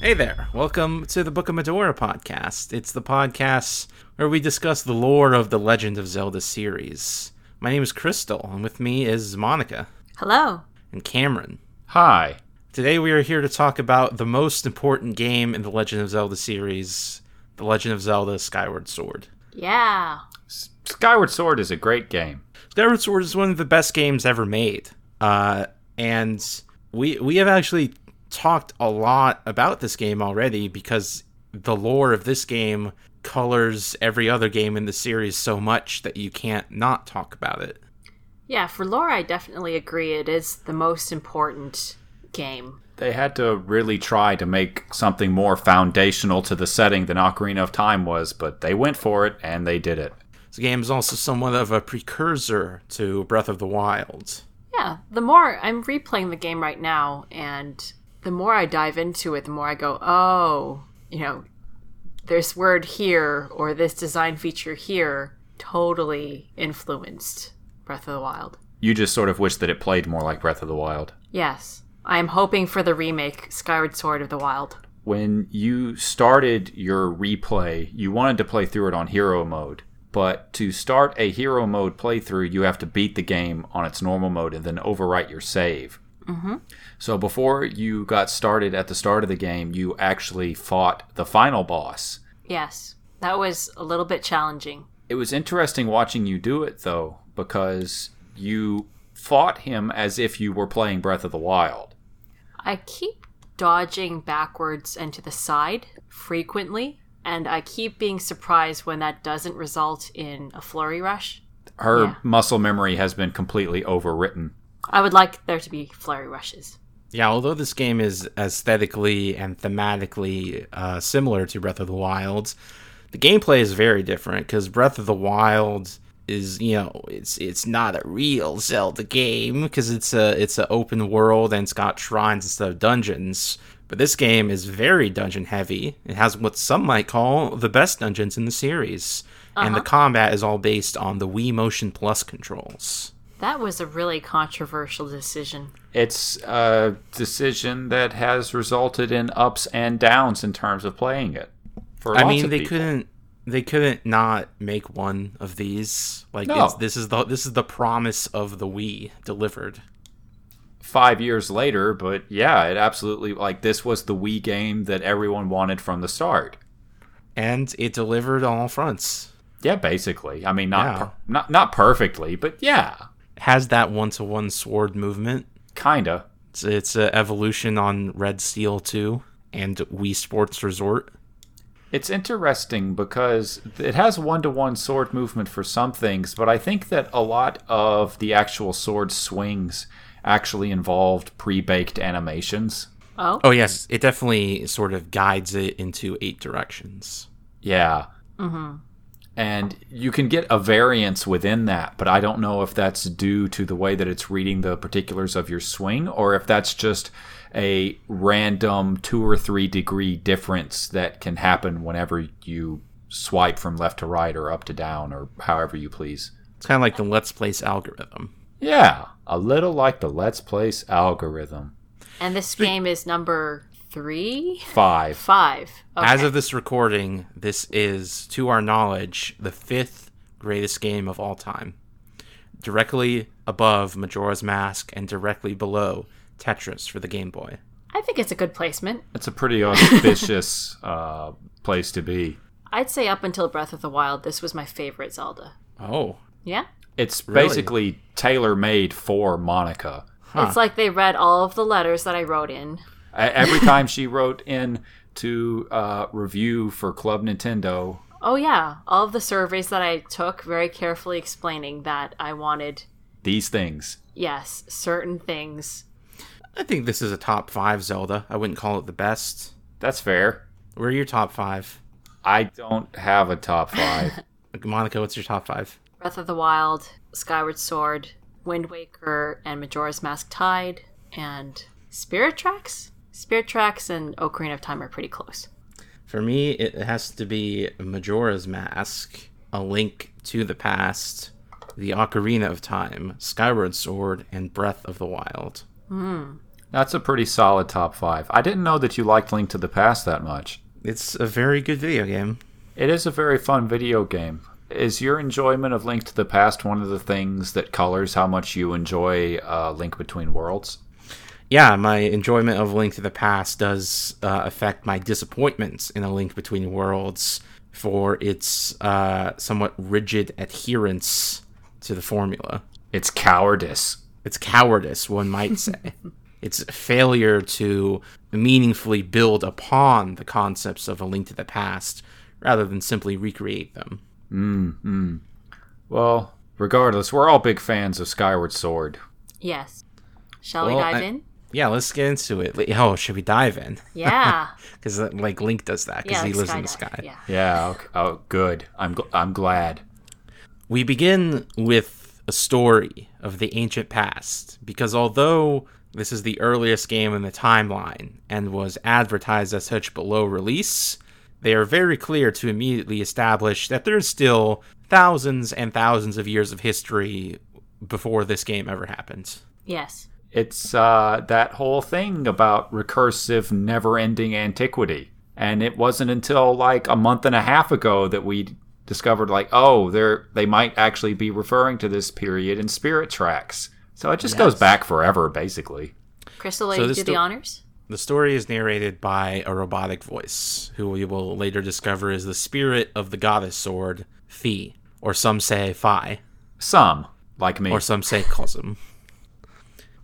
Hey there. Welcome to the Book of Medora podcast. It's the podcast where we discuss the lore of the Legend of Zelda series. My name is Crystal, and with me is Monica Hello. and Cameron. Hi. Today we are here to talk about the most important game in the Legend of Zelda series, The Legend of Zelda Skyward Sword. Yeah. S- Skyward Sword is a great game. Skyward Sword is one of the best games ever made. Uh, and we we have actually talked a lot about this game already because the lore of this game colors every other game in the series so much that you can't not talk about it. Yeah, for lore, I definitely agree. It is the most important game. They had to really try to make something more foundational to the setting than Ocarina of Time was, but they went for it and they did it. This game is also somewhat of a precursor to Breath of the Wild. Yeah, the more I'm replaying the game right now, and the more I dive into it, the more I go, oh, you know, this word here or this design feature here totally influenced Breath of the Wild. You just sort of wish that it played more like Breath of the Wild. Yes, I am hoping for the remake, Skyward Sword of the Wild. When you started your replay, you wanted to play through it on hero mode, but to start a hero mode playthrough, you have to beat the game on its normal mode and then overwrite your save. So before you got started at the start of the game, you actually fought the final boss. Yes, that was a little bit challenging. It was interesting watching you do it though, because you fought him as if you were playing Breath of the Wild. I keep dodging backwards and to the side frequently, and I keep being surprised when that doesn't result in a flurry rush. Her Yeah. muscle memory has been completely overwritten. I would like there to be flurry rushes. Yeah, although this game is aesthetically and thematically uh, similar to Breath of the Wild, the gameplay is very different because Breath of the Wild is you know it's it's not a real Zelda game because it's a it's an open world and it's got shrines instead of dungeons. But this game is very dungeon heavy. It has what some might call the best dungeons in the series, and the combat is all based on the Wii Motion Plus controls. That was a really controversial decision. It's a decision that has resulted in ups and downs in terms of playing it. For I lots mean, of they people. couldn't. They couldn't not make one of these. Like No. it's, this is the this is the promise of the Wii delivered. five years later, but yeah, it absolutely like this was the Wii game that everyone wanted from the start. and it delivered on all fronts. Yeah, basically. I mean, not Yeah. per- not not perfectly, but yeah, Has that one to one sword movement. kinda. It's it's an evolution on Red Steel two and Wii Sports Resort. It's interesting because it has one-to-one sword movement for some things, but I think that a lot of the actual sword swings actually involved pre-baked animations. Oh, Oh yes, it definitely sort of guides it into eight directions. Yeah. Mm-hmm. And you can get a variance within that, but I don't know if that's due to the way that it's reading the particulars of your swing or if that's just a random two or three degree difference that can happen whenever you swipe from left to right or up to down or however you please. It's kind of like the Let's Place algorithm. Yeah, a little like the Let's Place algorithm. and this game is number three, Five. five. Okay. As of this recording, this is, to our knowledge, the fifth greatest game of all time. Directly above Majora's Mask and directly below Tetris for the Game Boy. I think it's a good placement. It's a pretty auspicious uh, place to be. I'd say up until Breath of the Wild, this was my favorite Zelda. Oh. Yeah, It's Really? basically tailor made for Monica. it's like they read all of the letters that I wrote in. E- Every time she wrote in to uh, review for Club Nintendo, Oh yeah, all of the surveys that I took very carefully explaining that I wanted these things. yes, certain things. I think this is a top five Zelda. I wouldn't call it the best. That's fair. Where are your top five? I don't have a top five. Monica, what's your top five? Breath of the Wild, Skyward Sword, Wind Waker and Majora's Mask Tide and Spirit Tracks. Spirit Tracks and Ocarina of Time are pretty close. For me, it has to be Majora's Mask, A Link to the Past, The Ocarina of Time, Skyward Sword, and Breath of the Wild. That's a pretty solid top five. I didn't know that you liked Link to the Past that much. It's a very good video game. It is a very fun video game. Is your enjoyment of Link to the Past one of the things that colors how much you enjoy uh, Link Between Worlds? Yeah, my enjoyment of Link to the Past does uh, affect my disappointments in A Link Between Worlds for its uh, somewhat rigid adherence to the formula. It's cowardice. It's cowardice, one might say. it's failure to meaningfully build upon the concepts of A Link to the Past rather than simply recreate them. Mm, mm. Well, regardless, we're all big fans of Skyward Sword. Yes. Shall we Well, dive I- in? Yeah, let's get into it. Like, Oh, should we dive in? Yeah. Because like Link does that because yeah. he like lives in the skydive, sky. Yeah. Yeah. Okay. Oh, good. I'm gl- I'm glad. We begin with a story of the ancient past, because although this is the earliest game in the timeline and was advertised as such below release, they are very clear to immediately establish that there's still thousands and thousands of years of history before this game ever happened. Yes. It's uh, that whole thing about recursive, never-ending antiquity. And it wasn't until like a month and a half ago that we discovered, like, oh, they're they might actually be referring to this period in spirit tracks. So it just goes back forever, basically. Crystal, So lady, this do sto- the honors? The story is narrated by a robotic voice, who we will later discover is the spirit of the goddess sword, Fi, or some say Phi. Some, like me. or some say cosm.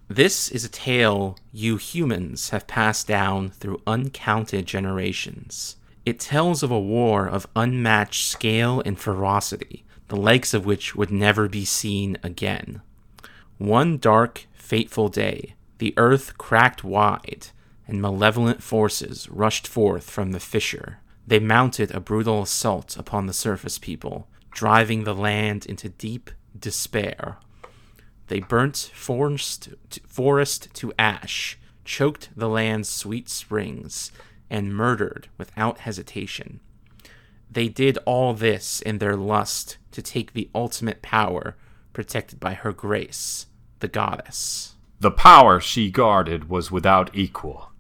This is a tale you humans have passed down through uncounted generations. It tells of a war of unmatched scale and ferocity, the likes of which would never be seen again. One dark, fateful day, the earth cracked wide, and malevolent forces rushed forth from the fissure. They mounted a brutal assault upon the surface people, driving the land into deep despair. They burnt forest to, forest to ash, choked the land's sweet springs, and murdered without hesitation. They did all this in their lust to take the ultimate power protected by her grace, the goddess. The power she guarded was without equal.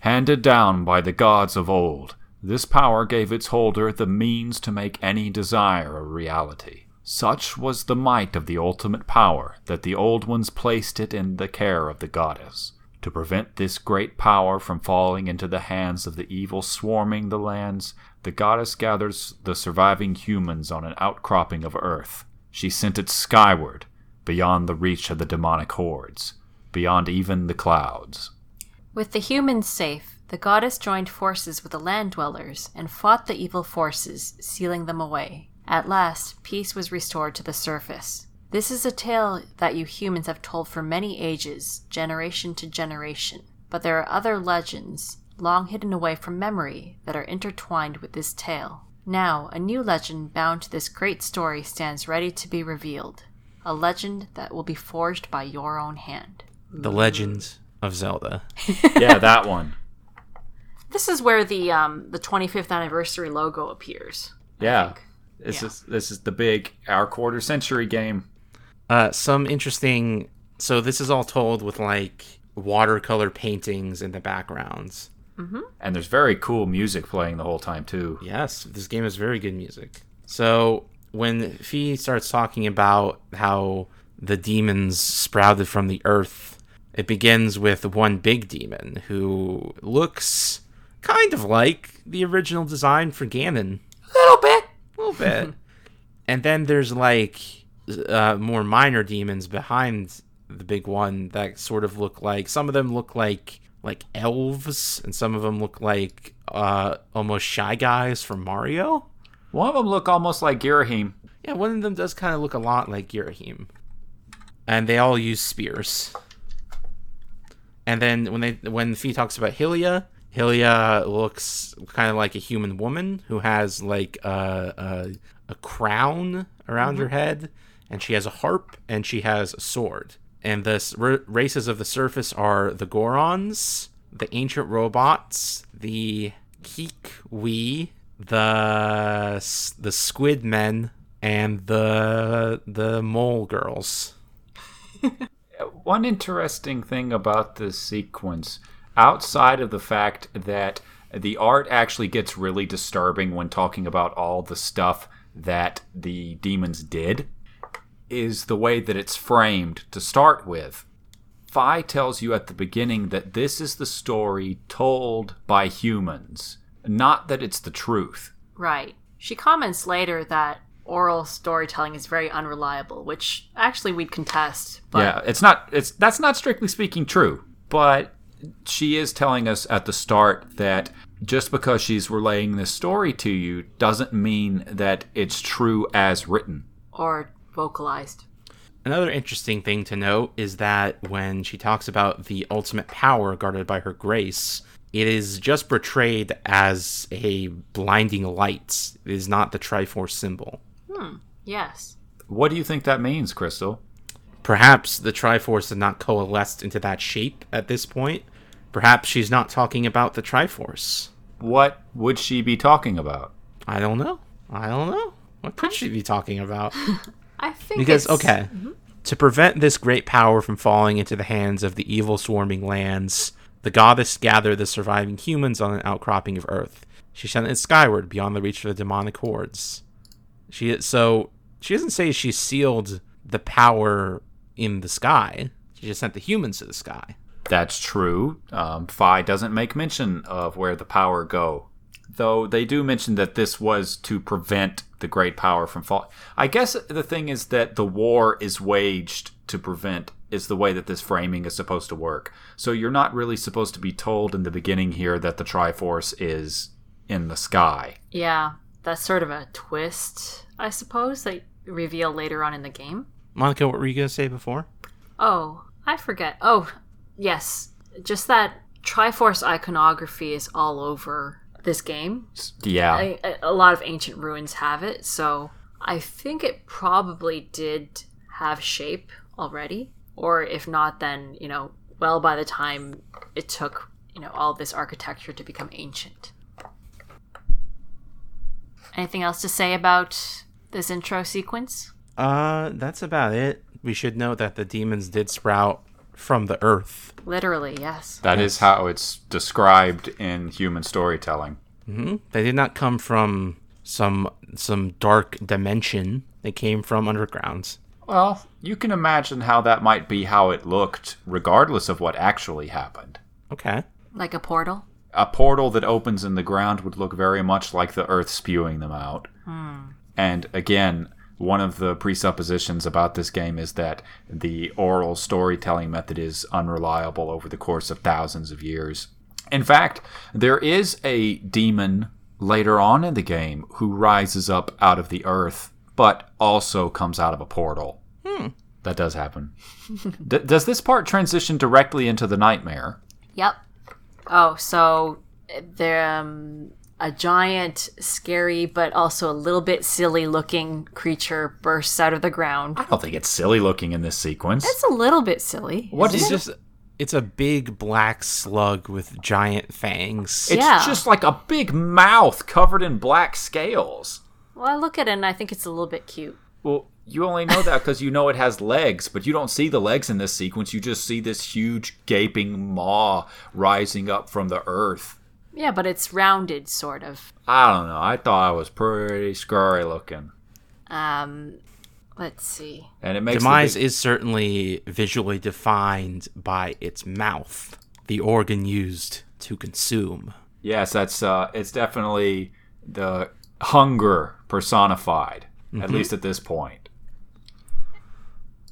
Handed down by the gods of old, this power gave its holder the means to make any desire a reality. Such was the might of the ultimate power that the old ones placed it in the care of the goddess. To prevent this great power from falling into the hands of the evil swarming the lands, the goddess gathers the surviving humans on an outcropping of earth. She sent it skyward, beyond the reach of the demonic hordes, beyond even the clouds. With the humans safe, the goddess joined forces with the land dwellers and fought the evil forces, sealing them away. At last, peace was restored to the surface. This is a tale that you humans have told for many ages, generation to generation. But there are other legends, long hidden away from memory, that are intertwined with this tale. Now, a new legend bound to this great story stands ready to be revealed. A legend that will be forged by your own hand. The legend of Zelda. yeah, that one. This is where the um the 25th anniversary logo appears. Yeah. This Yeah. is this is the big our quarter century game. Uh, some interesting. So this is all told with like watercolor paintings in the backgrounds. And there's very cool music playing the whole time too. Yes, this game has very good music. So when Fee starts talking about how the demons sprouted from the earth, it begins with one big demon who looks kind of like the original design for Ganon. little bit. A little bit. and then there's like uh, more minor demons behind the big one that sort of look like some of them look like like elves and some of them look like uh almost shy guys from Mario. One of them look almost like Girahim. Yeah, one of them does kind of look a lot like Girahim. And they all use spears. And then when they when Fee talks about Hylia, Hylia looks kind of like a human woman who has like a a, a crown around her head, and she has a harp and she has a sword. And the s- r- races of the surface are the Gorons, the ancient robots, the Kikwi, the s- the squid men, and the the mole girls. one interesting thing about this sequence, outside of the fact that the art actually gets really disturbing when talking about all the stuff that the demons did, is the way that it's framed to start with. Phi tells you at the beginning that this is the story told by humans, not that it's the truth. Right. She comments later that oral storytelling is very unreliable, which actually we'd contest. But yeah, it's not it's that's not strictly speaking true, but she is telling us at the start that just because she's relaying this story to you doesn't mean that it's true as written. Or vocalized. Another interesting thing to note is that when she talks about the ultimate power guarded by her grace, it is just portrayed as a blinding light. It is not the Triforce symbol. Hmm. Yes. What do you think that means, Crystal? Perhaps the Triforce had not coalesced into that shape at this point. Perhaps she's not talking about the Triforce. What would she be talking about? I don't know. I don't know. What could she be talking about? I think because it's- okay to prevent this great power from falling into the hands of the evil swarming lands the goddess gathered the surviving humans on an outcropping of earth she sent it skyward beyond the reach of the demonic hordes she so she doesn't say she sealed the power in the sky she just sent the humans to the sky That's true. Um, Phi doesn't make mention of where the power go, though they do mention that this was to prevent the great power from falling. I guess the thing is that the war is waged to prevent is the way that this framing is supposed to work. So you're not really supposed to be told in the beginning here that the Triforce is in the sky. Yeah, that's sort of a twist, I suppose, they reveal later on in the game. monica what were you going to say before Oh, I forget. Oh, yes. Just that Triforce iconography is all over this game. Yeah. I, a- a lot of ancient ruins have it, so I think it probably did have shape already. Or if not, then, you know, well, by the time it took, you know, all this architecture to become ancient. Anything else to say about this intro sequence? uh that's about it we should note that the demons did sprout from the earth Literally, yes. That is how it's described in human storytelling. They did not come from some some dark dimension. They came from underground. Well, you can imagine how that might be how it looked, regardless of what actually happened. Okay. Like a portal? A portal that opens in the ground would look very much like the earth spewing them out. And again, one of the presuppositions about this game is that the oral storytelling method is unreliable over the course of thousands of years. In fact, there is a demon later on in the game who rises up out of the earth, but also comes out of a portal. That does happen. D- does this part transition directly into the nightmare? Yep. Oh, so uh, there um, a giant, scary, but also a little bit silly looking creature bursts out of the ground. I don't think it's silly looking in this sequence. It's a little bit silly. What It's is it? just it's a big black slug with giant fangs. It's Yeah. just like a big mouth covered in black scales. Well, I look at it and I think it's a little bit cute. Well, you only know that because you know it has legs, but you don't see the legs in this sequence. You just see this huge gaping maw rising up from the earth. Yeah, but it's rounded, sort of. I don't know. I thought it was pretty scary looking, Um, let's see. and it makes the Demise big- is certainly visually defined by its mouth, the organ used to consume. Yes, that's uh, it's definitely the hunger personified, at least at this point.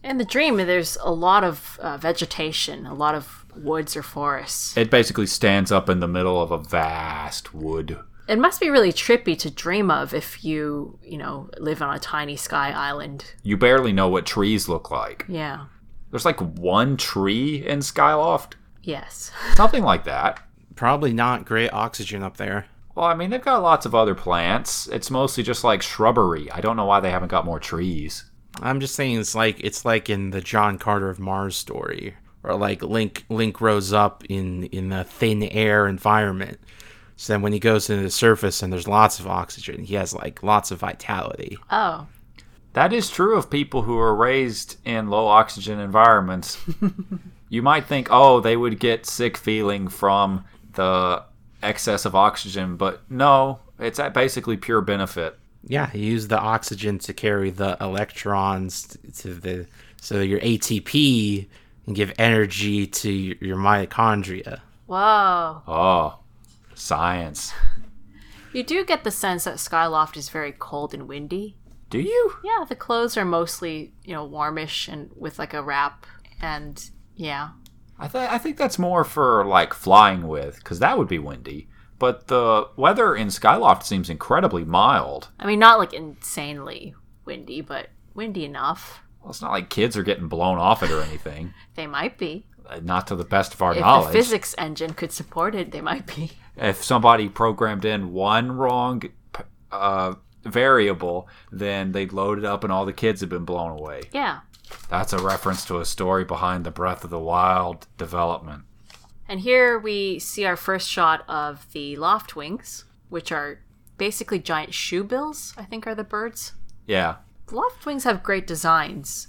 In the dream, there's a lot of uh, vegetation, a lot of woods or forests. It basically stands up in the middle of a vast wood. It must be really trippy to dream of if you, you know, live on a tiny sky island. You barely know what trees look like. Yeah. There's like one tree in Skyloft, Yes. something like that. Probably not great oxygen up there. Well, I mean, they've got lots of other plants. It's mostly just like shrubbery. I don't know why they haven't got more trees. I'm just saying it's like it's like in the John Carter of Mars story, or like Link Link rose up in in a thin air environment. So then when he goes into the surface and there's lots of oxygen, he has like lots of vitality. Oh. That is true of people who are raised in low oxygen environments. you might think, oh, they would get sick feeling from the excess of oxygen, but no, it's at basically pure benefit. Yeah, you use the oxygen to carry the electrons to the so your ATP and give energy to your mitochondria. Whoa. Oh, science. You do get the sense that Skyloft is very cold and windy. Do you? Yeah, the clothes are mostly, you know, warmish and with like a wrap. And yeah. I, th- I think that's more for like flying with, because that would be windy. But the weather in Skyloft seems incredibly mild. I mean, not like insanely windy, but windy enough. Well, it's not like kids are getting blown off it or anything. They might be. Uh, Not to the best of our If knowledge. the physics engine could support it, they might be. if somebody programmed in one wrong p- uh, variable, then they'd load it up and all the kids had been blown away. Yeah. That's a reference to a story behind the Breath of the Wild development. And here we see our first shot of the loft wings, which are basically giant shoe bills, I think are the birds. Yeah. The loft wings have great designs.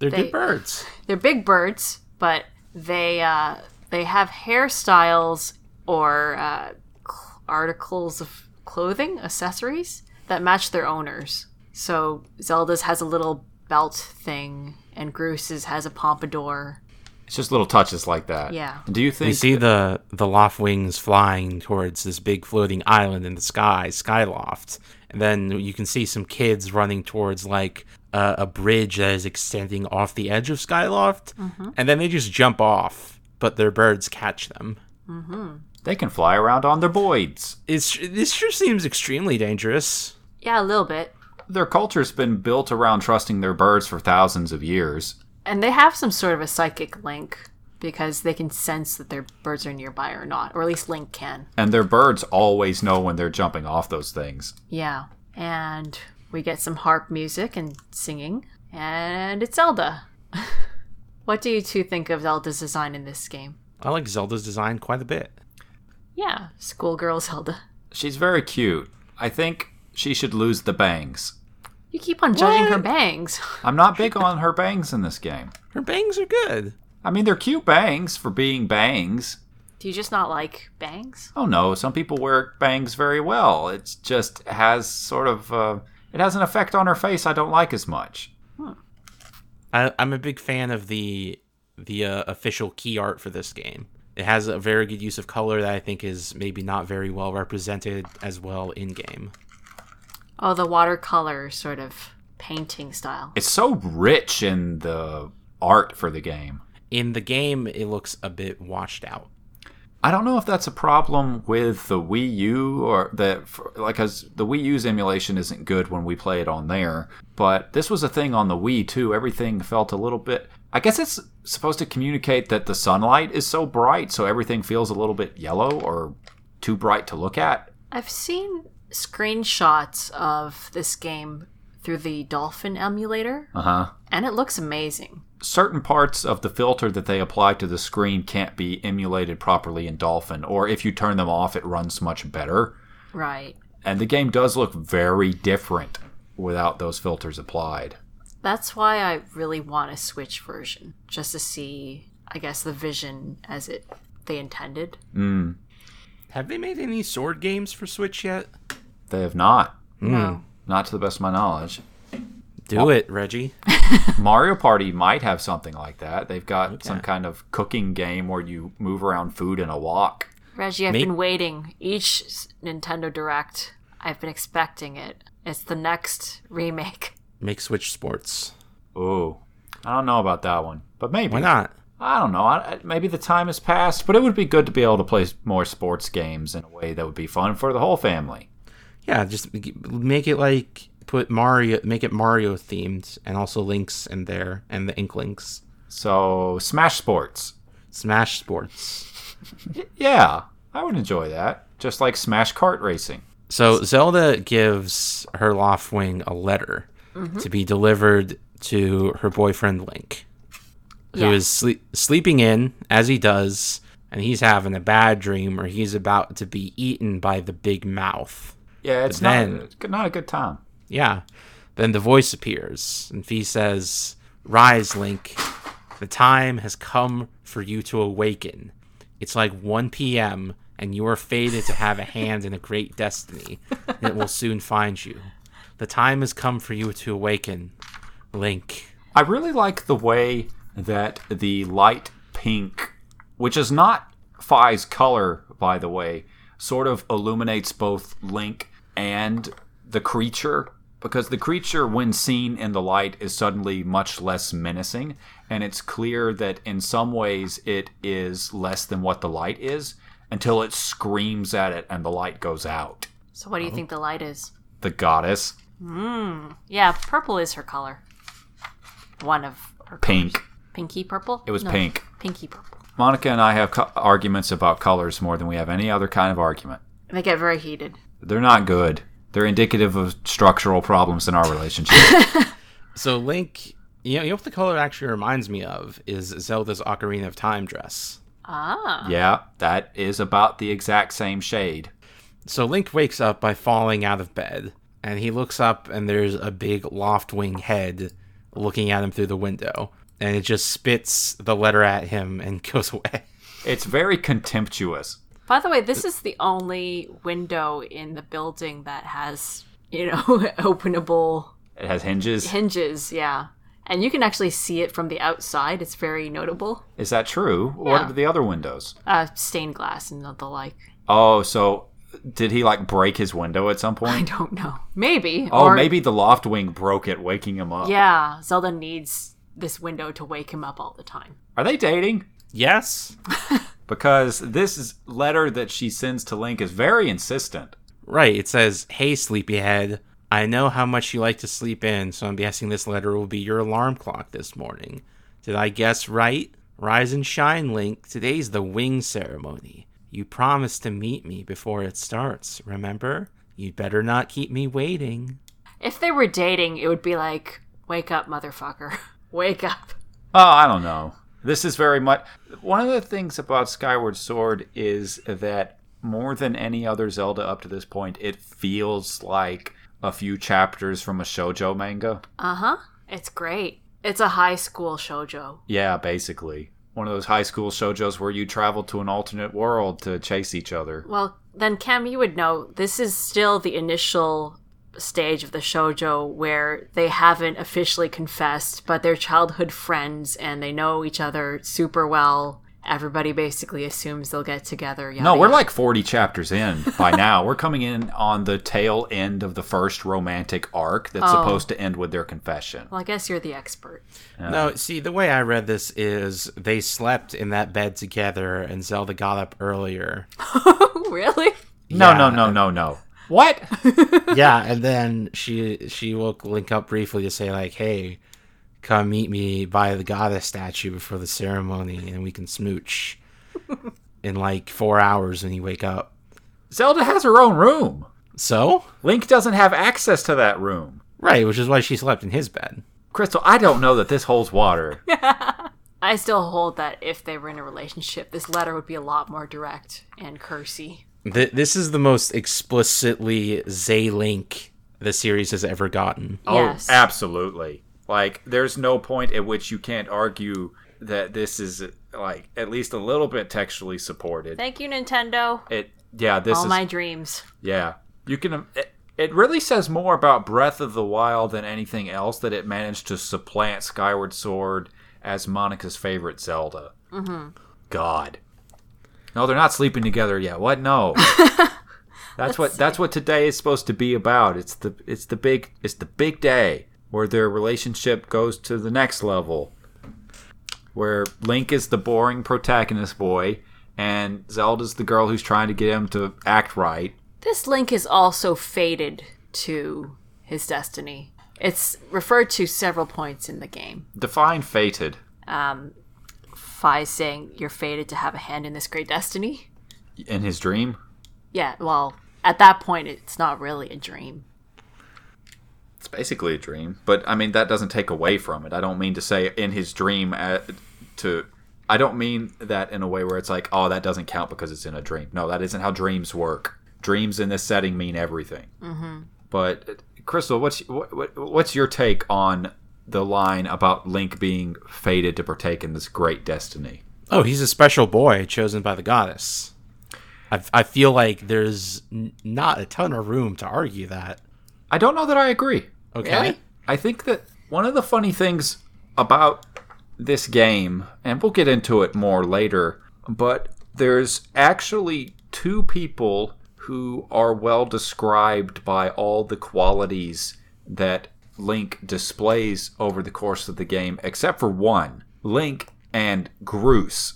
They're They- good birds. they're big birds, but they uh, they have hairstyles or uh, cl- articles of clothing, accessories that match their owners. So Zelda's has a little belt thing, and Groose's has a pompadour. It's just little touches like that. Yeah. Do you think We see the the loft wings flying towards this big floating island in the sky, Skyloft. And then you can see some kids running towards like a a bridge that is extending off the edge of Skyloft, and then they just jump off, but their birds catch them. they can fly around on their boids? It's this sure seems extremely dangerous. Yeah, a little bit. Their culture's been built around trusting their birds for thousands of years. And they have some sort of a psychic link because they can sense that their birds are nearby or not, or at least Link can. And their birds always know when they're jumping off those things. Yeah. And we get some harp music and singing. And it's Zelda. what do you two think of Zelda's design in this game? I like Zelda's design quite a bit. Yeah, schoolgirl Zelda. She's very cute. I think she should lose the bangs. You keep on judging her bangs. I'm not big on her bangs in this game. Her bangs are good. I mean, they're cute bangs for being bangs. Do you just not like bangs? Oh no, some people wear bangs very well. It just has sort of uh, it has an effect on her face I don't like as much. I, I'm a big fan of the the uh, official key art for this game. It has a very good use of color that I think is maybe not very well represented as well in game. Oh, the watercolor sort of painting style. It's so rich in the art for the game. In the game, it looks a bit washed out. I don't know if that's a problem with the Wii U or the for- like as the Wii U's emulation isn't good when we play it on there, but this was a thing on the Wii too. Everything felt a little bit I guess it's supposed to communicate that the sunlight is so bright so everything feels a little bit yellow or too bright to look at. I've seen screenshots of this game through the Dolphin emulator, Uh-huh. and it looks amazing. Certain parts of the filter that they apply to the screen can't be emulated properly in Dolphin or if you turn them off it runs much better. Right. And the game does look very different without those filters applied. That's why I really want a Switch version, just to see, I guess, the vision as it they intended. Mm, Have they made any sword games for Switch yet? they have not. Hmm. No. Not to the best of my knowledge. Do it, Reggie. Mario Party might have something like that. They've got some kind of cooking game where you move around food in a wok. Reggie, I've Me- been waiting each s- Nintendo Direct. I've been expecting it. It's the next remake. Make Switch Sports. Ooh. I don't know about that one, but maybe. Why not? I don't know. I, I- maybe the time has passed, but it would be good to be able to play more sports games in a way that would be fun for the whole family. Yeah, just g- make it like put Mario, make it Mario themed, and also Links in there and the Inklings. So, Smash Sports. Smash Sports. Y- yeah, I would enjoy that. Just like Smash Kart Racing. So Zelda gives her Loftwing a letter to be delivered to her boyfriend Link, Yeah. who is sleep- sleeping in as he does, and he's having a bad dream where he's about to be eaten by the big mouth. Yeah, it's But then- not, not a good time. Yeah. Then the voice appears, and Fee says, Rise, Link. The time has come for you to awaken. It's like 1 p.m., and you are fated to have a hand in a great destiny, and it will soon find you. The time has come for you to awaken, Link. I really like the way that the light pink, which is not Phi's color, by the way, sort of illuminates both Link and the creature. Because the creature, when seen in the light, is suddenly much less menacing. And it's clear that in some ways it is less than what the light is until it screams at it and the light goes out. So, what do you think the light is? The goddess, Yeah, purple is her color. One of her pink. pinky purple. It was No, pink. Pinky purple. Monica and I have co- arguments about colors more than we have any other kind of argument. They get very heated. They're not good. They're indicative of structural problems in our relationship. So, Link, you know, you know what the color actually reminds me of is Zelda's Ocarina of Time dress. Ah, yeah, that is about the exact same shade. So Link wakes up by falling out of bed, and he looks up, and there's a big Loftwing head looking at him through the window, and it just spits the letter at him and goes away. It's very contemptuous. By the way, this is the only window in the building that has, you know, openable It has hinges. hinges, yeah. And you can actually see it from the outside. It's very notable. Is that true? What Yeah. are the other windows? Uh, stained glass and the like. Oh, so did he like break his window at some I point? don't know. Maybe. Oh, or- maybe the loft wing broke it, waking him up. Yeah, Zelda needs this window to wake him up all the time. Are they dating? Yes? Because this is- letter that she sends to Link is very insistent. Right, it says, Hey, sleepyhead, I know how much you like to sleep in, so I'm guessing this letter will be your alarm clock this morning. Did I guess right? Rise and shine, Link. Today's the wing ceremony. You promised to meet me before it starts, remember? You'd better not keep me waiting. If they were dating, it would be like, wake up, motherfucker. wake up. Oh, I don't know. This is very much one of the things about Skyward Sword is that more than any other Zelda up to this point, it feels like a few chapters from a shojo manga. Uh huh. It's great. It's a high school shojo. Yeah, basically. One of those high school shojos where you travel to an alternate world to chase each other. Well, then, Cam, you would know this is still the initial stage of the shojo where they haven't officially confessed, but they're childhood friends and they know each other super well. Everybody basically assumes they'll get together. Yada, No, we're yada. like 40 chapters in by now. We're coming in on the tail end of the first romantic arc that's supposed to end with their confession. Well, I guess you're the expert. No, see, the way I read this is they slept in that bed together and Zelda got up earlier. really? No, Yeah. no, no, no, no. What? yeah, and then she she will link up briefly to say like, "Hey, come meet me by the goddess statue before the ceremony and we can smooch." in like 4 hours when you wake up. Zelda has her own room. So? Link doesn't have access to that room. Right, which is why she slept in his bed. Crystal, I don't know that this holds water. I still hold that if they were in a relationship, this letter would be a lot more direct and cursy. Th- this is the most explicitly Zay Link the series has ever gotten. yes. Oh, absolutely. Like, there's no point at which you can't argue that this is like at least a little bit textually supported. Thank you, Nintendo. It, yeah, this All is my dreams. yeah. You can. um, It, it really says more about Breath of the Wild than anything else that it managed to supplant Skyward Sword as Monica's favorite Zelda. Mm-hmm. God. No, they're not sleeping together yet. What? No. That's what that's what today is supposed to be about. It's the it's the big it's the big day where their relationship goes to the next level. Where Link is the boring protagonist boy and Zelda's the girl who's trying to get him to act right. This link is also fated to his destiny. It's referred to several points in the game. Define fated. Fi saying you're fated to have a hand in this great destiny. In his dream? Yeah, well, at that point, it's not really a dream. It's basically a dream, but I mean that doesn't take away from it. I don't mean to say in his dream uh, to I don't mean that in a way where it's like, oh, that doesn't count because it's in a dream. No, that isn't how dreams work. Dreams in this setting mean everything. Mm-hmm. But Crystal, what's what, what's your take on the line about Link being fated to partake in this great destiny? Oh, he's a special boy chosen by the goddess. I, I feel like there's n- not a ton of room to argue that. I don't know that I agree. Okay. Really? I think that one of the funny things about this game, and we'll get into it more later, but there's actually two people who are well described by all the qualities that Link displays over the course of the game, except for one Link and Groose.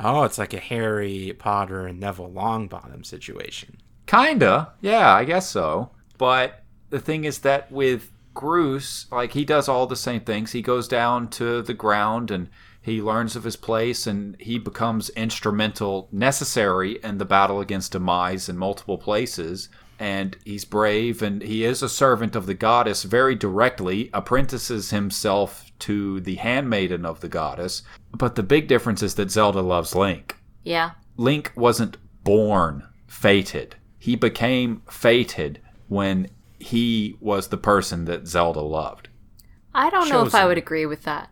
Oh, it's like a Harry Potter and Neville Longbottom situation. Kinda, yeah, I guess so. But the thing is that with Groose, like he does all the same things. He goes down to the ground and he learns of his place, and he becomes instrumental, necessary in the battle against demise in multiple places. And he's brave, and he is a servant of the goddess very directly. Apprentices himself to the handmaiden of the goddess. But the big difference is that Zelda loves Link. Yeah. Link wasn't born fated. He became fated when he was the person that Zelda loved, I don't know if I Chosen. would agree with that.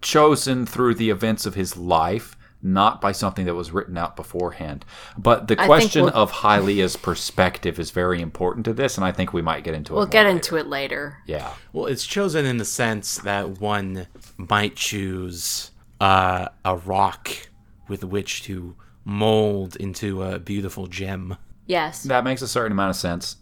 chosen through the events of his life, not by something that was written out beforehand. But the think question we'll- of Hylia's perspective is very important to this, and I think we might get into it. We'll get into it later. Yeah. Well, it's chosen in the sense that one might choose uh, a rock with which to mold into a beautiful gem. Yes. That makes a certain amount of sense.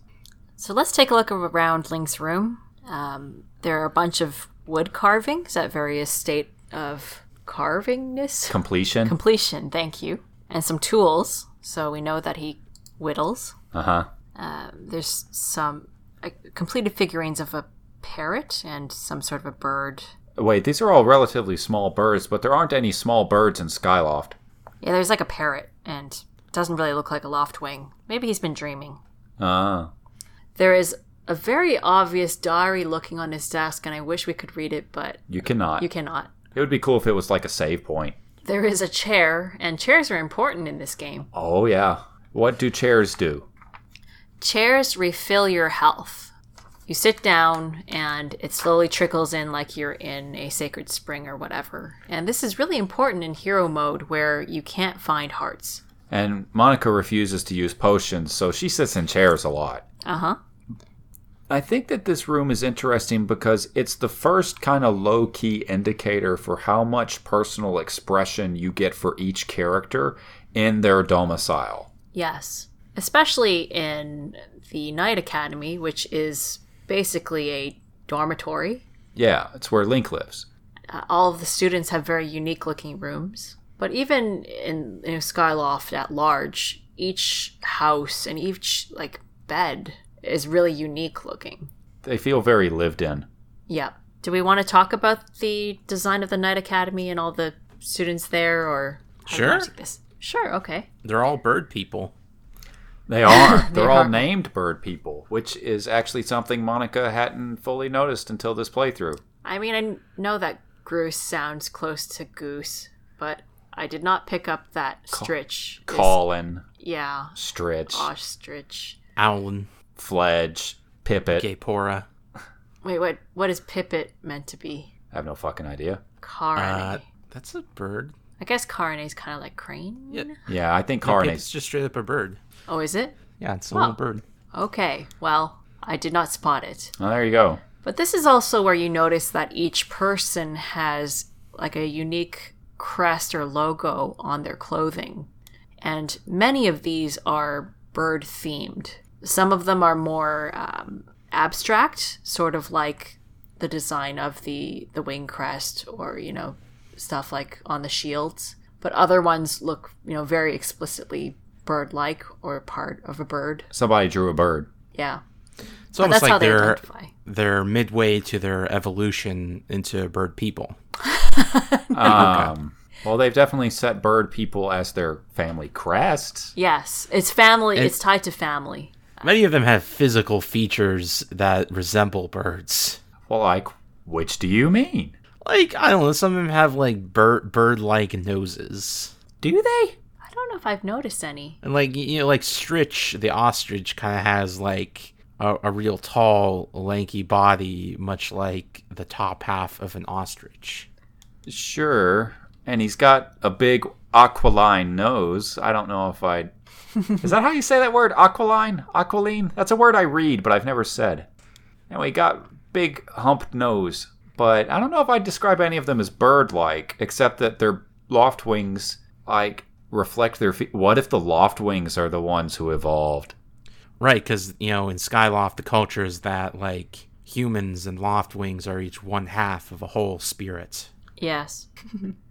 So let's take a look around Link's room. Um, there are a bunch of wood carvings at various state of carvingness. Completion. Completion, thank you. And some tools, so we know that he whittles. uh huh. There's some uh, completed figurines of a parrot and some sort of a bird. Wait, these are all relatively small birds, but there aren't any small birds in Skyloft. Yeah, there's like a parrot and it doesn't really look like a loft wing. Maybe he's been dreaming. Ah. There is a very obvious diary looking on his desk, and I wish we could read it, but You cannot. you cannot. It would be cool if it was like a save point. There is a chair, and chairs are important in this game. Oh yeah. What do chairs do? Chairs refill your health. You sit down, and it slowly trickles in like you're in a sacred spring or whatever. And this is really important in hero mode where you can't find hearts. And Monica refuses to use potions, so she sits in chairs a lot. Uh huh. I think that this room is interesting because it's the first kind of low key indicator for how much personal expression you get for each character in their domicile. Yes. Especially in the Night Academy, which is basically a dormitory. Yeah, it's where Link lives. Uh, all of the students have very unique looking rooms. But even in, in Skyloft at large, each house and each like bed is really unique looking. They feel very lived in. Yep. Do we want to talk about the design of the Night Academy and all the students there, or how do you wanna Sure. take this? Sure. Okay. They're all bird people. They are. They're all are. named bird people, which is actually something Monica hadn't fully noticed until this playthrough. I mean, I know that Groose sounds close to goose, but I did not pick up that stritch. is- Colin, yeah, Stritch, ostrich. Owlin, Fledge, Pippet. Gaypora. Wait, what? What is Pippet meant to be? I have no fucking idea. Carne. Uh, that's a bird. I guess Carne is kind of like crane. Yeah. Yeah, I think Like, Carnate's It's just straight up a bird. Oh, is it? Yeah, it's a Well. little bird. Okay. Well, I did not spot it. Oh, there you go. But this is also where you notice that each person has like a unique crest or logo on their clothing. And many of these are bird themed. Some of them are more um, abstract, sort of like the design of the, the wing crest or, you know, stuff like on the shields. But other ones look, you know, very explicitly bird like or part of a bird. Somebody drew a bird. Yeah. It's almost That's how like they they're identify. they're midway to their evolution into bird people. Um, well, they've definitely set bird people as their family crest. Yes, it's family. it's tied to family. Many of them have physical features that resemble birds. Well, like, which do you mean? Like I don't know, some of them have like bird bird like noses. Do they? I don't know if I've noticed any. And like you know, like Stritch, the ostrich, kind of has like a, a real tall, lanky body, much like the top half of an ostrich. Sure. And he's got a big aquiline nose. I don't know if I. Is that how you say that word? Aquiline? Aquiline? That's a word I read, but I've never said. And we got big humped nose. But I don't know if I'd describe any of them as bird like, except that their loft wings, like, reflect their feet. What if the loft wings are the ones who evolved? Right, because you know in Skyloft the culture is that like humans and Loftwings are each one half of a whole spirit, Yes.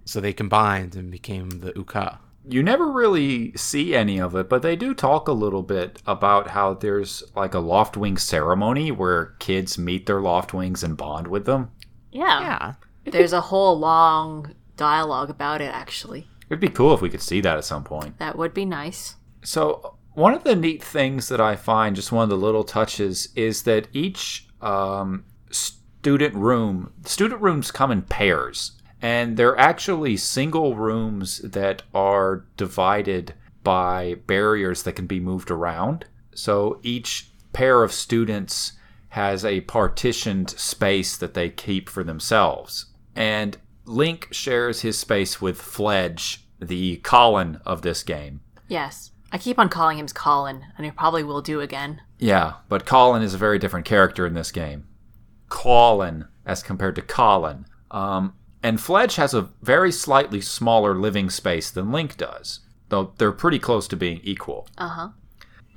so they combined and became the Uka. you never really see any of it, but they do talk a little bit about how there's like a loft wing ceremony where kids meet their loft wings and bond with them. Yeah. There's a whole long dialogue about it, actually. It'd be cool if we could see that at some point. That would be nice. So, one of the neat things that I find, just one of the little touches, is that each um, student room, student rooms come in pairs, and they're actually single rooms that are divided by barriers that can be moved around. So, each pair of students has a partitioned space that they keep for themselves. And Link shares his space with Fledge, the Colin of this game. Yes. I keep on calling him Colin, and I probably will do again. Yeah, but Colin is a very different character in this game. Colin, as compared to Colin. Um, and Fledge has a very slightly smaller living space than Link does, though they're pretty close to being equal. Uh huh.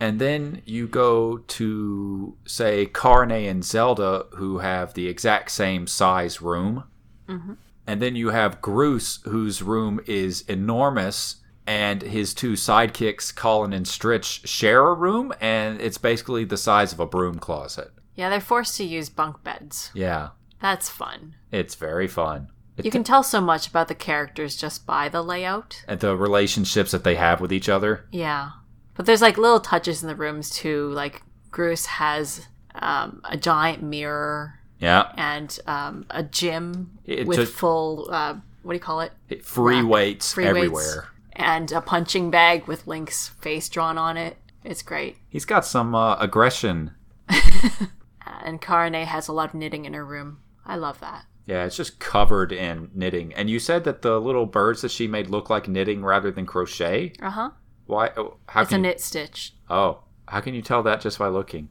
And then you go to, say, Carne and Zelda, who have the exact same size room. Mm-hmm. And then you have Groose, whose room is enormous, and his two sidekicks, Colin and Stritch, share a room, and it's basically the size of a broom closet. Yeah, they're forced to use bunk beds. Yeah, That's fun. it's very fun. You can tell so much about the characters just by the layout. And the relationships that they have with each other. Yeah. But there's like little touches in the rooms too. Like, Groose has um, a giant mirror Yeah. and um, a gym It with took- full, uh, what do you call it? Free Rack. weights Free weights. everywhere. And a punching bag with Link's face drawn on it. It's great. He's got some uh, aggression. And Karne has a lot of knitting in her room. I love that. Yeah, it's just covered in knitting. And you said that the little birds that she made look like knitting rather than crochet. Uh huh. Why? oh, How It's a can you, knit stitch. oh how can you tell that just by looking?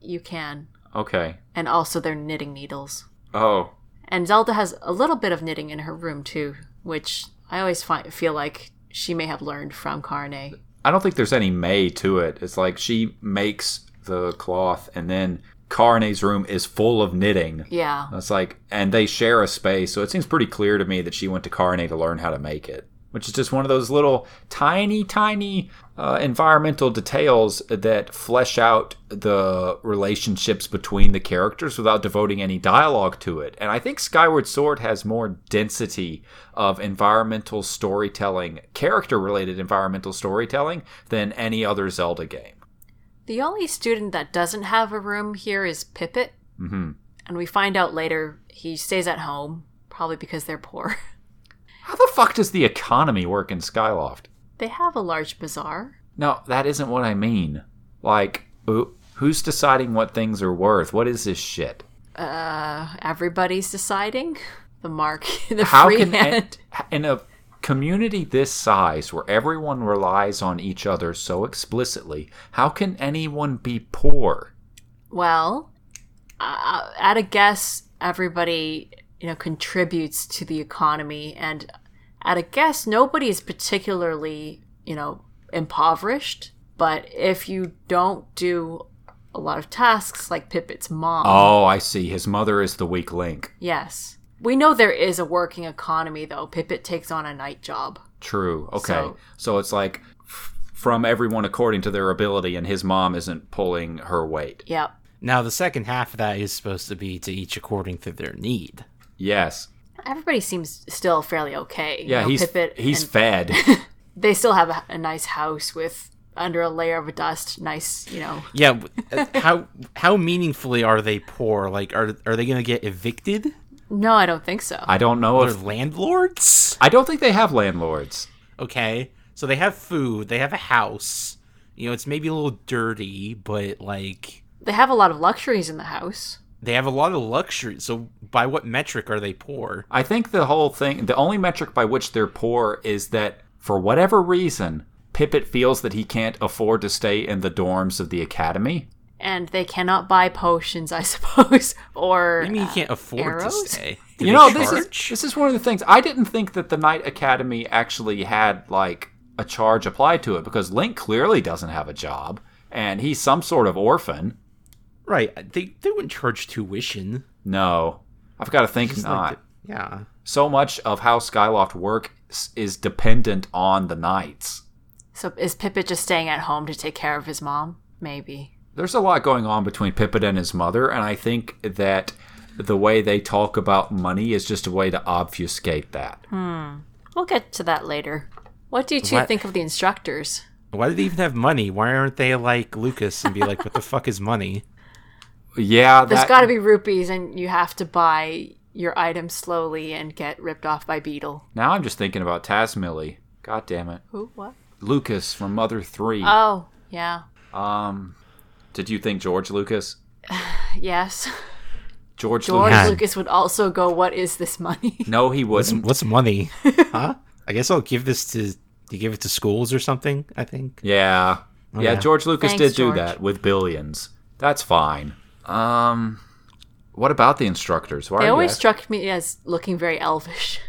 You can. Okay. And also, they're knitting needles. Oh, And Zelda has a little bit of knitting in her room too, which I always find, feel like she may have learned from Karne. I don't think there's any May to it. It's like she makes the cloth, and then Carne's room is full of knitting. Yeah. It's like, and they share a space, so it seems pretty clear to me that she went to Carne to learn how to make it, which is just one of those little tiny, tiny uh, environmental details that flesh out the relationships between the characters without devoting any dialogue to it. And I think Skyward Sword has more density of environmental storytelling, character related environmental storytelling, than any other Zelda game. The only student that doesn't have a room here is Pippet. hmm And we find out later he stays at home, probably because they're poor. How the fuck does the economy work in Skyloft? they have a large bazaar. No, that isn't what I mean. Like, who- who's deciding what things are worth? What is this shit? Uh, everybody's deciding. The mark, the How free can an- hand. in a community this size, where everyone relies on each other so explicitly, how can anyone be poor? Well, uh, at a guess, everybody you know contributes to the economy, and at a guess, nobody is particularly you know impoverished. But if you don't do a lot of tasks, like Pippet's mom, Oh, I see. His mother is the weak link. yes, we know there is a working economy though. Pippet takes on a night job. True. Okay. So, So- it's like f- from everyone according to their ability, and his mom isn't pulling her weight. Yep. Now the second half of that is supposed to be to each according to their need. Yes. Everybody seems still fairly okay. You Yeah, know, he's Pippet he's and- fed. they still have a, a nice house with under a layer of dust, nice, you know. Yeah, w- uh, how how meaningfully are they poor? Like, are are they gonna get evicted? No, I don't think so. I don't know Are if landlords? I don't think they have landlords. Okay, so they have food, they have a house. You know, it's maybe a little dirty, but like They have a lot of luxuries in the house. They have a lot of luxury. So by what metric are they poor? I think the whole thing, the only metric by which they're poor is that for whatever reason, Pippet feels that he can't afford to stay in the dorms of the academy. And they cannot buy potions, I suppose. or I mean, you can't afford to arrows? stay. Do You they know, this is, charge? this is one of the things. I didn't think that the Knight Academy actually had, like, a charge applied to it because Link clearly doesn't have a job and he's some sort of orphan. right. They they wouldn't charge tuition. No, I've got to think It's not. like the- yeah. so much of how Skyloft works is dependent on the Knights. so is Pippet just staying at home to take care of his mom? Maybe. there's a lot going on between Pippin and his mother, and I think that the way they talk about money is just a way to obfuscate that. We'll get to that later. What do you two What- think of the instructors? Why do they even have money? Why aren't they like Lucas and be like, what the fuck is money? Yeah, There's that, got to be rupees, and you have to buy your items slowly and get ripped off by Beetle. now I'm just thinking about Tasmilly. God damn it, Who? What? Lucas from Mother Three. Oh, yeah. um, did you think George Lucas? Yes. George, George Lucas? Man. Lucas would also go, What is this money? No, he What's wouldn't. what's money? huh? I guess I'll give this to you give it to schools or something, I think. Yeah, yeah. yeah. George Lucas Thanks, did do George. that with billions. That's fine. Um, what about the instructors? Why are They you always asking- struck me as looking very elvish,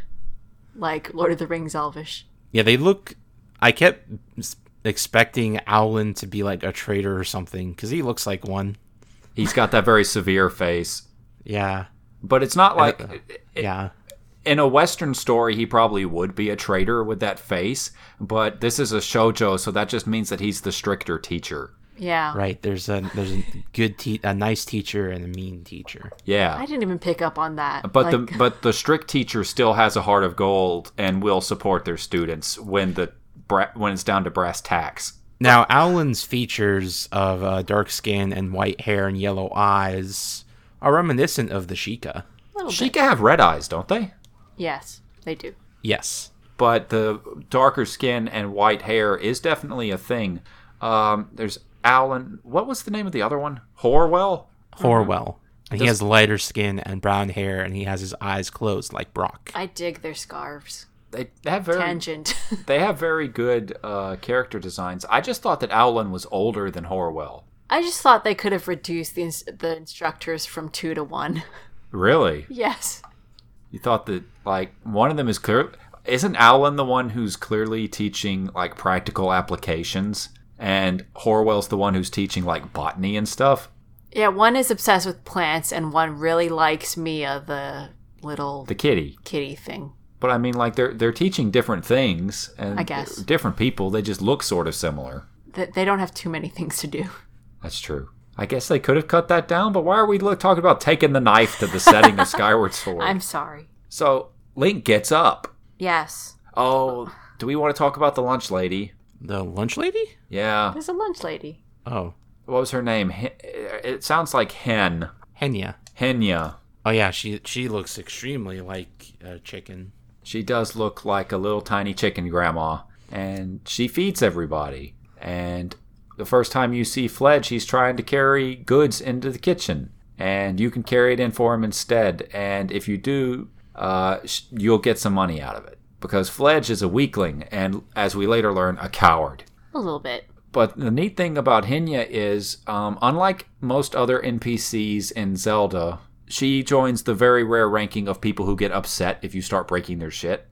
like Lord of the Rings elvish. Yeah, they look I kept s- expecting Owlin to be like a traitor or something cuz he looks like one. He's got that very severe face. Yeah. But it's not like Yeah. in a Western story he probably would be a traitor with that face. But this is a shojo, so that just means that he's the stricter teacher. Yeah. Right. There's a there's a good te- a nice teacher and a mean teacher. I Yeah. didn't even pick up on that. Like, But the but the strict teacher still has a heart of gold and will support their students when the bra- when it's down to brass tacks. Now, Owlin's features of uh, dark skin and white hair and yellow eyes are reminiscent of the Sheikah. little She bit. can have red eyes, don't they? Yes, they do. Yes. But the darker skin and white hair is definitely a thing. Um, there's Alan. What was the name of the other one? Horwell. Uh-huh. Horwell. And he has lighter skin and brown hair, and he has his eyes closed like Brock. I dig their scarves. They they have very Tangent. They have very good uh, character designs. I just thought that Owlin was older than Horwell. I just thought they could have reduced the, ins- the instructors from two to one. Really? yes. You thought that like one of them is clear? Isn't Owlin the one who's clearly teaching like practical applications, and Horwell's the one who's teaching like botany and stuff? Yeah, one is obsessed with plants, and one really likes Mia, the little The kitty. kitty thing. But I mean, like they're they're teaching different things and I guess. different people. They just look sort of similar. That they don't have too many things to do. That's true. I guess they could have cut that down, but why are we look, talking about taking the knife to the setting of Skyward Sword? I'm sorry. So Link gets up Yes. Oh, do we want to talk about the lunch lady? The lunch lady? Yeah. There's a lunch lady. Oh, What was her name? Hen- It sounds like Hen. Henya. Henya. Oh yeah, she she looks extremely like a chicken. She does look like a little tiny chicken grandma, and she feeds everybody. And the first time you see Fledge, he's trying to carry goods into the kitchen, and you can carry it in for him instead. And if you do, uh, sh- you'll get some money out of it because Fledge is a weakling, and as we later learn, a coward. A little bit. But the neat thing about Hinya is, um, unlike most other NPCs in Zelda, she joins the very rare ranking of people who get upset if you start breaking their shit.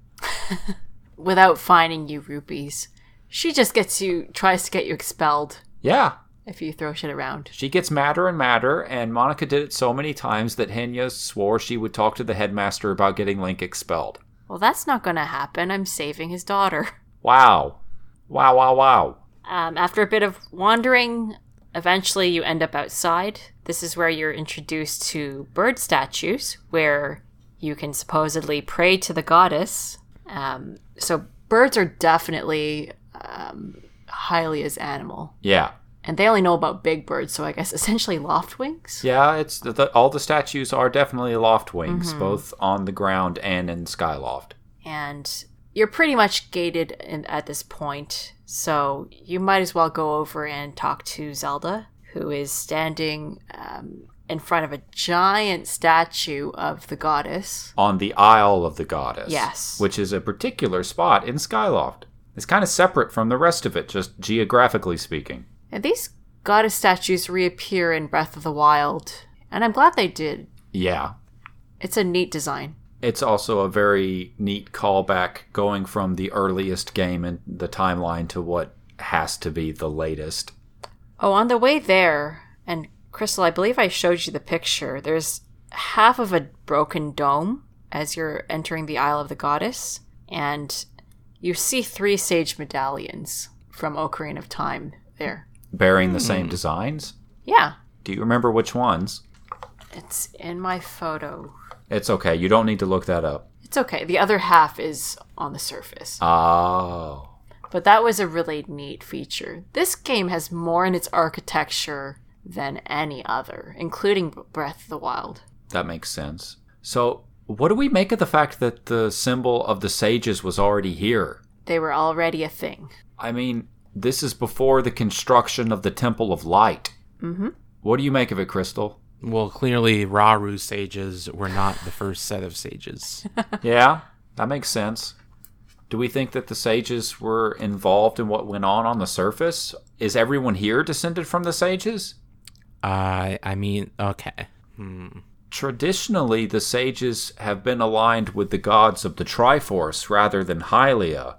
Without finding you rupees. She just gets you, tries to get you expelled Yeah, if you throw shit around. she gets madder and madder, and Monica did it so many times that Hinya swore she would talk to the headmaster about getting Link expelled. Well, that's not going to happen. I'm saving his daughter. Wow. Wow, wow, wow. Um, after a bit of wandering, eventually you end up outside. This is where you're introduced to bird statues, where you can supposedly pray to the goddess. Um, so birds are definitely um, highly as animal, Yeah. and they only know about big birds. So I guess essentially loft wings. Yeah, it's the, the, all the statues are definitely loft wings, both on the ground and in Skyloft. and you're pretty much gated in, at this point. So you might as well go over and talk to Zelda, who is standing um, in front of a giant statue of the goddess. on the Isle of the Goddess. Yes. Which is a particular spot in Skyloft. It's kind of separate from the rest of it, just geographically speaking. And these goddess statues reappear in Breath of the Wild, and I'm glad they did. Yeah. It's a neat design. It's also a very neat callback going from the earliest game in the timeline to what has to be the latest. Oh, on the way there, and Crystal, I believe I showed you the picture. There's half of a broken dome as you're entering the Isle of the Goddess, and you see three sage medallions from Ocarina of Time there. Bearing the same designs. Yeah, Do you remember which ones? it's in my photo. It's okay. You don't need to look that up. It's okay. The other half is on the surface. Oh. But that was a really neat feature. This game has more in its architecture than any other, including Breath of the Wild. That makes sense. So, what do we make of the fact that the symbol of the sages was already here? They were already a thing. I mean, this is before the construction of the Temple of Light. Mhm. What do you make of it, Crystal? Well, clearly, Raru sages were not the first set of sages. yeah, that makes sense. Do we think that the sages were involved in what went on on the surface? Is everyone here descended from the sages? I, Uh, I mean, okay. Hmm. Traditionally, the sages have been aligned with the gods of the Triforce rather than Hylia.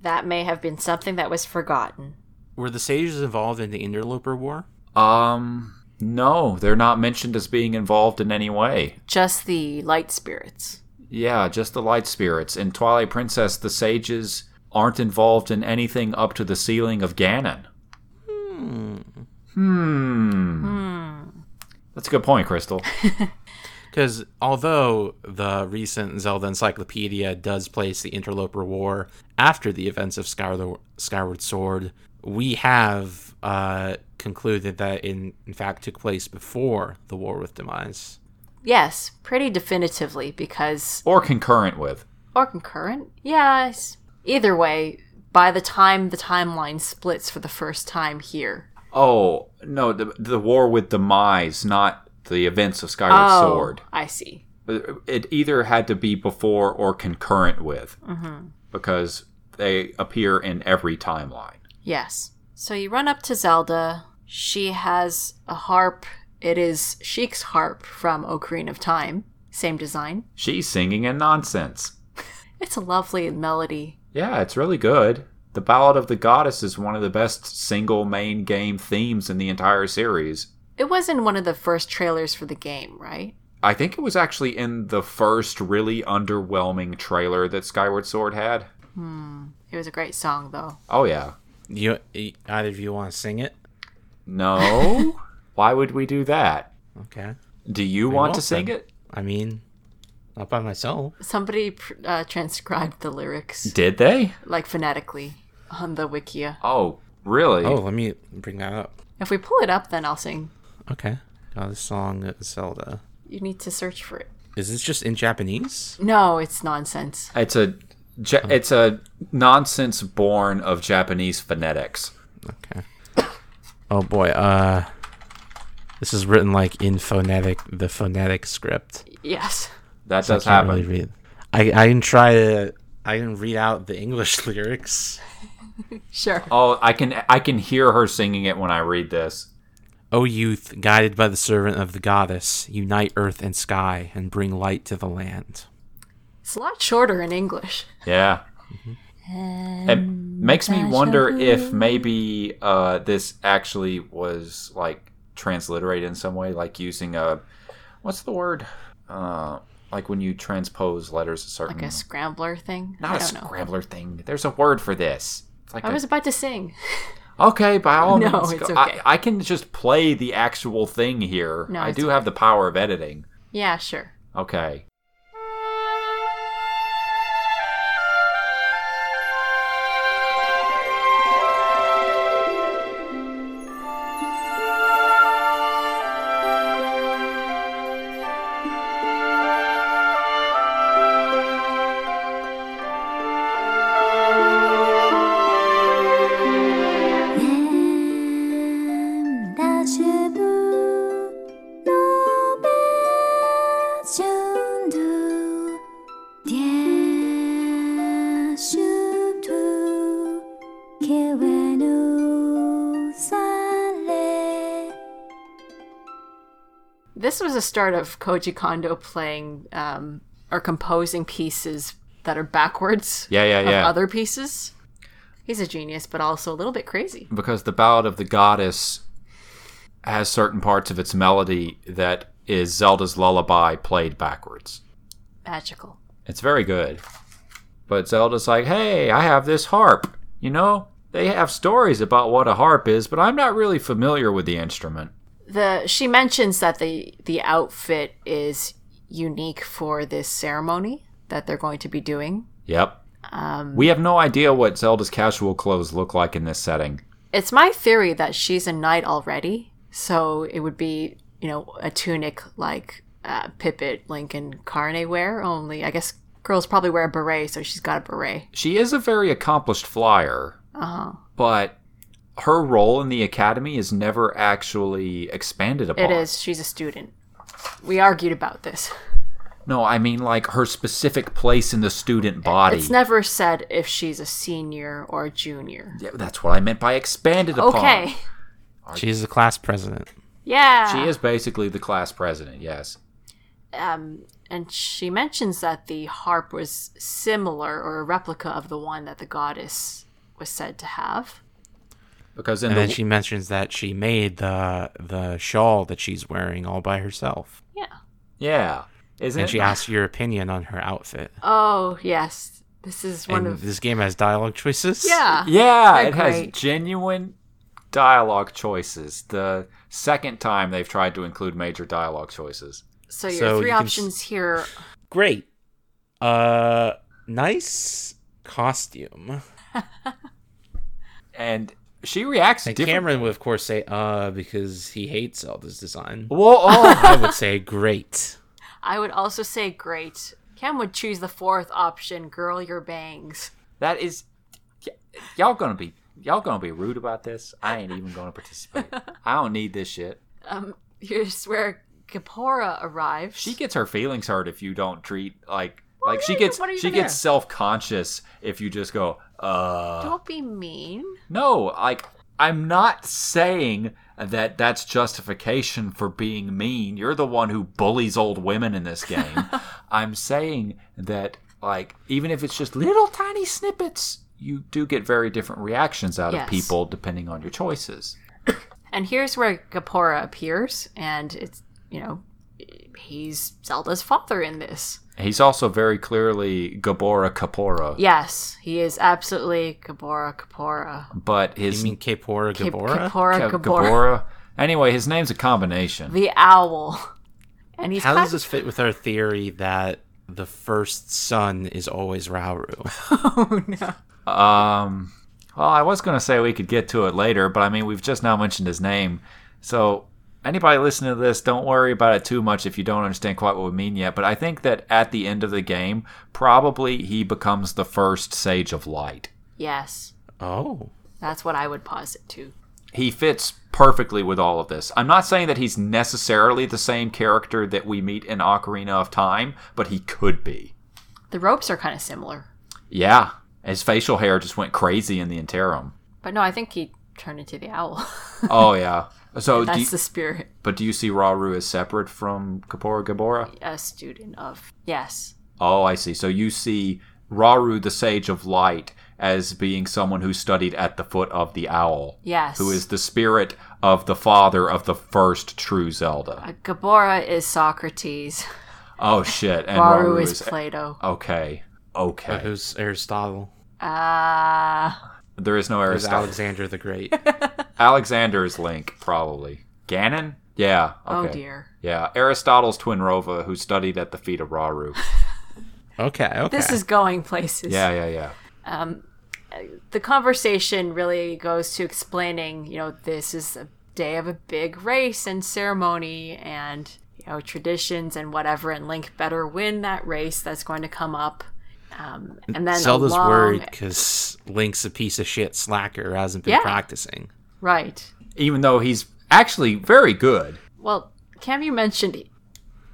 That may have been something that was forgotten. Were the sages involved in the Interloper War? Um, no, they're not mentioned as being involved in any way. Just the light spirits. Yeah, just the light spirits. In Twilight Princess, the sages aren't involved in anything up to the ceiling of Ganon. Hmm. Hmm. That's a good point, Crystal. Because although the recent Zelda Encyclopedia does place the Interloper War after the events of Skyward, Skyward Sword, we have uh, concluded that in, in fact took place before the War with Demise. Yes, pretty definitively, because. or concurrent with. Or concurrent? Yes. Either way, by the time the timeline splits for the first time here. Oh, no, the, the war with Demise, not the events of Skyward Sword. Oh, I see. It either had to be before or concurrent with, because they appear in every timeline. Yes. So you run up to Zelda. She has a harp. It is Sheik's harp from Ocarina of Time. Same design. She's singing in nonsense. It's a lovely melody. Yeah, it's really good. The Ballad of the Goddess is one of the best single main game themes in the entire series. It was in one of the first trailers for the game, right? I think it was actually in the first really underwhelming trailer that Skyward Sword had. It was a great song, though. Oh, yeah. You e, either of you want to sing it? No? Why would we do that? Okay. Do you want to won't sing then. it? I mean, not by myself. Somebody pr- uh, transcribed the lyrics, Did they? like phonetically, on the Wikia. Oh, really? Oh, let me bring that up. If we pull it up, then I'll sing. Okay. Got a song of Zelda. You need to search for it. Is this just in Japanese? No, it's nonsense. It's a Oh. ja- it's a nonsense born of Japanese phonetics. Okay. Oh boy, uh this is written like in phonetic the phonetic script. Yes. That does I can't happen. really read. I, I didn't try to I didn't read out the English lyrics. Sure. Oh, I can I can hear her singing it when I read this. O youth, guided by the servant of the goddess, unite earth and sky and bring light to the land. It's a lot shorter in English. Yeah. Mm-hmm. It makes me wonder if maybe uh, this actually was like transliterated in some way, like using a what's the word? Uh, like when you transpose letters a certain Like a scrambler thing. I Mm. not a don't know. scrambler thing. There's a word for this. It's like I a- was about to sing. okay, by all No, means, it's go- okay. I, I can just play the actual thing here. No, I it's do have the power of editing. Yeah, sure. Okay. 「涙 This was a start of Koji Kondo playing um, or composing pieces that are backwards Yeah, yeah, of yeah. other pieces. He's a genius, but also a little bit crazy. because the Ballad of the Goddess has certain parts of its melody that is Zelda's lullaby played backwards. Magical. It's very good. But Zelda's like, hey, I have this harp. You know, they have stories about what a harp is, but I'm not really familiar with the instrument. The she mentions that the the outfit is unique for this ceremony that they're going to be doing. Yep. we have no idea what Zelda's casual clothes look like in this setting. It's my theory that she's a knight already, so it would be you know a tunic like uh, Pippet, Link, and Carne wear. Only I guess girls probably wear a beret, so she's got a beret. She is a very accomplished flyer, Uh huh. but her role in the academy is never actually expanded upon. It is. She's a student. We argued about this. No, I mean like her specific place in the student body. It's never said if she's a senior or a junior. Yeah, That's what I meant by expanded upon. Okay. She's the class president. Yeah. She is basically the class president, yes. um, and she mentions that the harp was similar or a replica of the one that the goddess was said to have. Because in And the then she mentions that she made the the shawl that she's wearing all by herself. Yeah. Yeah. Isn't And she it? asks your opinion on her outfit. Oh yes, this is one And of this game has dialogue choices. yeah. Yeah, They're it has great. genuine dialogue choices. The second time they've tried to include major dialogue choices. So your So three you can s- options here. Great. Uh nice costume. And she reacts And different- Cameron would of course say uh because he hates Zelda's design. Well, oh, I would say great. I would also say great. Cam would choose the fourth option. Girl, your bangs. that is y- y'all going to be y'all going to be rude about this. I ain't even going to participate. I don't need this shit. Um, here's where Gapora arrives. She gets her feelings hurt if you don't treat like Well, like yeah, she you- gets what are you she gonna- gets self conscious if you just go uh Don't be mean. no like I'm not saying that that's justification for being mean. You're the one who bullies old women in this game. I'm saying that like even if it's just little tiny snippets, you do get very different reactions out Yes. of people depending on your choices. And here's where Gapora appears, and it's you know he's Zelda's father in this. He's also very clearly Gabora Kapora, Yes, he is absolutely Gabora Kapora. but his You mean Kapora Kap- Gabora? Kapora Kev- Gabora. Gabora. Anyway, his name's a combination. The owl. And he's How kind does this fit with our theory that the first son is always Rauru? Oh no. Um, well, I was going to say we could get to it later, but I mean, we've just now mentioned his name. So, anybody listening to this, don't worry about it too much if you don't understand quite what we mean yet. But I think that at the end of the game, probably he becomes the first Sage of Light. Yes, Oh. that's what I would posit too. He fits perfectly with all of this. I'm not saying that he's necessarily the same character that we meet in Ocarina of Time, but he could be. The ropes are kind of similar, Yeah. His facial hair just went crazy in the interim. but no, I think he turned into the owl. Oh yeah. So, do that's you, the spirit. but do you see Raru as separate from Kapora Gabora? A student of yes, Oh, I see. So you see Raru, the Sage of Light, as being someone who studied at the foot of the owl, yes. who is the spirit of the father of the first true Zelda. Uh, Gabora is Socrates. Oh shit! And Baru Raru, is is, Plato. okay. But Okay. Uh, who's Aristotle? Uh, There is no Who's Aristotle. Alexander the Great? Alexander is Link, probably. Ganon? Yeah. oh Okay. dear. Yeah. Aristotle's twin Rova, who studied at the feet of Raru. Okay, okay. This is going places. Yeah, yeah, yeah. the conversation really goes to explaining, you know, this is a day of a big race and ceremony and, you know, traditions and whatever, and Link better win that race that's going to come up. Um, and then Zelda's along- worried because Link's a piece of shit slacker who hasn't been Yeah. practicing. Right. even though he's actually very good. Well, Cam, you mentioned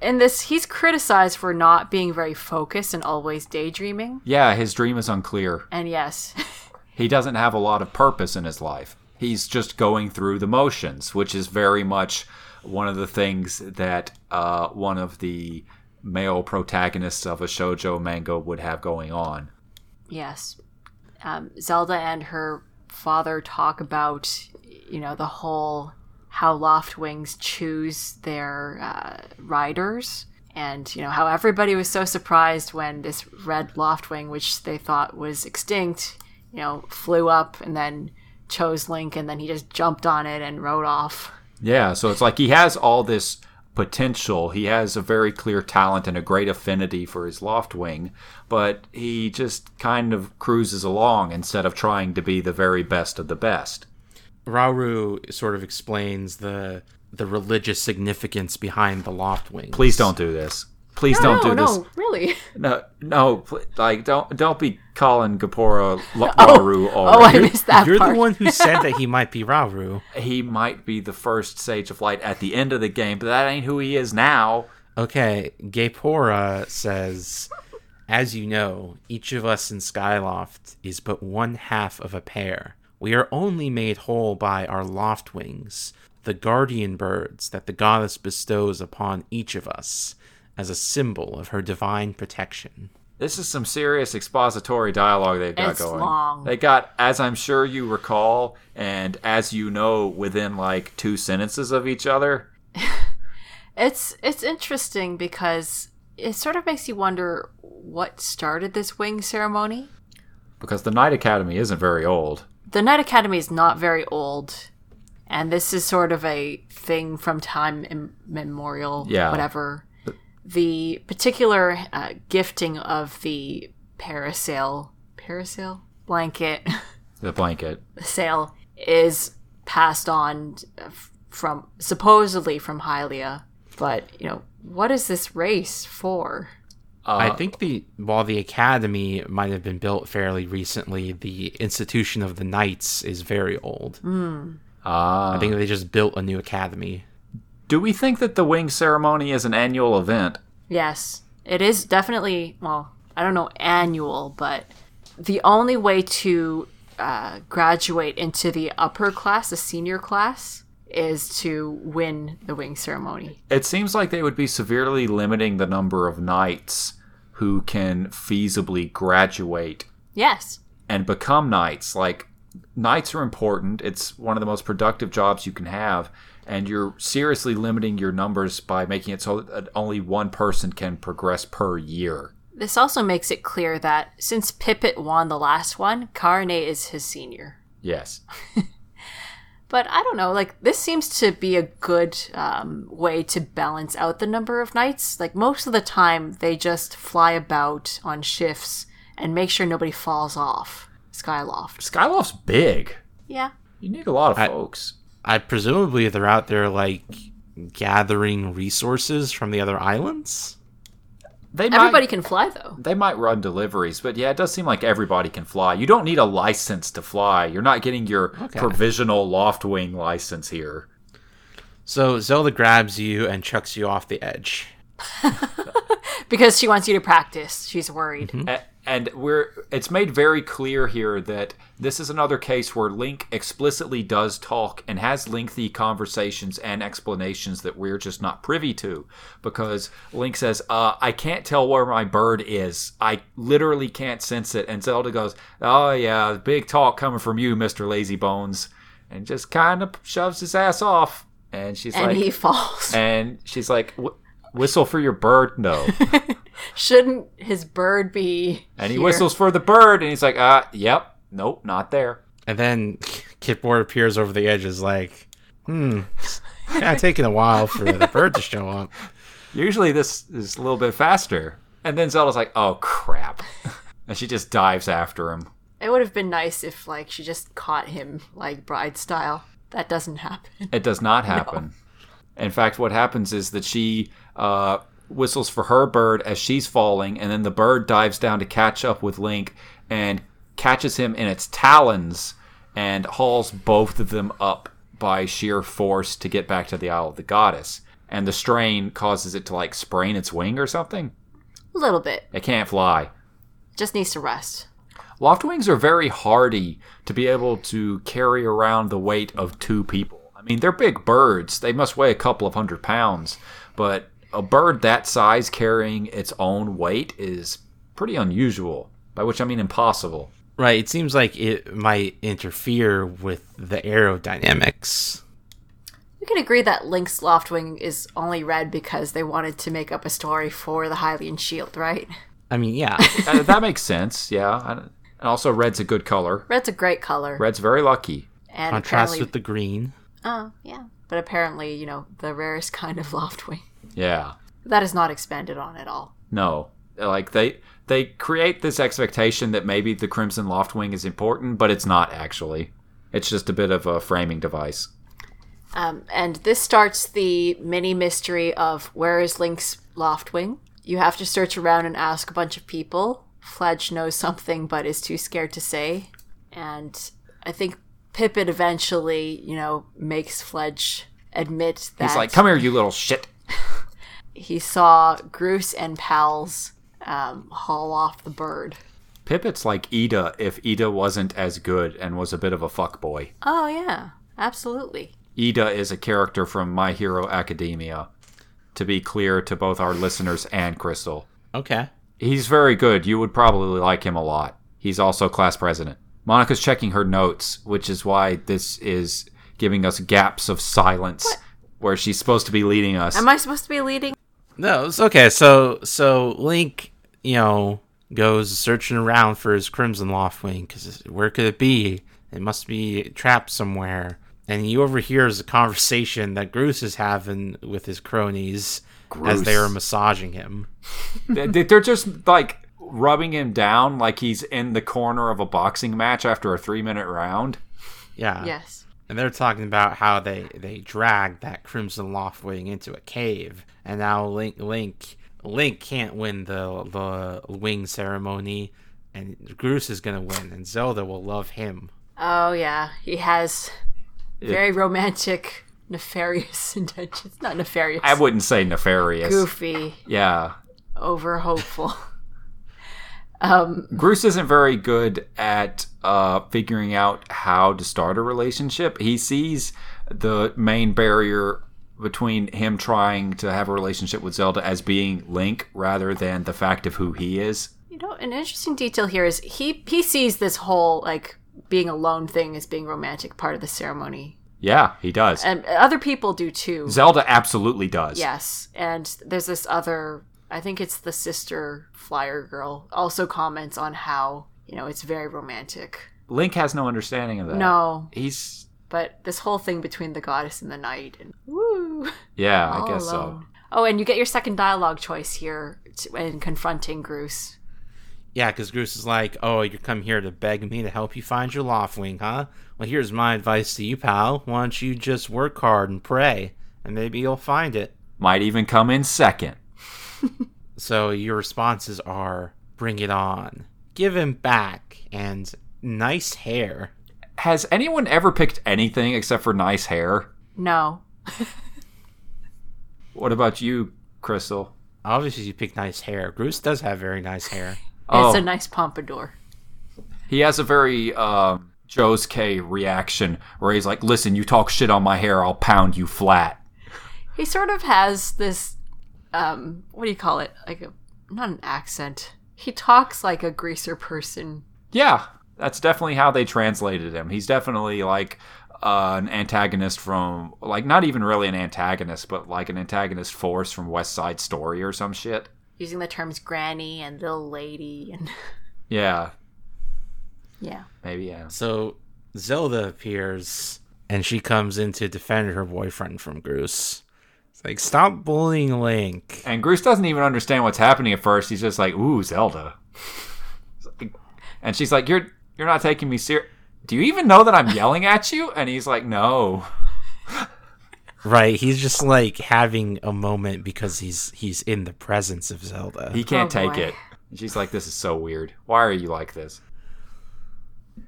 in this, he's criticized for not being very focused and always daydreaming. Yeah, his dream is unclear. And yes, He doesn't have a lot of purpose in his life. He's just going through the motions, which is very much one of the things that uh, one of the male protagonists of a shojo manga would have going on. yes. Um, Zelda and her father talk about, you know, the whole how Loftwings choose their uh, riders. And, you know, how everybody was so surprised when this red Loftwing, which they thought was extinct, you know, flew up and then chose Link and then he just jumped on it and rode off. Yeah, so it's like he has all this potential. He has a very clear talent and a great affinity for his loft wing, but he just kind of cruises along instead of trying to be the very best of the best. Rauru sort of explains the the religious significance behind the loft wings. Please don't do this. Please don't no, do this. no, really. No, no, pl- like don't don't be calling Gapora L- Laru Oh, I already. missed that You're part. the one who said that he might be Rauru. he might be the first Sage of Light at the end of the game, but that ain't who he is now. Okay, Gapora says, As you know, each of us in Skyloft is but one half of a pair. We are only made whole by our loft wings, the guardian birds that the goddess bestows upon each of us as a symbol of her divine protection. This is some serious expository dialogue they've got It's going. long. They got, as I'm sure you recall, and as you know, within like two sentences of each other. It's it's interesting because it sort of makes you wonder what started this wing ceremony. Because the Knight Academy isn't very old. The Knight Academy is not very old, and this is sort of a thing from time immemorial. Yeah. whatever. The particular uh, gifting of the parasail parasail blanket The blanket. sale is passed on uh, f- from supposedly from Hylia, but you know what is this race for? Uh, I think the while the academy might have been built fairly recently, the institution of the knights is very old. Ah. I think they just built a new academy. do we think that the wing ceremony is an annual event? Yes, it is definitely, well, I don't know annual, but the only way to uh, graduate into the upper class, the senior class, is to win the wing ceremony. It seems like they would be severely limiting the number of knights who can feasibly graduate Yes. and become knights. Like, knights are important, it's one of the most productive jobs you can have, and you're seriously limiting your numbers by making it so that only one person can progress per year. This also makes it clear that since Pippet won the last one, Carne is his senior. Yes. But I don't know, like, this seems to be a good um, way to balance out the number of knights. Like, most of the time, they just fly about on shifts and make sure nobody falls off Skyloft. Skyloft's big. Yeah. You need a lot of I- folks. I presumably they're out there like gathering resources from the other islands. They Everybody can fly, though. They might run deliveries, but yeah, it does seem like everybody can fly. You don't need a license to fly. You're not getting your provisional loft wing license here. So Zelda grabs you and chucks you off the edge. Because she wants you to practice. She's worried. A- and we're it's made very clear here that this is another case where Link explicitly does talk and has lengthy conversations and explanations that we're just not privy to because Link says, uh, "I can't tell where my bird is. I literally can't sense it." And Zelda goes, "Oh yeah, big talk coming from you, Mister Lazy Bones," and just kind of shoves his ass off. And she's And like, he falls. and she's like, "Wh- "Whistle for your bird, no." Shouldn't his bird be. And he here? whistles for the bird, and he's like, uh, yep, nope, not there. And then Kitboard appears over the edge is like, hmm, yeah, taking a while for the bird to show up. Usually this is a little bit faster. And then Zelda's like, oh, crap. and she just dives after him. It would have been nice if, like, she just caught him, like, bride style. That doesn't happen. It does not happen. In fact, what happens is that she uh, whistles for her bird as she's falling, and then the bird dives down to catch up with Link and catches him in its talons and hauls both of them up by sheer force to get back to the Isle of the Goddess. And the strain causes it to like sprain its wing or something. A little bit. It can't fly. Just needs to rest. Loft wings are very hardy to be able to carry around the weight of two people. I mean, they're big birds. They must weigh a couple of hundred pounds, but a bird that size carrying its own weight is pretty unusual, by which I mean impossible. Right. It seems like it might interfere with the aerodynamics. We can agree that Link's Loftwing is only red because they wanted to make up a story for the Hylian Shield, right? I mean, yeah. Uh, that makes sense, yeah. I don't- And also, red's a good color. Red's a great color. Red's very lucky. and Contrasts apparently, with the green. oh yeah. But apparently, you know, the rarest kind of Loftwing Yeah. that is not expanded on at all. No. Like they they create this expectation that maybe the Crimson Loftwing is important, but it's not actually. It's just a bit of a framing device. Um, and this starts the mini mystery of where is Link's loft wing? You have to search around and ask a bunch of people. Fledge knows something but is too scared to say. And I think Pippin eventually, you know, makes Fledge admit that He's like, "Come here, you little shit." he saw Groose and Pals um, haul off the bird. Pippet's like Ida if Ida wasn't as good and was a bit of a fuckboy. Oh, yeah, absolutely. Ida is a character from My Hero Academia, to be clear to both our listeners and Crystal. Okay. He's very good. You would probably like him a lot. He's also class president. Monica's checking her notes, which is why this is giving us gaps of silence where she's supposed to be leading us. Am I supposed to be leading? No, it's okay. So so Link, you know, goes searching around for his Crimson Loftwing because where could it be? It must be trapped somewhere. And he overhears a conversation that Groose is having with his cronies as they Groose. are massaging him. They- They're just like rubbing him down like he's in the corner of a boxing match after a three minute round. Yeah. Yes. And they're talking about how they they dragged that Crimson Loftwing into a cave, and now Link Link Link can't win the the wing ceremony, and Groose is gonna win, and Zelda will love him. Oh yeah, he has very romantic, nefarious intentions. Not nefarious. I wouldn't say nefarious. goofy, Yeah. over hopeful. Bruce isn't very good at uh, figuring out how to start a relationship. He sees the main barrier between him trying to have a relationship with Zelda as being Link rather than the fact of who he is. you know, an interesting detail here is he he sees this whole like being alone thing as being romantic part of the ceremony, Yeah, he does. and other people do too. Zelda absolutely does. Yes, and there's this other. I think it's the sister flyer girl also comments on how you know it's very romantic. Link has no understanding of that. No, He's. but this whole thing between the goddess and the knight and woo. Yeah, I All guess so. alone. Oh, and you get your second dialogue choice here t- when confronting Groose. Yeah, because Groose is like, "Oh, you come here to beg me to help you find your Loftwing, huh? Well, here's my advice to you, pal. Why don't you just work hard and pray, and maybe you'll find it." Might even come in second. So your responses are, "Bring it on," "Give him back," and "Nice hair." Has anyone ever picked anything except for nice hair? No. What about you, Crystal? Obviously, you pick nice hair. Groose does have very nice hair. Oh. It's a nice pompadour. He has a very um, Joe's K reaction where he's like, "Listen, you talk shit on my hair, I'll pound you flat." He sort of has this, um, what do you call it? Like a, not an accent. He talks like a greaser person. Yeah, that's definitely how they translated him. He's definitely like uh, an antagonist from, like, not even really an antagonist, but like an antagonist force from West Side Story or some shit. Using the terms granny and little lady and Yeah, yeah. maybe. Yeah. So Zelda appears and she comes in to defend her boyfriend from Groose. It's like, "Stop bullying Link." And Groose doesn't even understand what's happening at first. He's just like, "Ooh, Zelda," and she's like, "You're you're not taking me serious." Do you even know that I'm yelling at you? And he's like, "No." Right, he's just like having a moment because he's he's in the presence of Zelda. He can't Oh, take boy. it. And she's like, "This is so weird. Why are you like this?"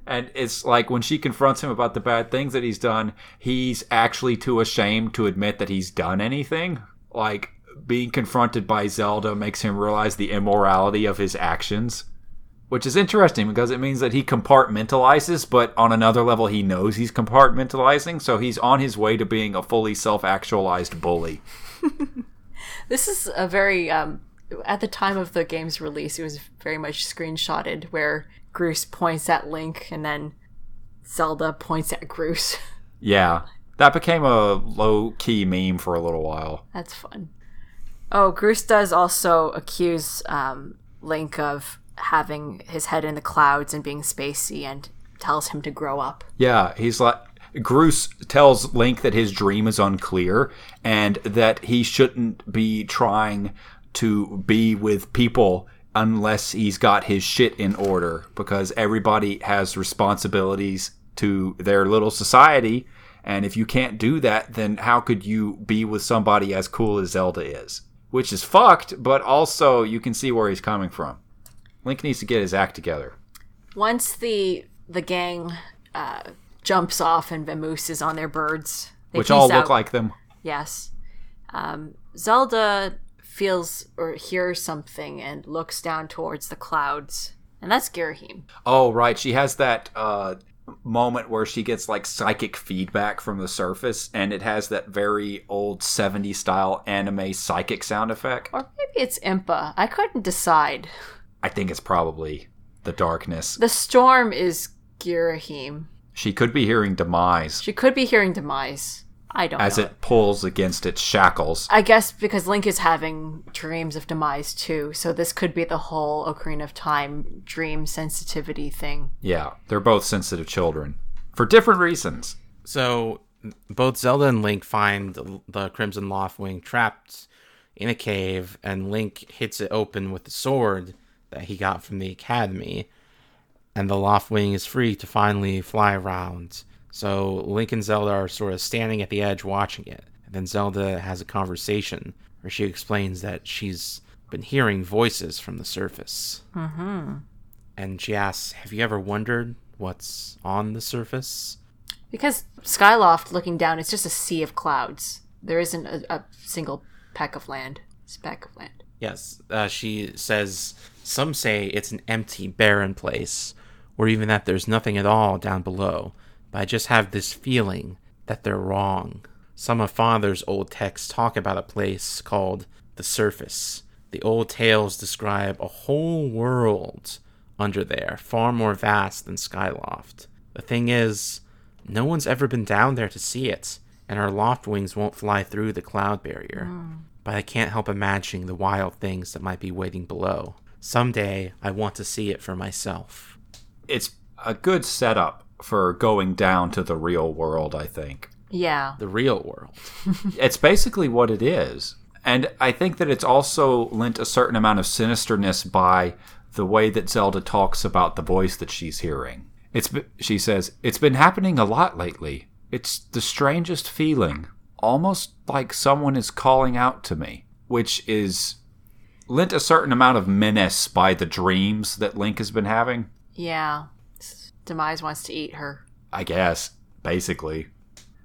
And it's like when she confronts him about the bad things that he's done, he's actually too ashamed to admit that he's done anything. Like being confronted by Zelda makes him realize the immorality of his actions, which is interesting because it means that he compartmentalizes, but on another level, he knows he's compartmentalizing. So he's on his way to being a fully self actualized bully. This is a very um, at the time of the game's release, it was very much screenshotted where Groose points at Link and then Zelda points at Groose. Yeah. That became a low key meme for a little while. That's fun. Oh, Groose does also accuse um, Link of having his head in the clouds and being spacey and tells him to grow up. Yeah, he's like Groose tells Link that his dream is unclear and that he shouldn't be trying to be with people unless he's got his shit in order because everybody has responsibilities to their little society and if you can't do that then how could you be with somebody as cool as Zelda is? Which is fucked, but also you can see where he's coming from. Link needs to get his act together. Once the the gang uh, jumps off and Vamoose is on their birds, they which all peace look out. like them. Yes. Um, Zelda feels or hears something and looks down towards the clouds. And that's Girahim. Oh, right. She has that uh, moment where she gets like psychic feedback from the surface, and it has that very old 70s style anime psychic sound effect. Or maybe it's Impa. I couldn't decide. I think it's probably the darkness. The storm is Girahim. She could be hearing demise She could be hearing demise. I don't as know. it pulls against its shackles. I guess because Link is having dreams of demise too, so this could be the whole Ocarina of Time dream sensitivity thing. Yeah, they're both sensitive children for different reasons. So both Zelda and Link find the- the Crimson Loftwing trapped in a cave, and Link hits it open with the sword that he got from the academy, and the Loftwing is free to finally fly around. So Link and Zelda are sort of standing at the edge watching it. And then Zelda has a conversation where she explains that she's been hearing voices from the surface. Mm-hmm. And she asks, Have you ever wondered what's on the surface? Because Skyloft looking down, it's just a sea of clouds. There isn't a, a single peck of land. Speck of land. Yes, uh, she says some say it's an empty, barren place, or even that there's nothing at all down below. But I just have this feeling that they're wrong. Some of Father's old texts talk about a place called the surface. The old tales describe a whole world under there, far more vast than Skyloft. The thing is, no one's ever been down there to see it, and our loft wings won't fly through the cloud barrier. But I can't help imagining the wild things that might be waiting below. Someday, I want to see it for myself. It's a good setup for going down to the real world, I think. Yeah. The real world. it's basically what it is. And I think that it's also lent a certain amount of sinisterness by the way that Zelda talks about the voice that she's hearing. It's be- she says, "It's been happening a lot lately. It's the strangest feeling, almost like someone is calling out to me," which is lent a certain amount of menace by the dreams that Link has been having, Yeah. Demise wants to eat her. I guess, basically.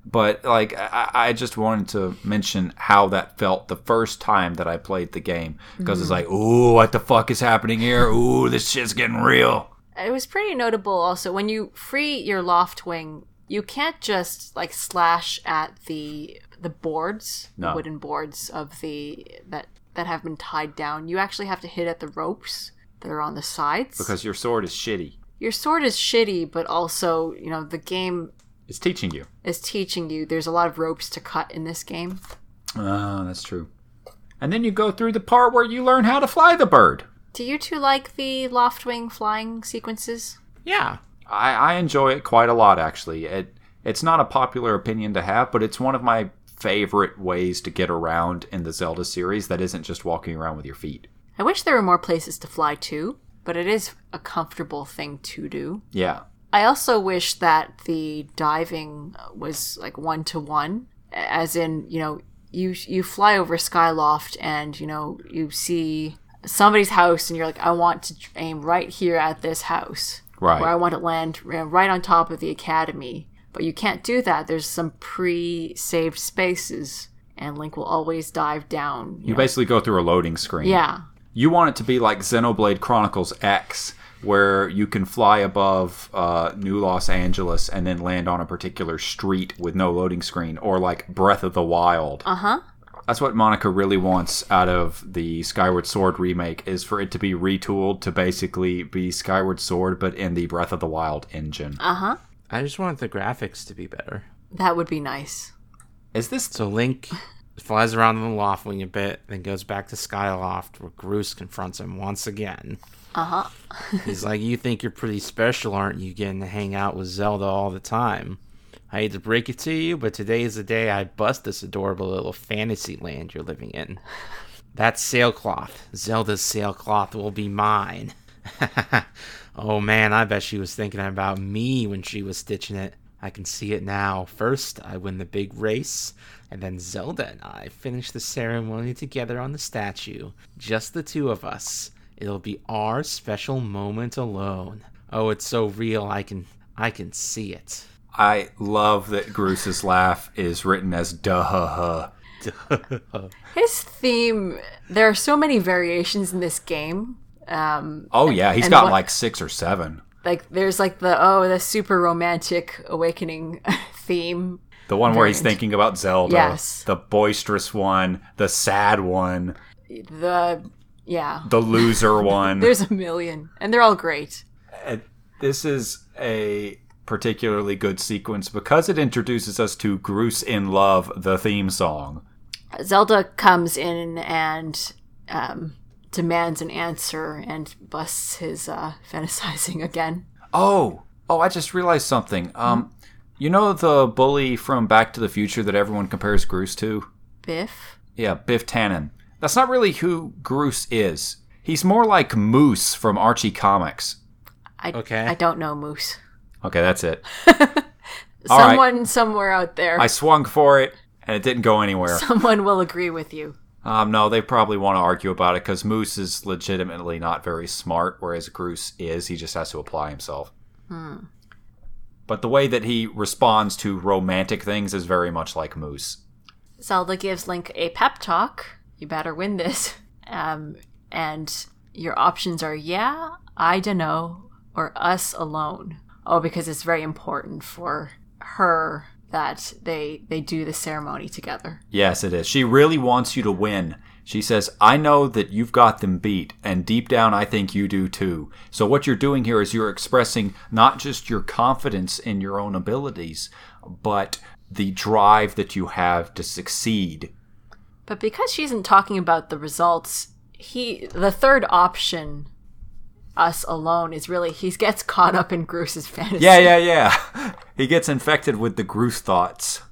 but like I, I just wanted to mention how that felt the first time that I played the game because it's like, ooh, what the fuck is happening here? Ooh, this shit's getting real. It was pretty notable also when you free your loft wing, you can't just like slash at the the boards, the No. wooden boards of the that that have been tied down. You actually have to hit at the ropes that are on the sides. Because your sword is shitty. your sword is shitty, but also, you know, the game It's teaching you. is teaching you there's a lot of ropes to cut in this game. Ah, that's true. And then you go through the part where you learn how to fly the bird. Do you two like the Loftwing flying sequences? Yeah. I, I enjoy it quite a lot, actually. It it's not a popular opinion to have, but it's one of my favorite ways to get around in the Zelda series that isn't just walking around with your feet. I wish there were more places to fly to, but it is a comfortable thing to do. Yeah. I also wish that the diving was like one to one, as in you know you you fly over Skyloft and you know you see somebody's house and you're like I want to aim right here at this house. Right. where I want to land you know, right on top of the academy. But you can't do that. There's some pre saved spaces, and Link will always dive down. you know. basically go through a loading screen. yeah. You want it to be like Xenoblade Chronicles X, where you can fly above uh, New Los Angeles and then land on a particular street with no loading screen, or like Breath of the Wild. Uh huh. That's what Monica really wants out of the Skyward Sword remake is for it to be retooled to basically be Skyward Sword, but in the Breath of the Wild engine. Uh huh. I just want the graphics to be better. That would be nice. Is this So Link flies around in the loft wing a bit, then goes back to Skyloft where Groose confronts him once again. Uh huh. He's like, You think you're pretty special, aren't you, getting to hang out with Zelda all the time? I hate to break it to you, but today is the day I bust this adorable little fantasy land you're living in. That sailcloth, Zelda's sailcloth, will be mine. oh man, I bet she was thinking about me when she was stitching it. I can see it now. First, I win the big race, and then Zelda and I finish the ceremony together on the statue. Just the two of us. It'll be our special moment alone. Oh, it's so real. I can I can see it. I love that Groose's laugh is written as duh huh huh. His theme. There are so many variations in this game. Um, Oh yeah, he's and got what- like six or seven. like there's like the oh the super romantic awakening theme. The one where he's Variant. thinking about Zelda. Yes. The boisterous one, the sad one, The yeah. the loser one. There's a million, and they're all great. Uh, this is a particularly good sequence because it introduces us to Groose in Love, the theme song. Zelda comes in and um, demands an answer and busts his uh, fantasizing again. Oh, oh, I just realized something. Um, you know the bully from Back to the Future that everyone compares Groose to? Biff. Yeah, Biff Tannen. That's not really who Groose is. He's more like Moose from Archie Comics. I, Okay. I don't know Moose. Okay, that's it. All right. Someone somewhere out there, I swung for it and it didn't go anywhere. someone will agree with you. Um, no, they probably want to argue about it because Moose is legitimately not very smart, whereas Groose is. He just has to apply himself. But the way that he responds to romantic things is very much like Moose. Zelda gives Link a pep talk. You better win this. Um, and your options are yeah, I dunno, or us alone. Oh, because it's very important for her that they they do the ceremony together. Yes, it is. She really wants you to win. She says, I know that you've got them beat, and deep down I think you do too. So, what you're doing here is you're expressing not just your confidence in your own abilities, but the drive that you have to succeed. But because she isn't talking about the results, he the third option, us alone, is really he gets caught up in Groose's fantasy. Yeah, yeah, yeah. He gets infected with the Groose thoughts.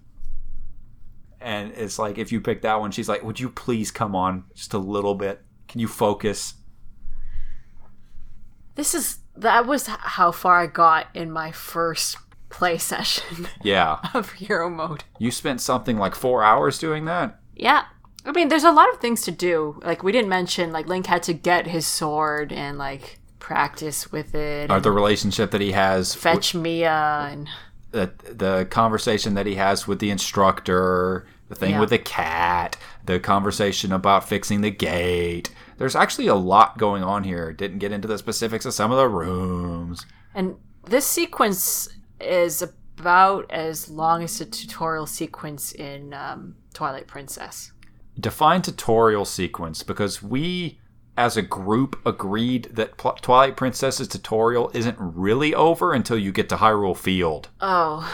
And it's like, if you pick that one, she's like, Would you please come on just a little bit? Can you focus? This is that was how far I got in my first play session Yeah. of hero mode. You spent something like four hours doing that? Yeah. I mean, there's a lot of things to do. Like we didn't mention like Link had to get his sword and like practice with it. Or the relationship that he has, fetch Mia and the, the conversation that he has with the instructor, the thing Yeah. with the cat, the conversation about fixing the gate. There's actually a lot going on here. Didn't get into the specifics of some of the rooms. And this sequence is about as long as the tutorial sequence in um, Twilight Princess. define tutorial sequence because we as a group agreed that Pl- Twilight Princess's tutorial isn't really over until you get to Hyrule Field. Oh,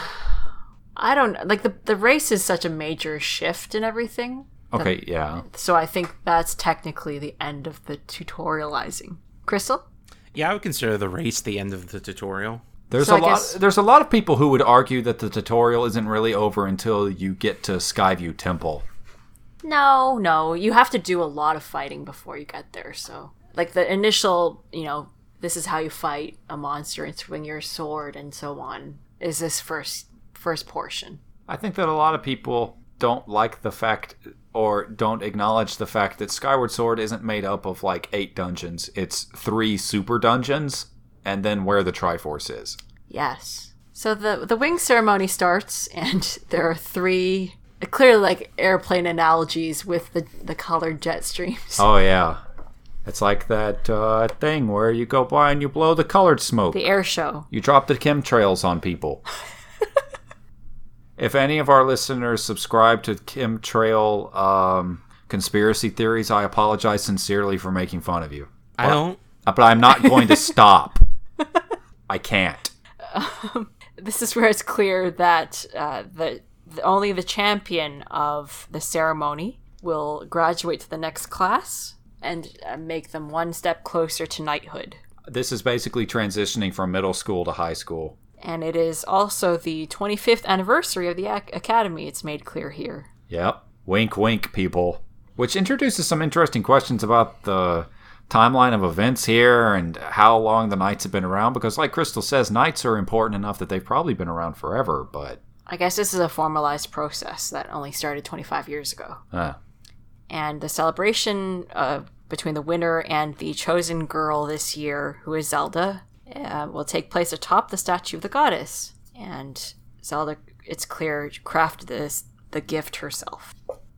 I don't like the the race is such a major shift in everything. Okay, yeah. So I think that's technically the end of the tutorializing. Crystal, Yeah, I would consider the race the end of the tutorial. There's So a I lot guess- there's a lot of people who would argue that the tutorial isn't really over until you get to Skyview Temple. no, no, you have to do a lot of fighting before you get there. So like the initial, you know, this is how you fight a monster and swing your sword and so on. Is this first first portion? I think that a lot of people don't like the fact or don't acknowledge the fact that Skyward Sword isn't made up of like 8 dungeons. It's 3 super dungeons. and then where the Triforce is. Yes. So the the wing ceremony starts, and there are three clearly like airplane analogies with the the colored jet streams. Oh yeah, it's like that uh, thing where you go by and you blow the colored smoke. The air show. You drop the chemtrails on people. if any of our listeners subscribe to chemtrail um, conspiracy theories, I apologize sincerely for making fun of you. I don't. Uh, But I'm not going to stop. I can't. This is where it's clear that uh, the, the only the champion of the ceremony will graduate to the next class and uh, make them one step closer to knighthood. This is basically transitioning from middle school to high school. And it is also the 25th anniversary of the ac- academy. It's made clear here. Yep. Wink, wink, people. Which introduces some interesting questions about the timeline of events here and how long the Knights have been around. Because, like Crystal says, Knights are important enough that they've probably been around forever, but. I guess this is a formalized process that only started 25 years ago. Uh, and the celebration uh, between the winner and the chosen girl this year, who is Zelda, uh, will take place atop the statue of the goddess. And Zelda, it's clear, crafted this the gift herself.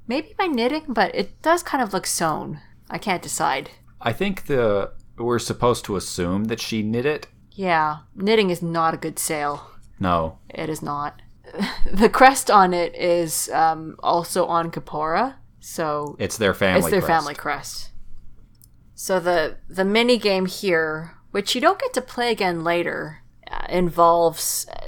Maybe by knitting, but it does kind of look sewn. I can't decide. I think the we're supposed to assume that she knit it. Yeah, knitting is not a good sale. No. It is not. the crest on it is um, also on Kapora, so It's their family. it's their crest. family crest. So the the mini game here, which you don't get to play again later, uh, involves uh,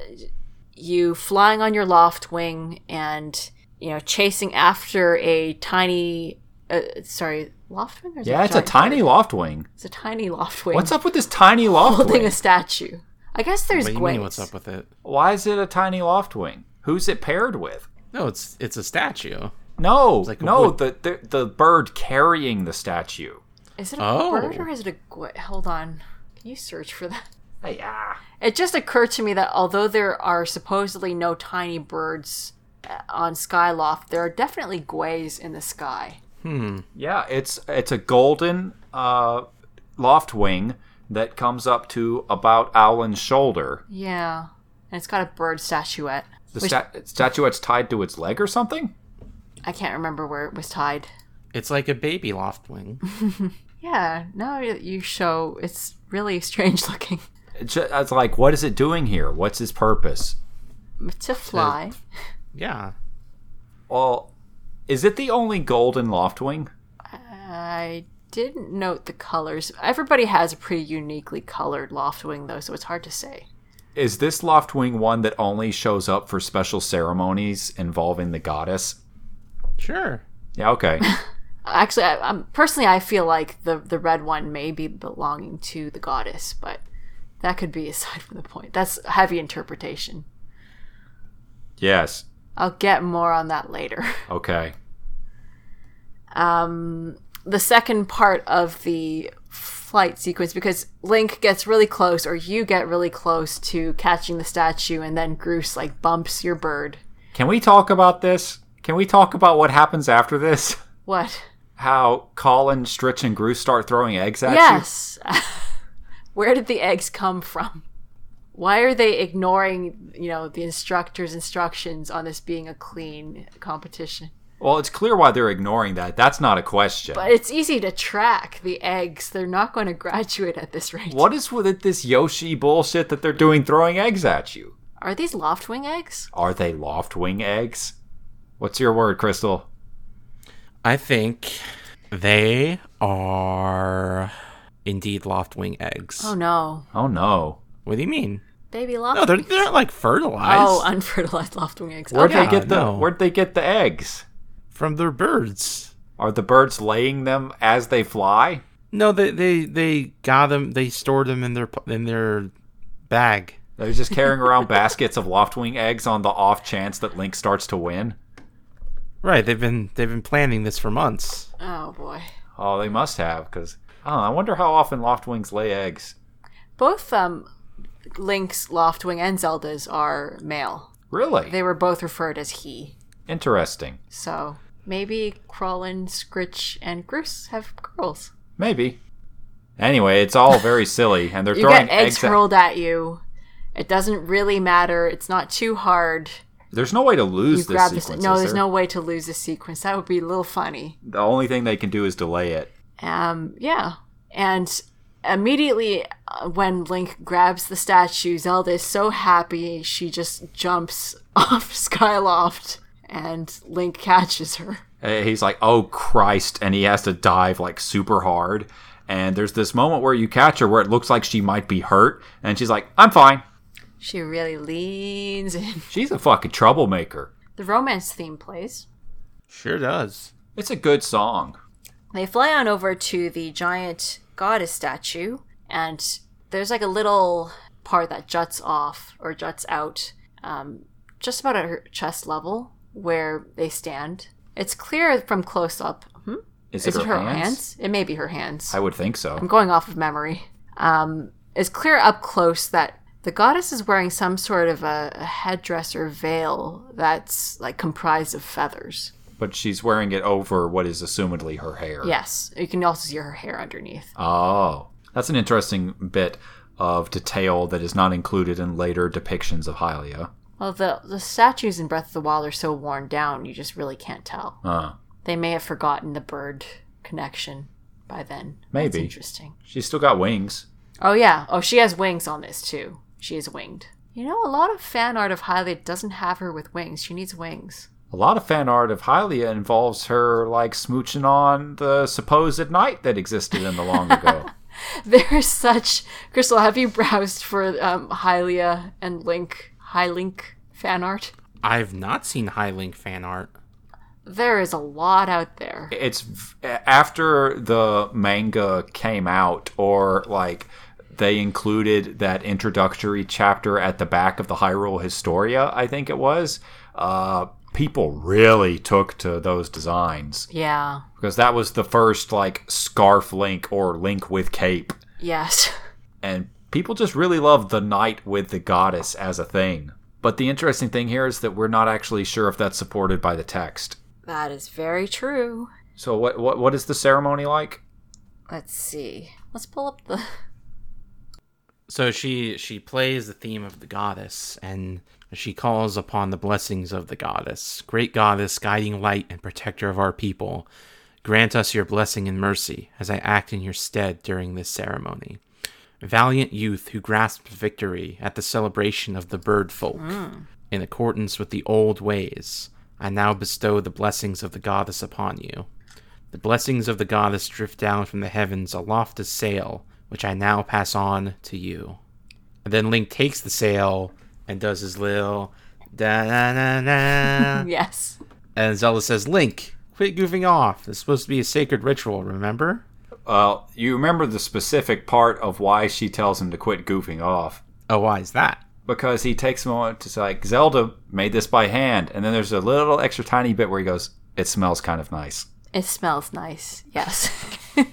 you flying on your loft wing and you know chasing after a tiny, uh, sorry, loft wing. Or is it Yeah, it's a giant- tiny loft wing. It's a tiny loft wing. What's up with this tiny loft holding wing? a statue? I guess there's What do you Gwen. mean? What's up with it? Why is it a tiny loft wing? Who's it paired with? No, it's it's a statue. No, like a no, wood- the, the the bird carrying the statue. Is it a Oh. bird or is it a gwen? Hold on. Can you search for that? Yeah. It just occurred to me that although there are supposedly no tiny birds uh, on Skyloft, there are definitely gways in the sky. Yeah, it's it's a golden uh, loft wing that comes up to about Owlin's shoulder. Yeah. And it's got a bird statuette. The stat- statuette's tied to its leg or something. I can't remember where it was tied. It's like a baby loft wing. Yeah, now that you show, it's really strange looking. It's, ju- it's like, what is it doing here? What's its purpose? To fly. Yeah. Well, is it the only golden loft wing? I didn't note the colors. Everybody has a pretty uniquely colored loft wing, though, so it's hard to say. Is this loft wing one that only shows up for special ceremonies involving the goddess? Sure. Yeah, okay. Actually, I, um personally, I feel like the the red one may be belonging to the goddess, but that could be aside from the point. That's heavy interpretation. yes. I'll get more on that later. Okay. Um, the second part of the flight sequence, because Link gets really close, or you get really close to catching the statue, and then Groose like bumps your bird. Can we talk about this? Can we talk about what happens after this? What? How Colin, Stritch, and Groose start throwing eggs at you? Yes. Where did the eggs come from? Why are they ignoring, you know, the instructor's instructions on this being a clean competition? Well, it's clear why they're ignoring that. That's not a question. But it's easy to track the eggs. They're not going to graduate at this rate. what is with this Yoshi bullshit that they're doing throwing eggs at you? Are these loftwing eggs? Are they loft wing eggs? What's your word, Crystal? I think they are indeed loft wing eggs. Oh no. Oh no. What do you mean? Baby loft. No, they're, they're not like fertilized Oh, unfertilized loftwing eggs. Where'd Okay. they get the no. where'd they get the eggs? from their birds. Are the birds laying them as they fly? No, they they they got them. They stored them in their p- in their bag. They're just carrying around baskets of loft wing eggs on the off chance that Link starts to win. Right. They've been they've been planning this for months. Oh boy. Oh, they must have, because I wonder how often loft wings lay eggs. Both um Link's loftwing and Zelda's are male. Really? They were both referred as he. Interesting. So maybe Crawlin, Scritch, and Groose have girls. Maybe. Anyway, it's all very silly, and they're You throwing get eggs at- hurled at you. It doesn't really matter. It's not too hard. There's no way to lose You this grab this. sequence. No, is there's there? no way to lose this sequence. That would be a little funny. The only thing they can do is delay it. Um, yeah. And immediately uh, when Link grabs the statue, Zelda is so happy she just jumps off Skyloft and Link catches her. Uh, He's like, "Oh Christ!" and he has to dive like super hard. And there's this moment where you catch her where it looks like she might be hurt, and she's like, "I'm fine." She really leans in. She's a fucking troublemaker. The romance theme plays. Sure does. It's a good song. They fly on over to the giant goddess statue, and there's like a little part that juts off or juts out um, just about at her chest level where they stand. It's clear from close up. Hmm? Is, Is it her hands? It may be her hands. I would think so. I'm going off of memory. Um, it's clear up close that the goddess is wearing some sort of a, a headdress or veil that's like comprised of feathers. But she's wearing it over what is assumedly her hair. Yes, you can also see her hair underneath. Oh, that's an interesting bit of detail that is not included in later depictions of Hylia. Well, the the statues in Breath of the Wild are so worn down, you just really can't tell. Uh, They may have forgotten the bird connection by then. That's Maybe. interesting. she's still got wings. Oh yeah. Oh, she has wings on this too. She is winged. You know, a lot of fan art of Hylia doesn't have her with wings. She needs wings. A lot of fan art of Hylia involves her like smooching on the supposed knight that existed in the long ago. There is such Crystal. Have you browsed for um, Hylia and Link Hylink fan art? I've not seen High Link fan art. There is a lot out there. it's v- after the manga came out or like they included that introductory chapter at the back of the Hyrule Historia, I think it was. Uh, people really took to those designs Yeah. because that was the first like scarf link or link with cape, Yes. and people just really loved the knight with the goddess as a thing. But the interesting thing here is that we're not actually sure if that's supported by the text. That is very true. So what what, what is the ceremony like? Let's see. Let's pull up the. So she she plays the theme of the goddess and she calls upon the blessings of the goddess. Great goddess, guiding light and protector of our people, grant us your blessing and mercy as I act in your stead during this ceremony. Valiant youth who grasped victory at the celebration of the bird folk in accordance with the old ways, I now bestow the blessings of the goddess upon you. The blessings of the goddess drift down from the heavens aloft a sail, which I now pass on to you. And then Link takes the sail and does his little da na na na. Yes. and Zelda says, Link, quit goofing off. It's supposed to be a sacred ritual, remember? Well, Uh, you remember the specific part of why she tells him to quit goofing off Oh, why is that? because he takes a moment to say, like Zelda made this by hand, and then there's a little extra tiny bit where he goes, "It smells kind of nice." It smells nice. Yes.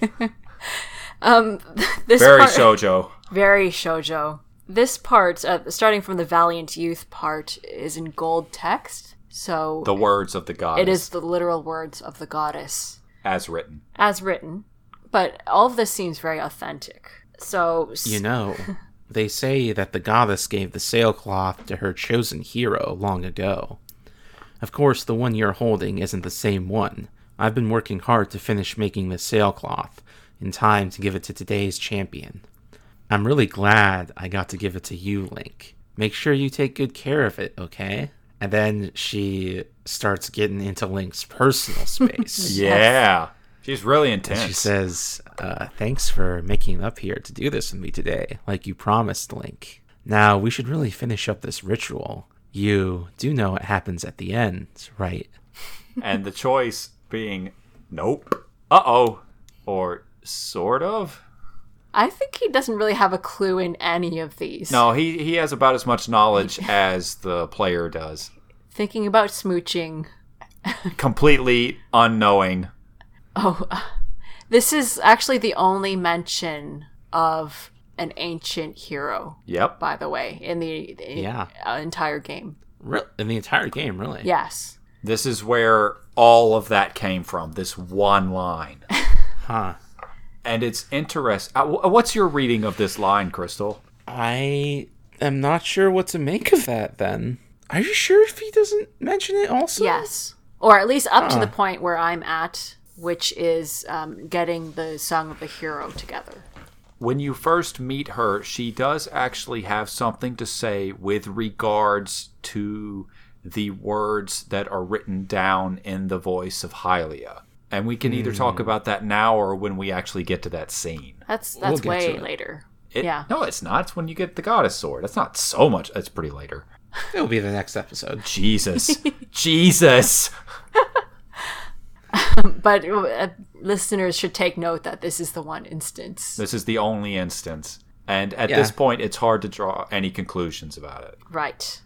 um, this Very part, shojo. very shojo. This part, uh, starting from the valiant youth part, is in gold text, so The words of the goddess, it is the literal words of the goddess as written. as written. But all of this seems very authentic. So s- You know, they say that the goddess gave the sailcloth to her chosen hero long ago. Of course, the one you're holding isn't the same one. I've been working hard to finish making this sailcloth in time to give it to today's champion. I'm really glad I got to give it to you, Link. Make sure you take good care of it, okay? And then she starts getting into Link's personal space. Yeah, she's really intense. She says, uh, Thanks for making it up here to do this with me today, like you promised, Link. Now, we should really finish up this ritual. You do know what happens at the end, right? and the choice being, "Nope," "Uh oh," or "Sort of." I think he doesn't really have a clue in any of these. No, he he has about as much knowledge as the player does. Thinking about smooching. Completely unknowing. Oh, this is actually the only mention of an ancient hero, Yep. by the way, in the, the Yeah. uh, entire game. Re- in the entire game, really. Yes. This is where all of that came from. This one line. Huh. and it's interesting. What's your reading of this line, Crystal? I am not sure what to make of that then. Are you sure if he doesn't mention it also? Yes. Or at least up to Huh. the point where I'm at, which is um, getting the Song of the Hero together. when you first meet her, she does actually have something to say with regards to the words that are written down in the voice of Hylia. And we can either talk about that now or when we actually get to that scene. That's We'll that's get to way it. later. It- Yeah. No, it's not. It's when you get the goddess sword. That's not so much. That's pretty later. It'll be the next episode. Jesus. Jesus. But uh, listeners should take note that this is the one instance. This is the only instance. And at Yeah. this point, it's hard to draw any conclusions about it. Right.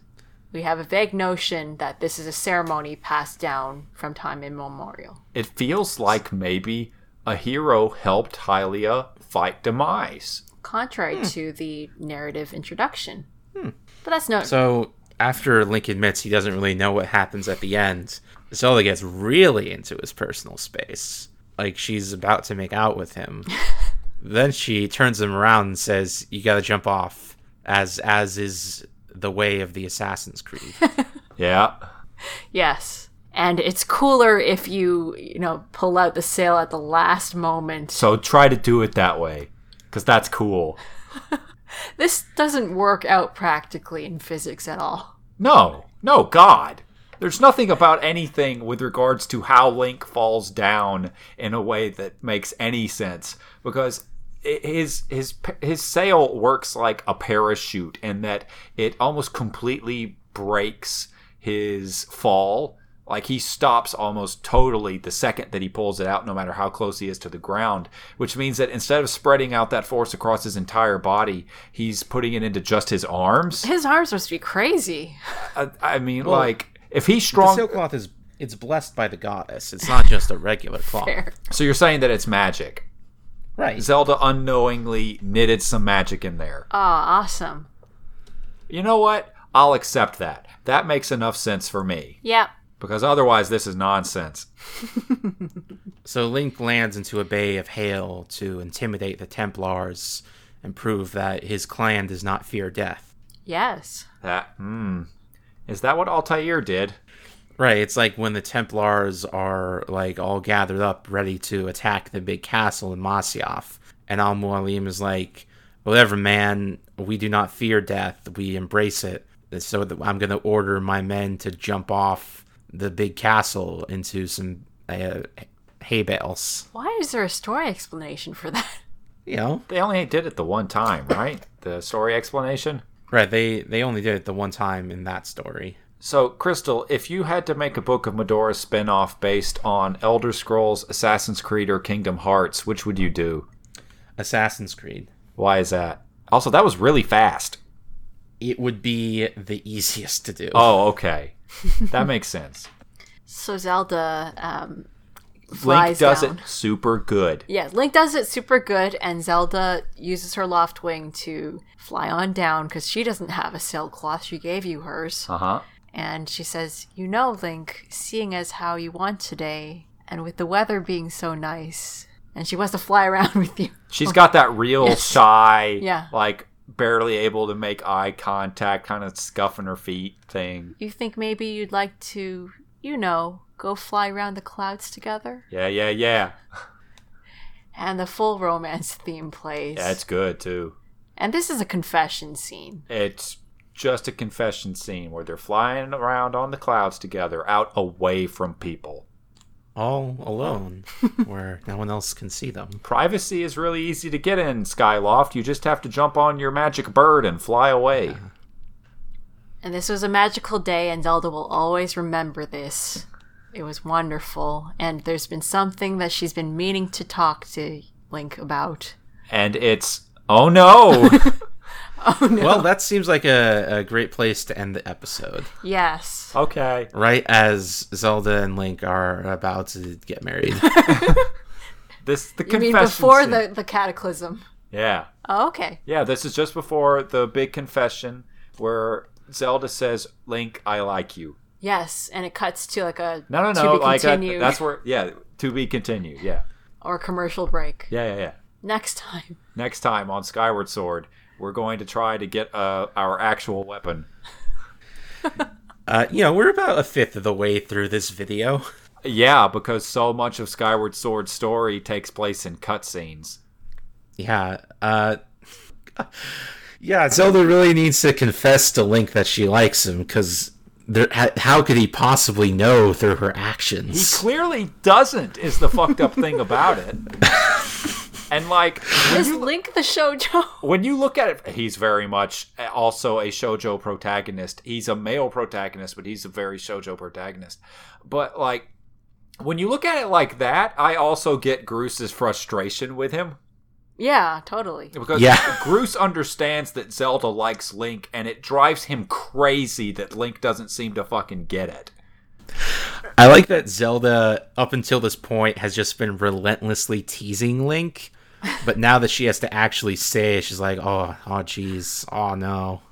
We have a vague notion that this is a ceremony passed down from time immemorial. It feels like maybe a hero helped Hylia fight demise. contrary to the narrative introduction. But that's no. So after Link admits he doesn't really know what happens at the end, Zelda gets really into his personal space. Like she's about to make out with him. then she turns him around and says, You gotta jump off as as is the way of the Assassin's Creed. Yeah. yes. And it's cooler if you, you know, pull out the sail at the last moment. So try to do it that way cuz that's cool. This doesn't work out practically in physics at all. No. No, god. There's nothing about anything with regards to how Link falls down in a way that makes any sense because i- his his p- his sail works like a parachute in that it almost completely breaks his fall. Like he stops almost totally the second that he pulls it out, no matter how close he is to the ground, which means that instead of spreading out that force across his entire body, he's putting it into just his arms. His arms must be crazy. I, I mean, like if he's the strong, sailcloth is it's blessed by the goddess. It's not just a regular cloth. Fair. so you're saying that it's magic. Right. Zelda unknowingly knitted some magic in there. Ah, awesome. you know what? I'll accept that. That makes enough sense for me Yep. because otherwise this is nonsense. So Link lands into a bay of hail to intimidate the Templars and prove that his clan does not fear death. Yes. That hmm, is that what Altair did? Right, it's like when the Templars are like all gathered up ready to attack the big castle in Masyaf, and Al Mualim is like, "Whatever, man, we do not fear death; we embrace it." So th- I'm going to order my men to jump off the big castle into some uh, hay bales. Why is there a story explanation for that? You know, They only did it the one time, right? the story explanation. right? They they only did it the one time in that story. So, Crystal, if you had to make a Book of Medora spin-off based on Elder Scrolls, Assassin's Creed, or Kingdom Hearts, which would you do? Assassin's Creed. Why is that? Also, that was really fast. It would be the easiest to do. Oh, okay. That makes sense. So Zelda, um, Link Flies does down. it super good. Yeah, Link does it super good, and Zelda uses her loft wing to fly on down because she doesn't have a sailcloth. She gave you hers. Uh huh. And she says, You know, Link, seeing as how you want today, and with the weather being so nice, and she wants to fly around with you. She's got that real shy, Yeah. like barely able to make eye contact, kind of scuffing her feet thing. You think maybe you'd like to, you know, go fly around the clouds together? Yeah, yeah, yeah. And the full romance theme plays. Yeah, it's good too. and this is a confession scene. It's just a confession scene where they're flying around on the clouds together, out away from people. all alone where no one else can see them. Privacy is really easy to get in Skyloft. You just have to jump on your magic bird and fly away. And this was a magical day, and Zelda will always remember this. It was wonderful, and there's been something that she's been meaning to talk to Link about. And it's oh no. Oh no! Well, that seems like a, a great place to end the episode. yes. okay. Right as Zelda and Link are about to get married. This the You confession mean before scene. the, the cataclysm? Yeah. Oh, okay. Yeah, this is just before the big confession where Zelda says, "Link, I like you." Yes, and it cuts to like a No, no, to no. be Like uh, I- continued that's where. Yeah, to be continued. Yeah, or commercial break. yeah, yeah, yeah. Next time. Next time on Skyward Sword, we're going to try to get uh, our actual weapon. Uh, you know, we're about a fifth of the way through this video. Yeah, because so much of Skyward Sword's story takes place in cutscenes. Yeah. Uh, yeah, Zelda really needs to confess to Link that she likes him because how could he possibly know through her He actions? clearly doesn't, is the fucked up thing about it. And like when Is you, Link the shoujo? when you look at it, he's very much also a shojo protagonist. He's a male protagonist, but he's a very shojo protagonist. But like when you look at it like that, I also get Groose's frustration with him yeah, totally. because Yeah. Groose understands that Zelda likes Link, and it drives him crazy that Link doesn't seem to fucking get it. I like that Zelda, up until this point, has just been relentlessly teasing Link, but now that she has to actually say, it, she's like, "Oh, oh, jeez, oh no."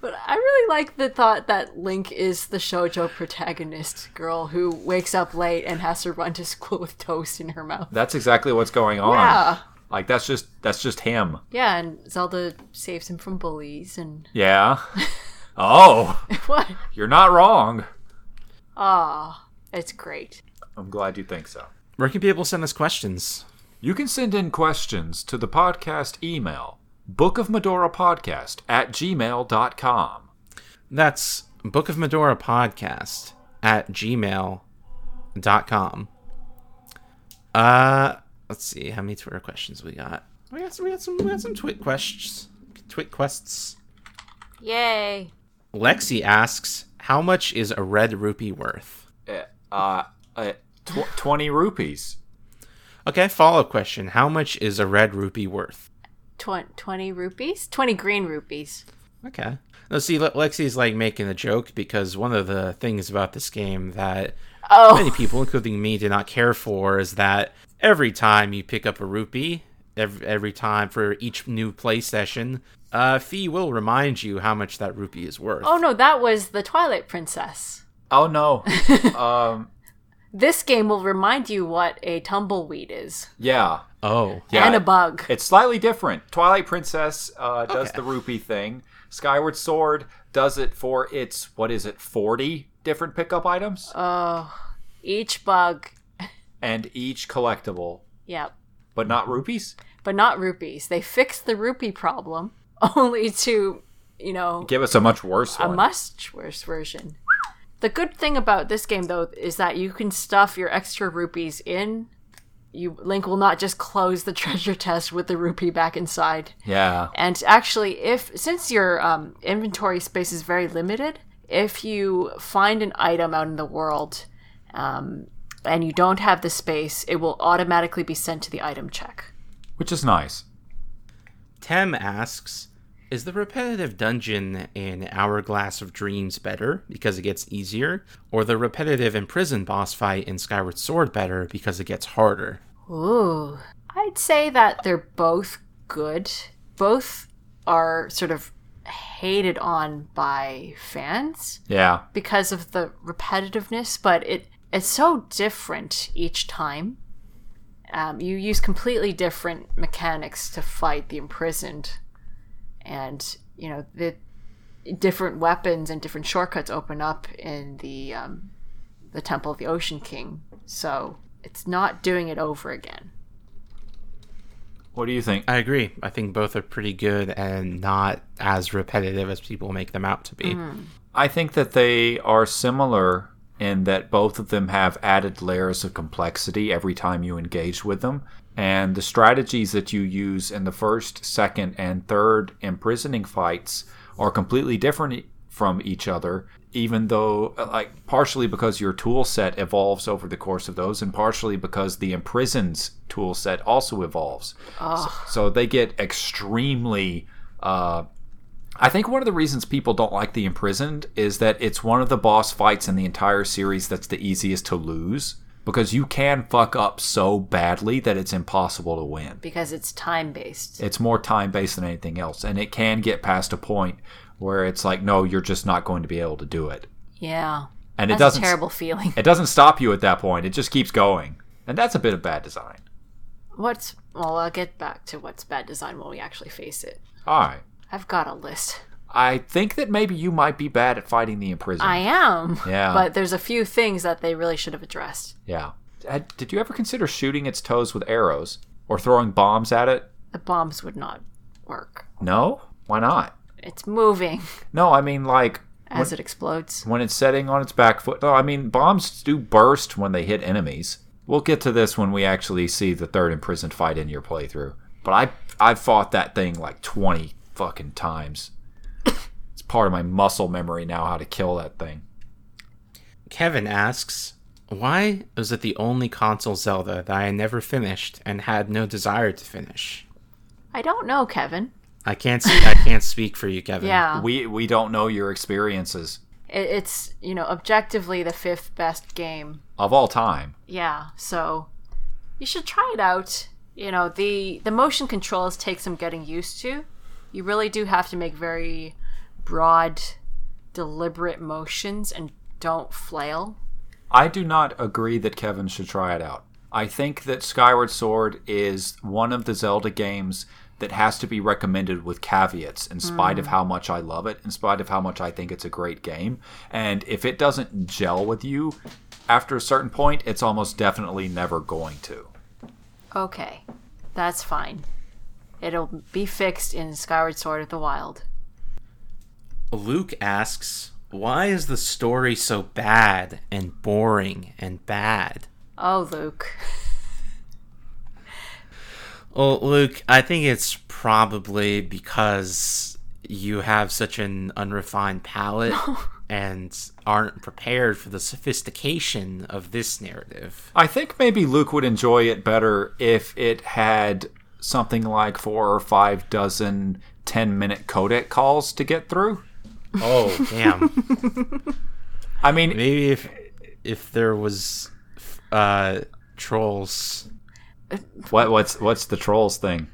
But I really like the thought that Link is the shoujo protagonist girl who wakes up late and has to run to school with toast in her mouth. That's exactly what's going on. Yeah. Like that's just that's just him. Yeah, and Zelda saves him from bullies and Yeah. oh, what? you're not wrong. Ah, it's great. I'm glad you think so. Where can people send us questions? You can send in questions to the podcast email book of medora podcast at gmail.com That's Book of Medora Podcast at gmail.com. Uh let's see how many Twitter questions we got. We got some we got some we got some twit questions. Twit quests. Yay. Lexi asks, How much is a red rupee worth? uh, uh, uh, tw- 20 rupees Okay, follow up question. How much is a red rupee worth? Tw- 20 rupees? 20 green rupees. Okay. No, see, Le- Lexi's like making a joke because one of the things about this game that many Oh, people, including me, did not care for is that every time you pick up a rupee, every, every time for each new play session, uh, Fee will remind you how much that rupee is worth. oh no, that was the Twilight Princess. oh no um This game will remind you what a tumbleweed is yeah Oh. yeah and a bug. it's slightly different twilight princess uh, does the rupee thing skyward sword does it for its what is it 40 different pickup items Each bug. and each collectible Yep. but not rupees but not rupees. They fixed the rupee problem only to, you know, give us a much worse a one much worse version. The good thing about this game though is that you can stuff your extra rupees in. You Link will not just close the treasure chest with the rupee back inside. yeah And actually, if since your um, inventory space is very limited, if you find an item out in the world um, and you don't have the space, it will automatically be sent to the item check. which is nice Tem asks, is the repetitive dungeon in Hourglass of Dreams better because it gets easier, or the repetitive imprisoned boss fight in Skyward Sword better because it gets harder? Ooh. I'd say that they're both good. Both are sort of hated on by fans yeah because of the repetitiveness, but it it's so different each time. Um, you use completely different mechanics to fight the imprisoned, and you know the different weapons and different shortcuts open up in the um, the Temple of the Ocean King. So it's not doing it over again. what do you think I agree. I think both are pretty good and not as repetitive as people make them out to be. I think that they are similar in that both of them have added layers of complexity every time you engage with them. And the strategies that you use in the first, second, and third imprisoning fights are completely different e- from each other, even though, uh, like, partially because your tool set evolves over the course of those, and partially because the imprisons tool set also evolves. So, so they get extremely. Uh, I think one of the reasons people don't like The Imprisoned is that it's one of the boss fights in the entire series that's the easiest to lose because you can fuck up so badly that it's impossible to win. because it's time based. It's more time based than anything else, and it can get past a point where it's like, no, you're just not going to be able to do it. Yeah, And it that's a doesn't terrible feeling. it doesn't stop you at that point. It just keeps going. And that's a bit of bad design. What's well, I'll get back to what's bad design when we actually face it. All right. I've got a list. I think that maybe you might be bad at fighting the imprisoned. I am. Yeah. But there's a few things that they really should have addressed. yeah. Had- Did you ever consider shooting its toes with arrows or throwing bombs at it? The bombs would not work. No? Why not? It's moving No, I mean, like, as it explodes. when it's setting on its back foot. No, I mean, bombs do burst when they hit enemies. We'll get to this when we actually see the third imprisoned fight in your playthrough. But I I fought that thing like 20 fucking times. it's part of my muscle memory now how to kill that thing. Kevin asks, Why was it the only console Zelda that I never finished and had no desire to finish? I don't know, Kevin. I can't see, I can't speak for you, Kevin. Yeah. We we don't know your experiences It, it's, you know, objectively the fifth best game of all time. yeah so you should try it out you know the the motion controls take some getting used to you really do have to make very broad deliberate motions and don't flail I do not agree that Kevin should try it out. I think that Skyward Sword is one of the Zelda games that has to be recommended with caveats, in spite of how much I love it, in spite of how much I think it's a great game. And if it doesn't gel with you after a certain point, it's almost definitely never going to. okay that's fine it'll be fixed in skyward sword of the wild Luke asks, Why is the story so bad and boring and bad? oh luke Well, Luke, I think it's probably because you have such an unrefined palate and aren't prepared for the sophistication of this narrative. I think maybe Luke would enjoy it better if it had something like four or five dozen 10 minute codec calls to get through. Oh, damn. I mean, Maybe if if there was uh trolls What what's what's the trolls thing?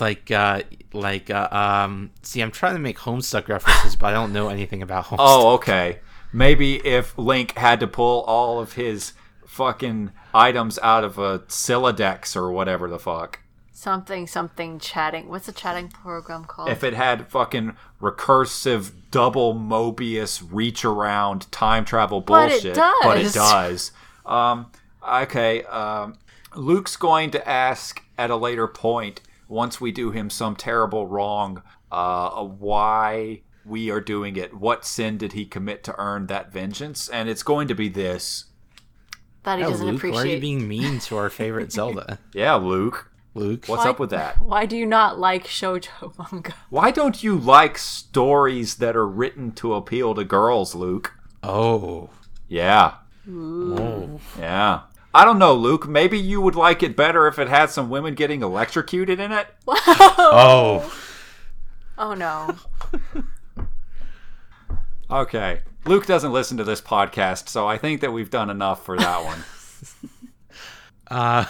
like uh like uh, um see I'm trying to make homestuck references but I don't know anything about homestuck. Oh, okay. Maybe if Link had to pull all of his fucking items out of a Siladex or whatever the fuck. something something chatting what's the chatting program called If it had fucking recursive double Mobius reach around time travel But it bullshit. But it does. does. Um, okay. Um, Luke's going to ask at a later point, once we do him some terrible wrong, uh, why we are doing it. What sin did he commit to earn that vengeance? And it's going to be this. that he Yeah, doesn't Oh, Luke, why are you appreciate being mean to our favorite Zelda? Yeah, Luke. Luke. What's Why- up with that? why do you not like shoujo manga Why don't you like stories that are written to appeal to girls, Luke? Oh. Yeah. Oh. Yeah. I don't know, Luke. Maybe you would like it better if it had some women getting electrocuted in it. Oh. oh no Okay. Luke doesn't listen to this podcast, so I think that we've done enough for that one. Uh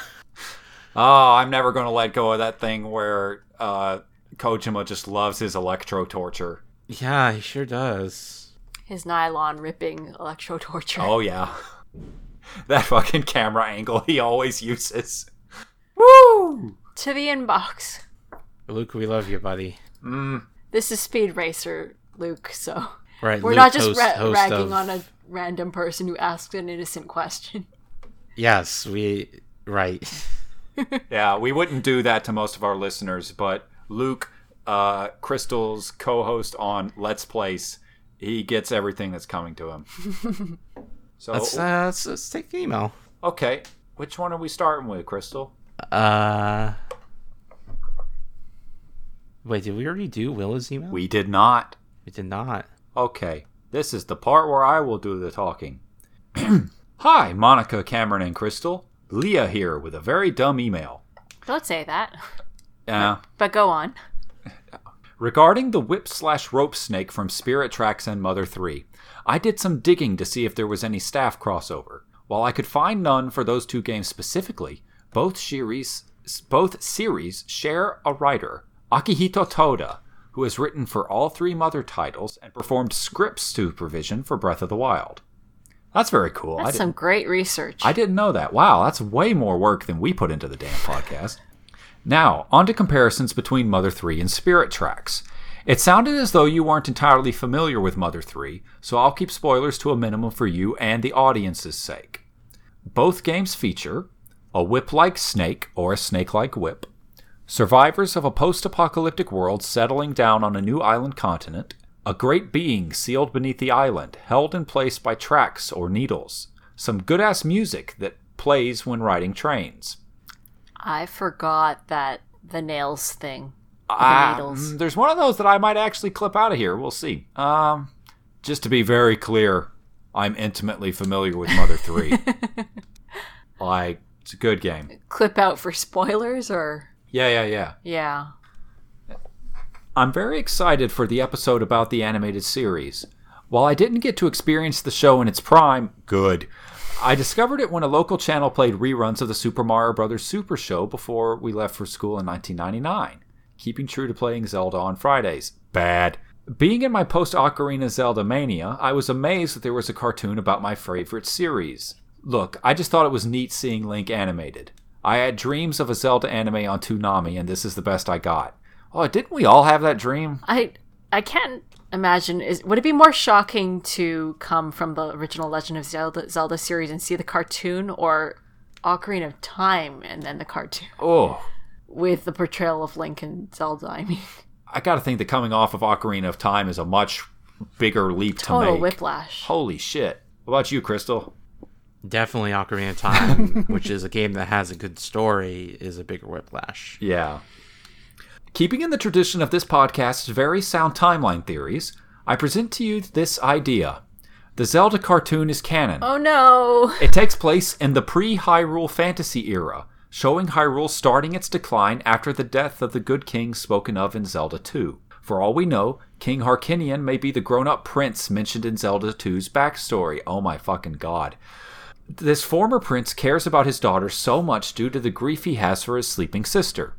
oh, I'm never going to let go of that thing where uh, Kojima just loves his electro torture. yeah, he sure does. his nylon ripping electro torture. Oh, yeah. that fucking camera angle he always uses. Woo! To the inbox. Luke, we love you, buddy. This is Speed Racer Luke, so Right, we're Luke, not just host- ra- host ragging of- on a random person who asked an innocent question. Yes, we right. Yeah, we wouldn't do that to most of our listeners, but Luke, uh, Crystal's co host on Let's Place, he gets everything that's coming to him. so, Let's, uh, let's let's take an email. okay, which one are we starting with, Crystal? Uh. Wait, did we already do Willow's email? We did not. we did not. Okay, this is the part where I will do the talking. Hi, Monica, Cameron, and Crystal. Leah here with a very dumb email. Don't say that. Uh, But go on. Regarding the whip slash rope snake from Spirit Tracks and Mother 3, I did some digging to see if there was any staff crossover. While I could find none for those two games specifically, both series, both series share a writer, Akihito Toda, who has written for all three Mother titles and performed script supervision for Breath of the Wild. That's very cool. I That's didn't, some great research. I didn't know that. Wow, that's way more work than we put into the damn podcast. Now, on to comparisons between Mother 3 and Spirit Tracks. It sounded as though you weren't entirely familiar with Mother 3, so I'll keep spoilers to a minimum for you and the audience's sake. Both games feature a whip like snake or a snake like whip, survivors of a post apocalyptic world settling down on a new island continent, a great being sealed beneath the island, held in place by tracks or needles, some good ass music that plays when riding trains. I forgot that the nails thing. Ah, needles. mm, there's one of those that I might actually clip out of here. We'll see. Um, just to be very clear, I'm intimately familiar with Mother 3. like, it's a good game. Clip out for spoilers or Yeah, yeah, yeah. yeah. I'm very excited for the episode about the animated series. While I didn't get to experience the show in its prime, good. I discovered it when a local channel played reruns of the Super Mario Bros. Super Show before we left for school in 1999, keeping true to playing Zelda on Fridays. Bad. Being in my post Ocarina Zelda mania, I was amazed that there was a cartoon about my favorite series. Look, I just thought it was neat seeing Link animated. I had dreams of a Zelda anime on Toonami, and this is the best I got. Oh, didn't we all have that dream? I I can't imagine is would it be more shocking to come from the original Legend of Zelda Zelda series and see the cartoon or Ocarina of Time and then the cartoon Oh, with the portrayal of Link and Zelda, I mean I gotta think that coming off of Ocarina of Time is a much bigger leap to total make. whiplash. Holy shit! What about you, Crystal? Definitely Ocarina of Time, which is a game that has a good story, is a bigger whiplash. Yeah. Keeping in the tradition of this podcast's very sound timeline theories, I present to you this idea: the Zelda cartoon is canon. Oh no. It takes place in the pre Hyrule fantasy era, showing Hyrule starting its decline after the death of the good king spoken of in Zelda 2. For all we know, King Harkinian may be the grown up prince mentioned in Zelda 2's backstory. Oh my fucking god. This former prince cares about his daughter so much due to the grief he has for his sleeping sister.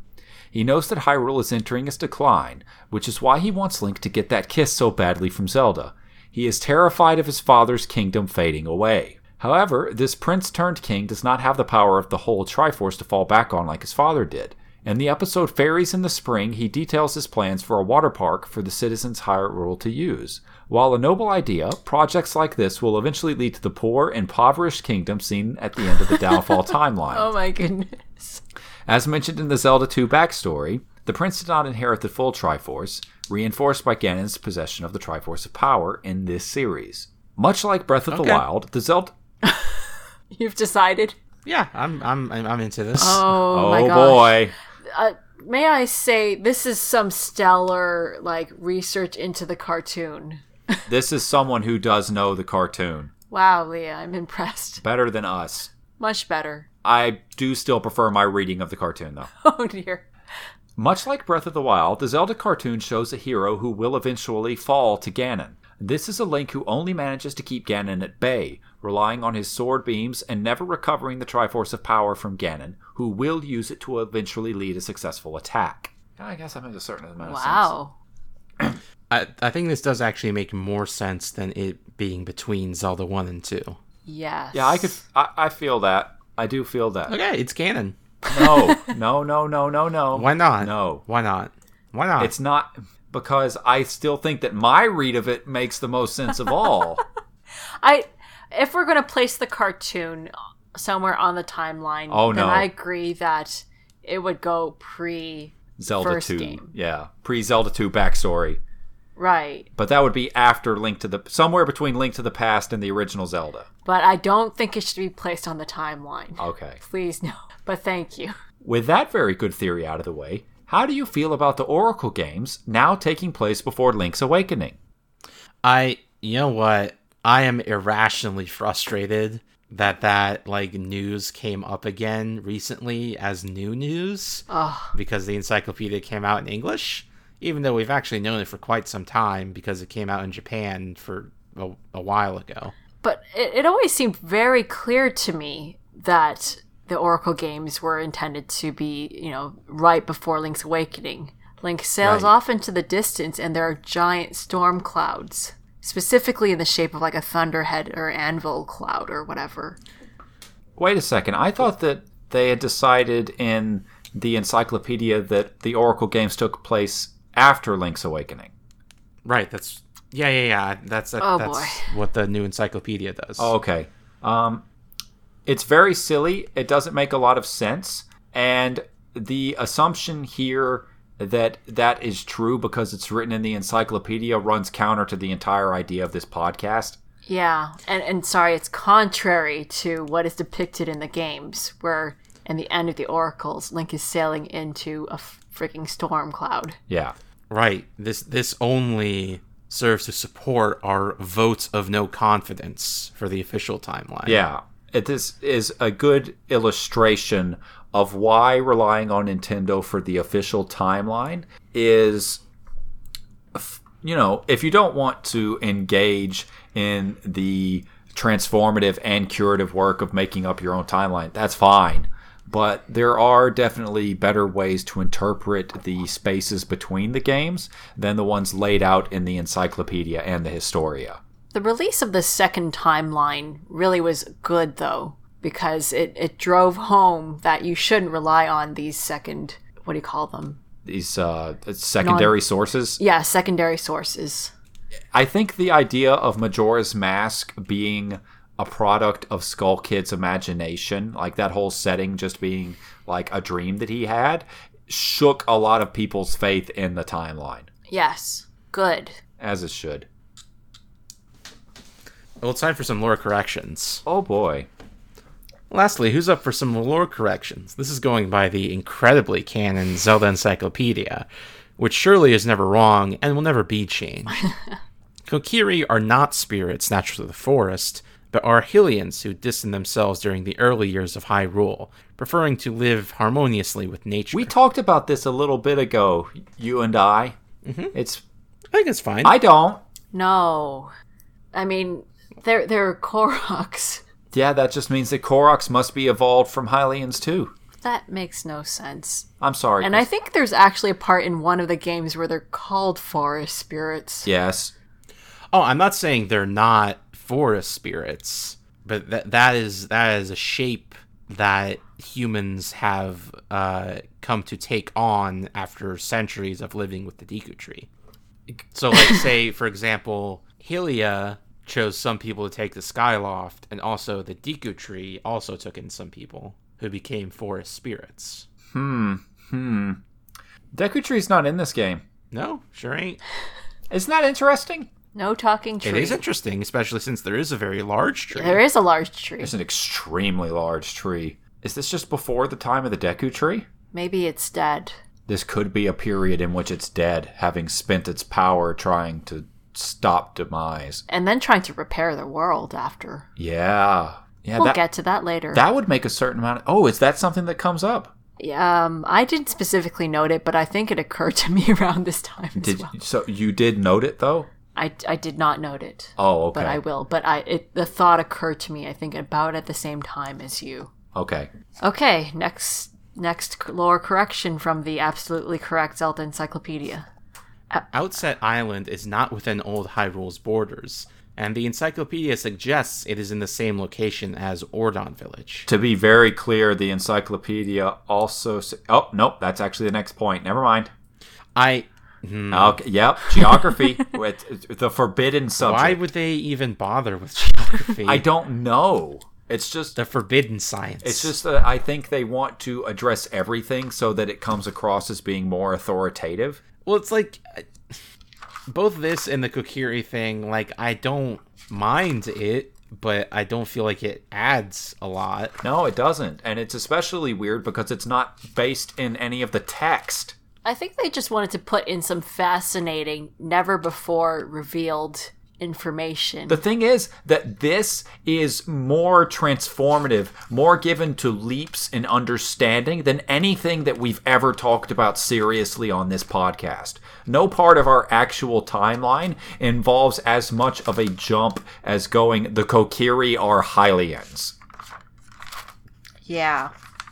He knows that Hyrule is entering its decline, which is why he wants Link to get that kiss so badly from Zelda. He is terrified of his father's kingdom fading away. However, this prince turned king does not have the power of the whole Triforce to fall back on like his father did. In the episode Fairies in the Spring, he details his plans for a water park for the citizens Hyrule to use. While a noble idea, projects like this will eventually lead to the poor, impoverished kingdom seen at the end of the downfall timeline. Oh my goodness. As mentioned in the Zelda 2 backstory, the prince did not inherit the full Triforce, reinforced by Ganon's possession of the Triforce of Power in this series. Much like Breath of the Okay. Wild, the Zelda. You've decided. Yeah, I'm I'm I'm I'm into this. Oh, my gosh. boy. uh, may I say this is some stellar like research into the cartoon. This is someone who does know the cartoon Wow, Leah, I'm impressed. better than us. Much better. I do still prefer my reading of the cartoon, though. Oh dear. Much like Breath of the Wild, the Zelda cartoon shows a hero who will eventually fall to Ganon. This is a Link who only manages to keep Ganon at bay, relying on his sword beams and never recovering the Triforce of Power from Ganon, who will use it to eventually lead a successful attack. I guess that makes a certain amount of sense. Wow. I, I think this does actually make more sense than it being between Zelda one and two. Yes. Yeah, I could. I, I feel that. I do feel that. Okay, it's canon. No, no, no, no, no, no. Why not? No. Why not? Why not? It's not because I still think that my read of it makes the most sense of all. I if we're going to place the cartoon somewhere on the timeline, Oh, then no. I agree that it would go pre Zelda First 2. game. Yeah, pre Zelda 2 backstory. right. But that would be after Link to the somewhere between Link to the Past and the original Zelda. But I don't think it should be placed on the timeline. Okay. Please no. But thank you. With that very good theory out of the way, how do you feel about the Oracle games now taking place before Link's Awakening? I you know what? I am irrationally frustrated that that like news came up again recently as new news Oh, because the encyclopedia came out in English, even though we've actually known it for quite some time because it came out in Japan for a, a while ago. but it, it always seemed very clear to me that the Oracle games were intended to be, you know, right before Link's awakening. Link sails Right. off into the distance, and there are giant storm clouds. specifically in the shape of like a thunderhead or anvil cloud or whatever. Wait a second. I thought that they had decided in the encyclopedia that the Oracle games took place after Link's Awakening. Right. That's yeah, yeah, yeah. That's that, Oh, that's boy. what the new encyclopedia does. Okay. Um, it's very silly. It doesn't make a lot of sense. And the assumption here that that is true because it's written in the encyclopedia runs counter to the entire idea of this podcast. Yeah, and and sorry, it's contrary to what is depicted in the games, where in the end of the oracles, Link is sailing into a f- freaking storm cloud. Yeah. Right. This this only serves to support our votes of no confidence for the official timeline. Yeah. It, this is a good illustration of why relying on Nintendo for the official timeline is, f- you know, if you don't want to engage in the transformative and curative work of making up your own timeline, that's fine. But there are definitely better ways to interpret the spaces between the games than the ones laid out in the encyclopedia and the Historia. The release of the second timeline really was good, though, because it, it drove home that you shouldn't rely on these second, what do you call them? These uh, secondary sources. Yeah, secondary sources. I think the idea of Majora's Mask being a product of Skull Kid's imagination, like that whole setting just being like a dream that he had, shook a lot of people's faith in the timeline, Yes, good. as it should. Well, it's time for some lore corrections. Oh boy. Lastly, who's up for some lore corrections? This is going by the incredibly canon Zelda Encyclopedia, which surely is never wrong and will never be changed. Kokiri are not spirits natural to the forest, but are Hylians who distant themselves during the early years of Hyrule, preferring to live harmoniously with nature. We talked about this a little bit ago, you and I. Mm-hmm. It's I think it's fine. I don't. No. I mean, they're, they're Koroks. Yeah, that just means that Koroks must be evolved from Hylians too. That makes no sense. I'm sorry. And I think there's actually a part in one of the games where they're called forest spirits. yes, Oh, I'm not saying they're not forest spirits, but that that is that is a shape that humans have uh, come to take on after centuries of living with the Deku tree. So, like, say for example, Helia chose some people to take the Skyloft, and also the Deku tree also took in some people who became forest spirits. Deku Tree's not in this game. No, sure ain't. Isn't that interesting? No talking tree. It is interesting, especially since there is a very large tree. there is a large tree. There's an extremely large tree. Is this just before the time of the Deku tree? Maybe it's dead. This could be a period in which it's dead, having spent its power trying to stop demise. And then trying to repair the world after. Yeah. Yeah, We'll that get to that later. that would make a certain amount of, Oh, is that something that comes up? um, I didn't specifically note it, but I think it occurred to me around this time as Did well. so you did note it though? I, I did not note it, Oh, okay. but I will. But I it, the thought occurred to me. I think about at the same time as you. Okay. Okay, next next lore correction from the absolutely correct Zelda Encyclopedia. Outset Island is not within Old Hyrule's borders, and the encyclopedia suggests it is in the same location as Ordon Village. To be very clear, the encyclopedia also s- Oh, nope, that's actually the next point. Never mind. I. Okay, yep, geography with it's the forbidden subject. Why would they even bother with geography? I don't know. It's just the forbidden science. It's just that I think they want to address everything so that it comes across as being more authoritative. Well, it's like. I- Both this and the Kokiri thing, like, I don't mind it, but I don't feel like it adds a lot. No, it doesn't. And it's especially weird because it's not based in any of the text. I think they just wanted to put in some fascinating, never before revealed information. The thing is that this is more transformative, more given to leaps in understanding than anything that we've ever talked about seriously on this podcast. No part of our actual timeline involves as much of a jump as going the Kokiri are Hylians. yeah.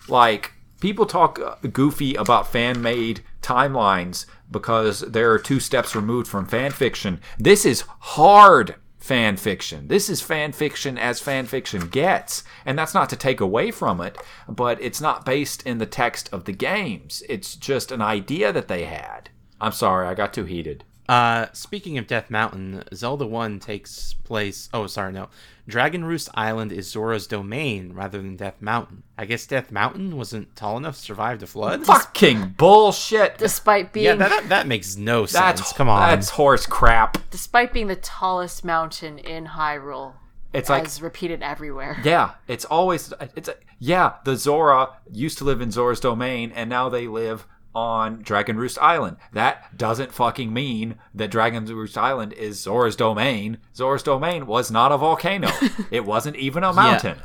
like people talk uh, goofy about fan made timelines because there are two steps removed from fan fiction. This is hard fan fiction. This is fan fiction as fan fiction gets. And that's not to take away from it, but it's not based in the text of the games. It's just an idea that they had. I'm sorry, I got too heated. Uh, speaking of Death Mountain, Zelda 1 takes place. Oh, sorry, no. Dragon Roost Island is Zora's domain rather than Death Mountain. I guess Death Mountain wasn't tall enough to survive the flood? Fucking bullshit. Despite being Yeah, that, that, that makes no sense. That's Come on. That's horse crap. despite being the tallest mountain in Hyrule, It's like as repeated everywhere. Yeah, it's always it's yeah. The Zora used to live in Zora's domain, and now they live on Dragon Roost Island. That doesn't fucking mean that Dragon Roost Island is Zora's domain. Zora's domain was not a volcano. it wasn't even a mountain.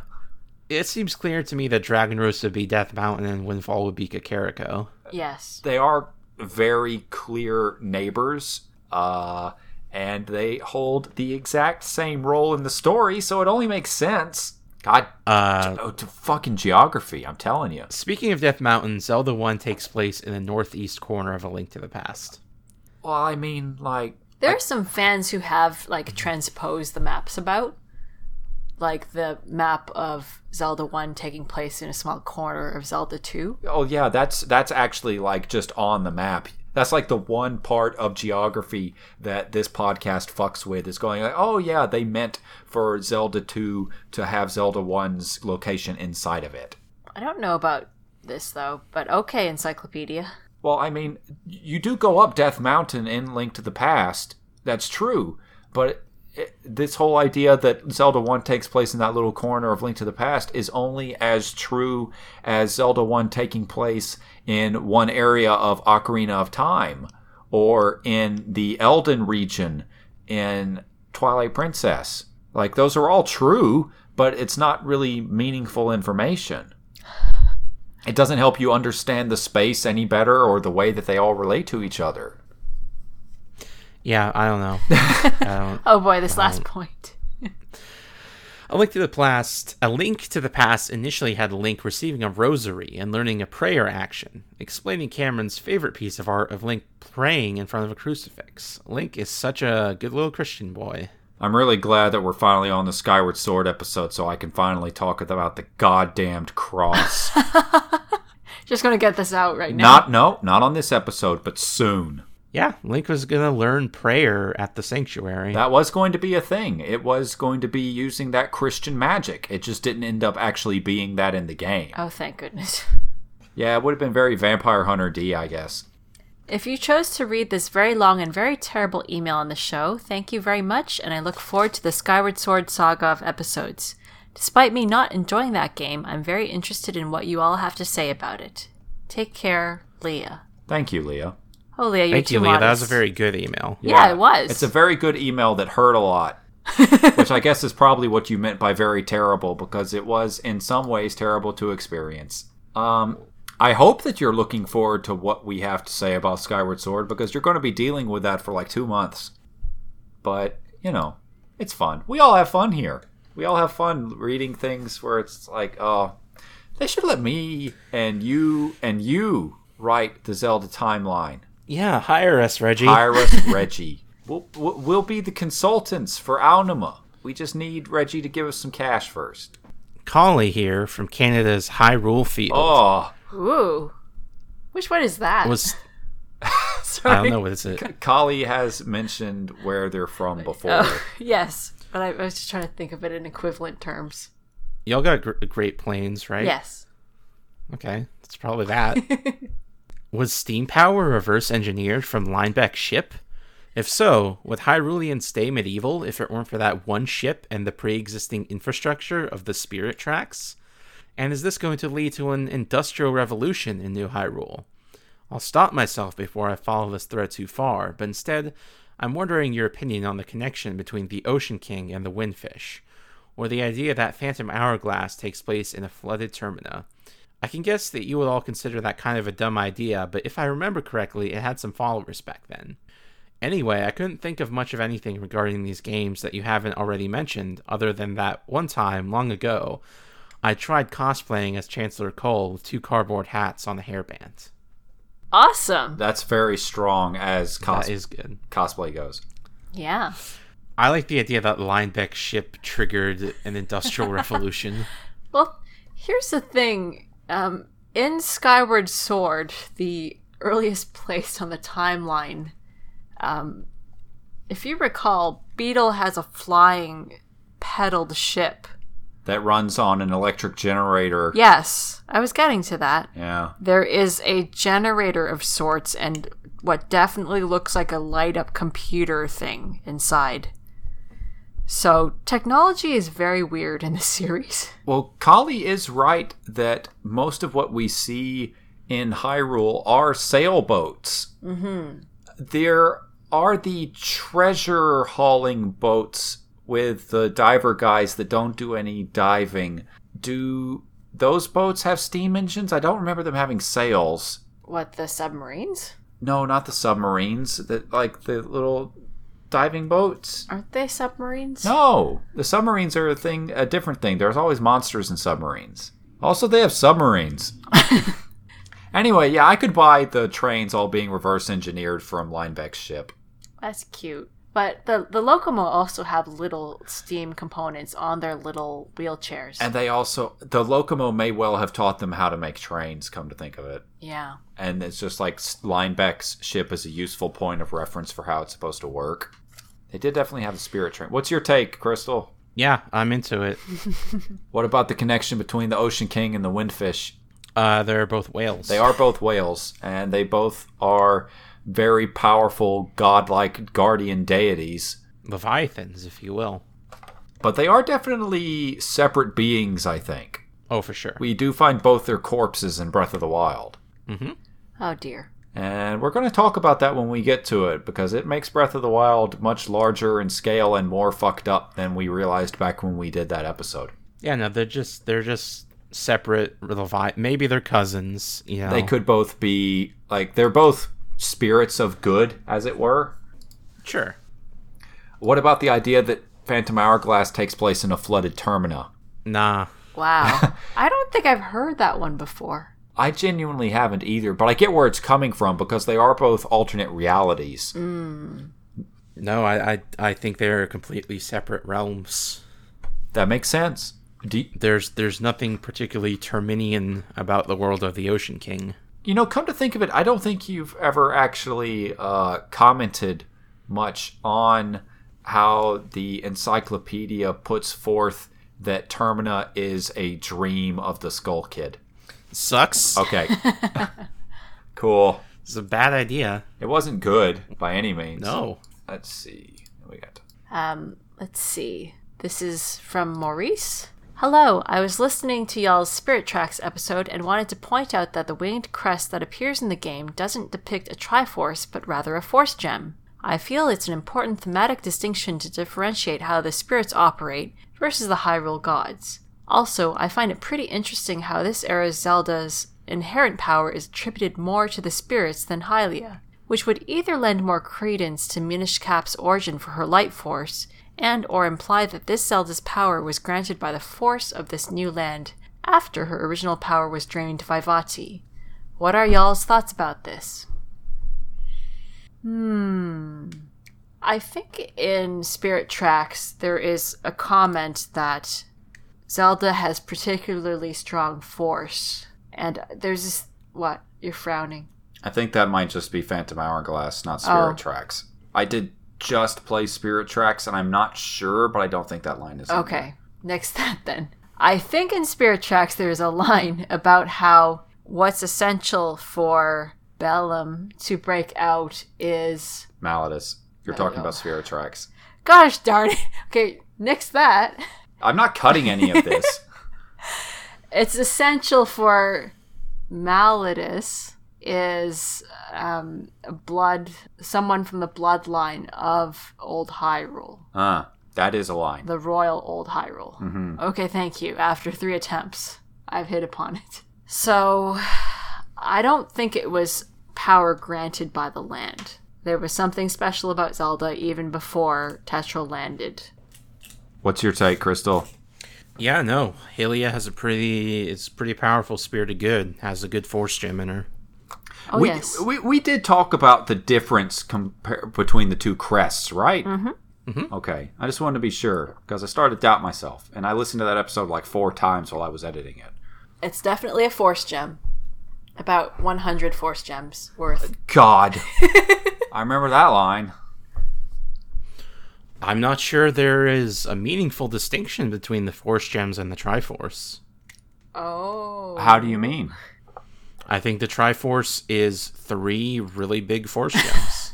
It seems clear to me that Dragon Roost would be Death Mountain and Windfall would be Kakariko. Yes. They are very clear neighbors, uh, and they hold the exact same role in the story. So it only makes sense. God, Uh, oh, to fucking geography. I'm telling you. speaking of Death Mountain, Zelda 1 takes place in the northeast corner of A Link to the Past. Well, I mean, like. There are some fans who have like transposed the maps about. Like the map of Zelda 1 taking place in a small corner of Zelda 2. Oh yeah, that's that's actually like just on the map. That's like the one part of geography that this podcast fucks with is going like, oh yeah, they meant for Zelda 2 to have Zelda 1's location inside of it. I don't know about this though, but okay, encyclopedia. Well, I mean, you do go up Death Mountain in Link to the Past. That's true, but it, this whole idea that Zelda 1 takes place in that little corner of Link to the Past is only as true as Zelda 1 taking place in one area of Ocarina of Time or in the Elden region in Twilight Princess. Like, those are all true, but it's not really meaningful information it doesn't help you understand the space any better or the way that they all relate to each other. Yeah, I don't know. I don't, Oh boy, this last point. A Link to the Past. A Link to the Past initially had Link receiving a rosary and learning a prayer action, explaining Cameron's favorite piece of art of Link praying in front of a crucifix. Link is such a good little Christian boy. I'm really glad that we're finally on the Skyward Sword episode so I can finally talk about the goddamned cross. Just gonna get this out right now. not, no, not on this episode, but soon. Yeah, Link was gonna learn prayer at the sanctuary. That was going to be a thing. It was going to be using that Christian magic. It just didn't end up actually being that in the game. Oh, thank goodness. Yeah, it would have been very Vampire Hunter D, I guess. If you chose to read this very long and very terrible email on the show, thank you very much, and I look forward to the Skyward Sword saga of episodes. Despite me not enjoying that game, I'm very interested in what you all have to say about it. Take care, Leah. Thank you, Leah. Oh, Leah, you're Thank too you, Leah. That was modest. a very good email. yeah, it was. It's a very good email that hurt a lot, which I guess is probably what you meant by very terrible, because it was in some ways terrible to experience. Um, I hope that you're looking forward to what we have to say about Skyward Sword, because you're going to be dealing with that for like two months. But you know, it's fun. We all have fun here. We all have fun reading things where it's like, oh, they should let me and you and you write the Zelda timeline. Yeah, hire us, Reggie. Iris Reggie. We'll, we'll we'll be the consultants for Alnima. We just need Reggie to give us some cash first. Collie here from Canada's Hyrule Field Oh, Ooh. Which one is that? was Sorry. I don't know what is it. Kali has mentioned where they're from before. Oh, yes, but I, I was just trying to think of it in equivalent terms. Y'all got gr- Great Plains, right? Yes. Okay, it's probably that. Was steam power reverse engineered from Lineback ship? If so, would Hyrulean stay medieval if it weren't for that one ship and the pre existing infrastructure of the spirit tracks? And is this going to lead to an industrial revolution in New Hyrule? I'll stop myself before I follow this thread too far, but instead, I'm wondering your opinion on the connection between the Ocean King and the Windfish, or the idea that Phantom Hourglass takes place in a flooded termina. I can guess that you would all consider that kind of a dumb idea, but if I remember correctly, it had some followers back then. Anyway, I couldn't think of much of anything regarding these games that you haven't already mentioned, other than that one time, long ago, I tried cosplaying as Chancellor Cole with two cardboard hats on the hairbands. Awesome. That's very strong as cos- That is good. cosplay goes. Yeah. I like the idea that Linebeck ship triggered an industrial revolution. Well, here's the thing. Um, in Skyward Sword, the earliest place on the timeline, um, if you recall, Beetle has a flying pedaled ship. That runs on an electric generator. Yes, I was getting to that. Yeah. There is a generator of sorts and what definitely looks like a light up computer thing inside. So, technology is very weird in this series. Well, Kali is right that most of what we see in Hyrule are sailboats. Mm-hmm. There are the treasure hauling boats with the diver guys that don't do any diving. Do those boats have steam engines? I don't remember them having sails. What, the submarines? No, not the submarines. That like the little diving boats. Aren't they submarines? No, the submarines are a thing, a different thing. There's always monsters in submarines. Also, they have submarines. anyway, yeah, I could buy the trains all being reverse engineered from Linebeck's ship. That's cute. But the, the Locomo also have little steam components on their little wheelchairs. And they also, the Locomo may well have taught them how to make trains, come to think of it. yeah. And it's just like Linebeck's ship is a useful point of reference for how it's supposed to work. They did definitely have a spirit train. What's your take, Crystal? yeah, I'm into it. What about the connection between the Ocean King and the Windfish? Uh, they're both whales. They are both whales, and they both are very powerful, godlike guardian deities. leviathans, if you will. But they are definitely separate beings, I think. Oh, for sure. We do find both their corpses in Breath of the Wild. Oh dear. And we're going to talk about that when we get to it, because it makes Breath of the Wild much larger in scale and more fucked up than we realized back when we did that episode. yeah, no, they're just they're just separate levi. Maybe they're cousins. You know, They could both be, like, they're both spirits of good, as it were. sure. What about the idea that Phantom Hourglass takes place in a flooded termina? Nah, Wow. I don't think I've heard that one before. I genuinely haven't either, but I get where it's coming from because they are both alternate realities. no, I, I I think they're completely separate realms. That makes sense. Do you, There's there's nothing particularly Terminian about the world of the Ocean King. you know, come to think of it, I don't think you've ever actually uh, commented much on how the encyclopedia puts forth that Termina is a dream of the Skull Kid. Sucks. Okay. cool. It's a bad idea. It wasn't good by any means. No. Let's see. What We got. Um, let's see. This is from Maurice. Hello, I was listening to y'all's Spirit Tracks episode and wanted to point out that the winged crest that appears in the game doesn't depict a Triforce, but rather a Force gem. I feel it's an important thematic distinction to differentiate how the spirits operate versus the Hyrule gods. Also, I find it pretty interesting how this era's Zelda's inherent power is attributed more to the spirits than Hylia, which would either lend more credence to Minish Cap's origin for her light force, and or imply that this Zelda's power was granted by the force of this new land after her original power was drained by Vati. What are y'all's thoughts about this? Hmm. I think in Spirit Tracks there is a comment that Zelda has particularly strong force, and there's this what you're frowning. I think that might just be Phantom Hourglass, not Spirit Oh. Tracks. I did just play Spirit Tracks, and I'm not sure, but I don't think that line is. in there. Okay, next that then. I think in Spirit Tracks there's a line about how what's essential for Bellum to break out is Maladus. You're talking know. about Spirit Tracks. gosh darn it. Okay, next that. I'm not cutting any of this. it's essential for Maladus is um, a blood someone from the bloodline of old Hyrule, uh, that is a line. the royal old Hyrule. Mm-hmm. Okay, thank you. After three attempts, I've hit upon it. So, I don't think it was power granted by the land. There was something special about Zelda even before Tetra landed. What's your take, Crystal? Yeah, no. Halia has a pretty it's pretty powerful spear to good. Has a good force gem in her. Oh we, yes. we we did talk about the difference compar between the two crests, right? Mm-hmm. Okay, I just wanted to be sure because I started to doubt myself, and I listened to that episode like four times while I was editing it. it's definitely a force gem. About 100 force gems worth. God, I remember that line. I'm not sure there is a meaningful distinction between the force gems and the Triforce. Oh. How do you mean? I think the Triforce is three really big force gems.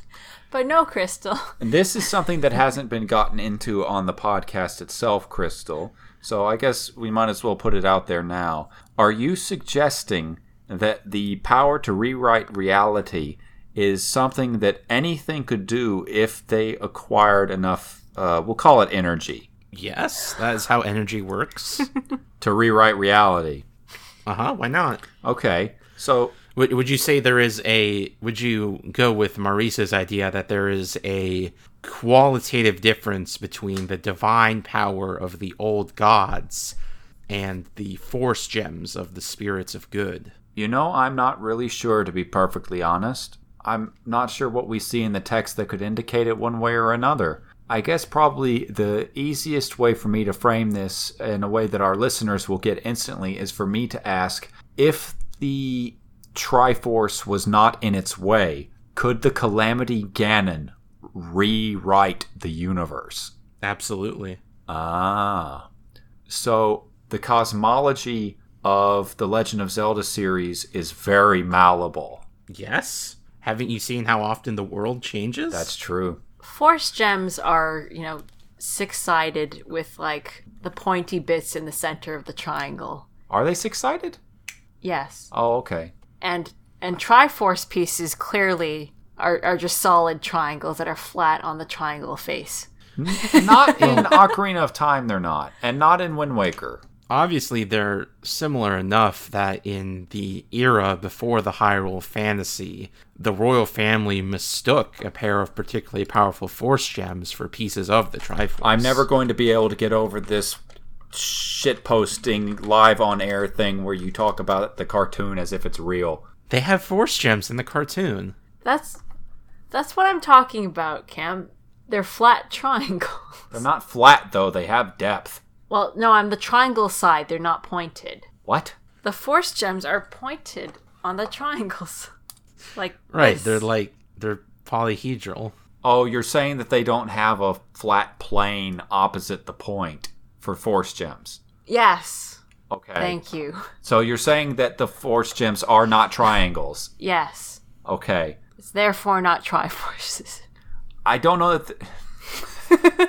But no, Crystal. This is something that hasn't been gotten into on the podcast itself, Crystal. So I guess we might as well put it out there now. Are you suggesting that the power to rewrite reality is something that anything could do if they acquired enough, uh, we'll call it energy, yes, that is how energy works. to rewrite reality? Uh huh. Why not? Okay. So Would, would you say there is a? Would you go with Maurice's idea that there is a qualitative difference between the divine power of the old gods and the force gems of the spirits of good? You know, I'm not really sure, to be perfectly honest. I'm not sure what we see in the text that could indicate it one way or another. I guess probably the easiest way for me to frame this in a way that our listeners will get instantly is for me to ask if the Triforce was not in its way, could the Calamity Ganon rewrite the universe? Absolutely. Ah. So the cosmology of the Legend of Zelda series is very malleable. Yes. Haven't you seen how often the world changes? That's true. Force gems are, you know, six sided with like the pointy bits in the center of the triangle. Are they six sided? Yes. Oh, okay. And and Triforce pieces clearly are, are just solid triangles that are flat on the triangle face. Not in Ocarina of Time, they're not. And not in Wind Waker. obviously they're similar enough that in the era before the Hyrule fantasy, the royal family mistook a pair of particularly powerful force gems for pieces of the Triforce. I'm never going to be able to get over this shit posting live on air thing where you talk about the cartoon as if it's real. They have force gems in the cartoon. That's that's what I'm talking about, Cam. They're flat triangles. They're not flat, though, they have depth. Well, no, on the triangle side, they're not pointed. What? The force gems are pointed on the triangles. Like Right, this. they're like they're polyhedral. Oh, you're saying that they don't have a flat plane opposite the point for force gems. Yes. Okay. Thank you. so you're saying that the force gems are not triangles. Yes. Okay. It's therefore not triforces. I don't know that. Th-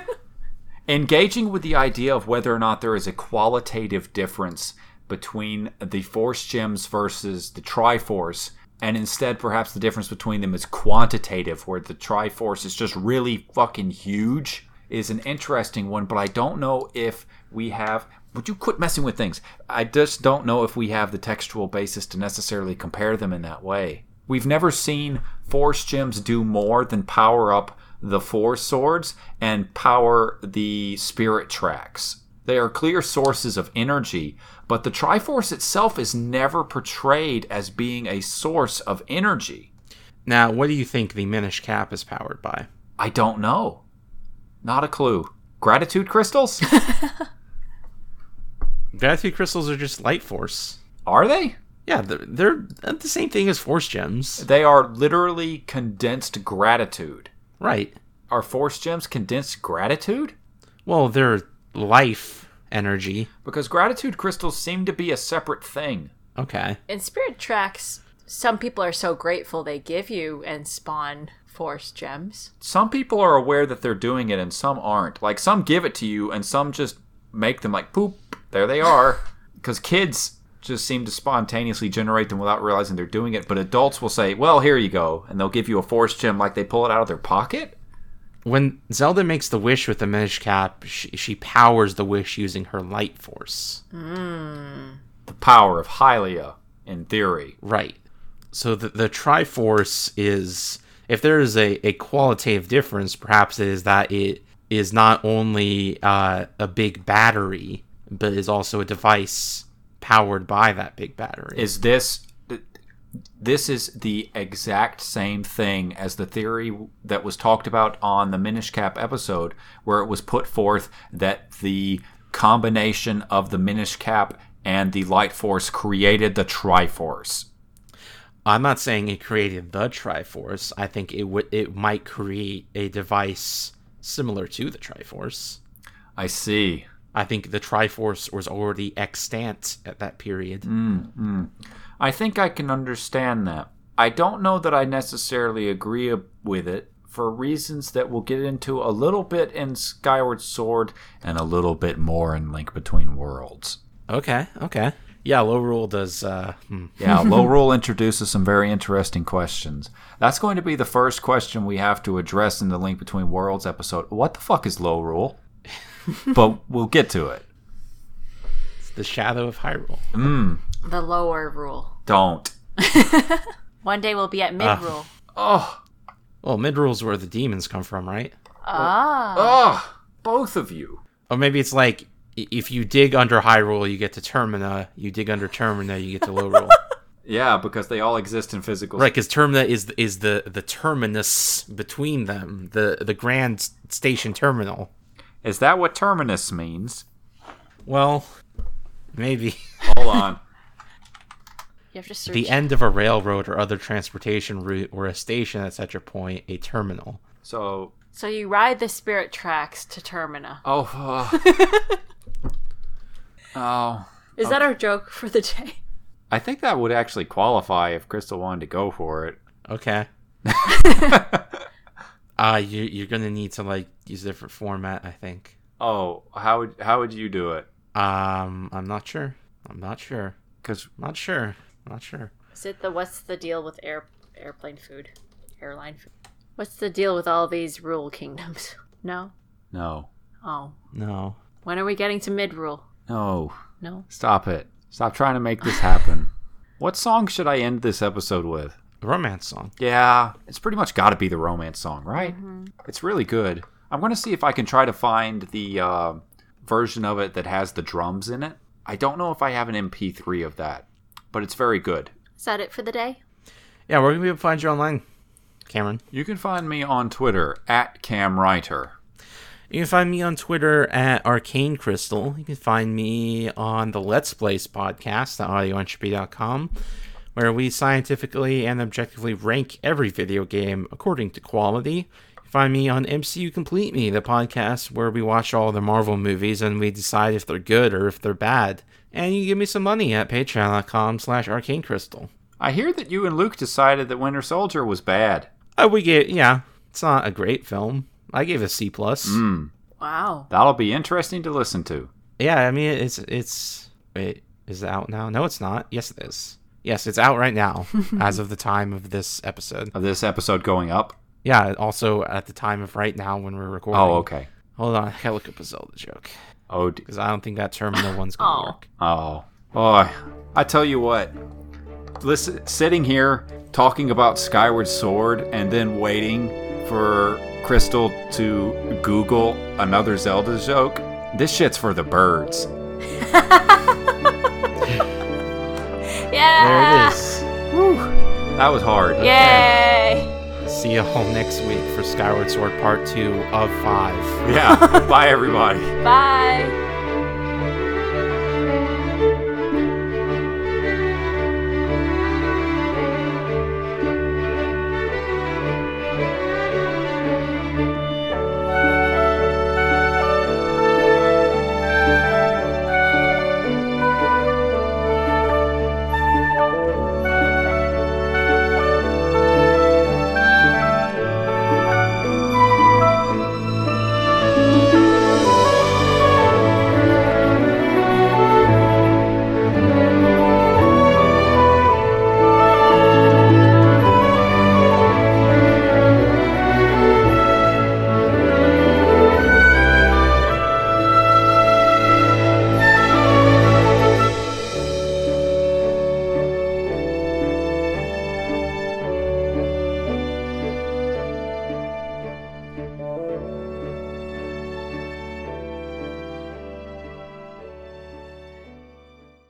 Engaging with the idea of whether or not there is a qualitative difference between the force gems versus the triforce, and instead perhaps the difference between them is quantitative, where the triforce is just really fucking huge, is an interesting one. But I don't know if we have. Would you quit messing with things? I just don't know if we have the textual basis to necessarily compare them in that way. We've never seen force gems do more than power up the four swords and power the spirit tracks. They are clear sources of energy, but the Triforce itself is never portrayed as being a source of energy. Now, what do you think the Minish Cap is powered by? I don't know. Not a clue. Gratitude crystals? Gratitude crystals are just light force. are they? Yeah, they're, they're the same thing as force gems. They are literally condensed gratitude. Right. Are force gems condensed gratitude? Well, they're life energy. Because gratitude crystals seem to be a separate thing. Okay. In spirit tracks, some people are so grateful they give you and spawn force gems. some people are aware that they're doing it and some aren't. Like some give it to you and some just make them like poop, there they are. Because kids just seem to spontaneously generate them without realizing they're doing it. But adults will say, well, here you go. And they'll give you a force gem like they pull it out of their pocket. When Zelda makes the wish with the Minish Cap, she, she powers the wish using her light force. The power of Hylia, in theory. Right. So the, the Triforce is, if there is a, a qualitative difference, perhaps it is that it is not only uh, a big battery but is also a device powered by that big battery. Is this this is the exact same thing as the theory that was talked about on the Minish Cap episode, where it was put forth that the combination of the Minish Cap and the Light Force created the Triforce. I'm not saying it created the Triforce. I think it would it might create a device similar to the Triforce. I see. I think the Triforce was already extant at that period. I think I can understand that. I don't know that I necessarily agree with it for reasons that we'll get into a little bit in Skyward Sword and a little bit more in Link Between Worlds. Okay, okay. Yeah, low rule does. Uh, hmm. Yeah, low rule introduces some very interesting questions. That's going to be the first question we have to address in the Link Between Worlds episode. What the fuck is low rule? but we'll get to it. It's the shadow of Hyrule. The lower rule. Don't. One day we'll be at mid rule. Oh, Well, mid rules where the demons come from, right? ah. oh, both of you. Or maybe it's like i- if you dig under Hyrule, you get to Termina. You dig under Termina, you get to low rule. Yeah, because they all exist in physical. Right, because Termina is is the the terminus between them, the the Grand Station Terminal. Is that what terminus means? Well, maybe Hold on. You have to search. the end of a railroad or other transportation route, or a station at such a point, a terminal. So, So you ride the spirit tracks to Termina. oh, oh. oh, Is that our joke for the day? I think that would actually qualify if Crystal wanted to go for it. Okay. uh you you're gonna need to like use a different format, I think. Oh, how would how would you do it? Um, I'm not sure. I'm not sure. Because Not sure. Not sure. Is it the what's the deal with air airplane food? Airline food. What's the deal with all these rule kingdoms? No? no, Oh. No. When are we getting to mid rule? no, No? stop it! Stop trying to make this happen. what song should I end this episode with? Romance song. Yeah, it's pretty much got to be the romance song, right? It's really good. I'm going to see if I can try to find the uh, version of it that has the drums in it. I don't know if I have an MP3 of that, but it's very good. Is that it for the day? Yeah, where can people find you online, Cameron? You can find me on Twitter at CamWriter. You can find me on Twitter at Arcane Crystal. You can find me on the Let's Plays podcast at audioentropy.com, where we scientifically and objectively rank every video game according to quality. You can find me on MCU Complete Me, the podcast where we watch all the Marvel movies and we decide if they're good or if they're bad. And you can give me some money at patreon.com slash arcane crystal. I hear that you and Luke decided that Winter Soldier was bad. Uh, we get yeah, it's not a great film. I gave it a C plus. Wow. Hmm, That'll be interesting to listen to. Yeah, I mean it's it's wait, is it out now? No, it's not. Yes, it is. Yes, it's out right now as of the time of this episode. Of this episode going up. Yeah, also at the time of right now when we're recording. Oh, okay. Hold on, I gotta look up a Zelda joke Oh, d- because I don't think that terminal one's gonna Oh. work. Oh, boy. I tell you what. Listen, sitting here talking about Skyward Sword and then waiting for Crystal to Google another Zelda joke. This shit's for the birds. There Yeah. it is. That was hard. Yay. See you all next week for Skyward Sword Part Two of Five. Yeah. Bye, everybody. Bye.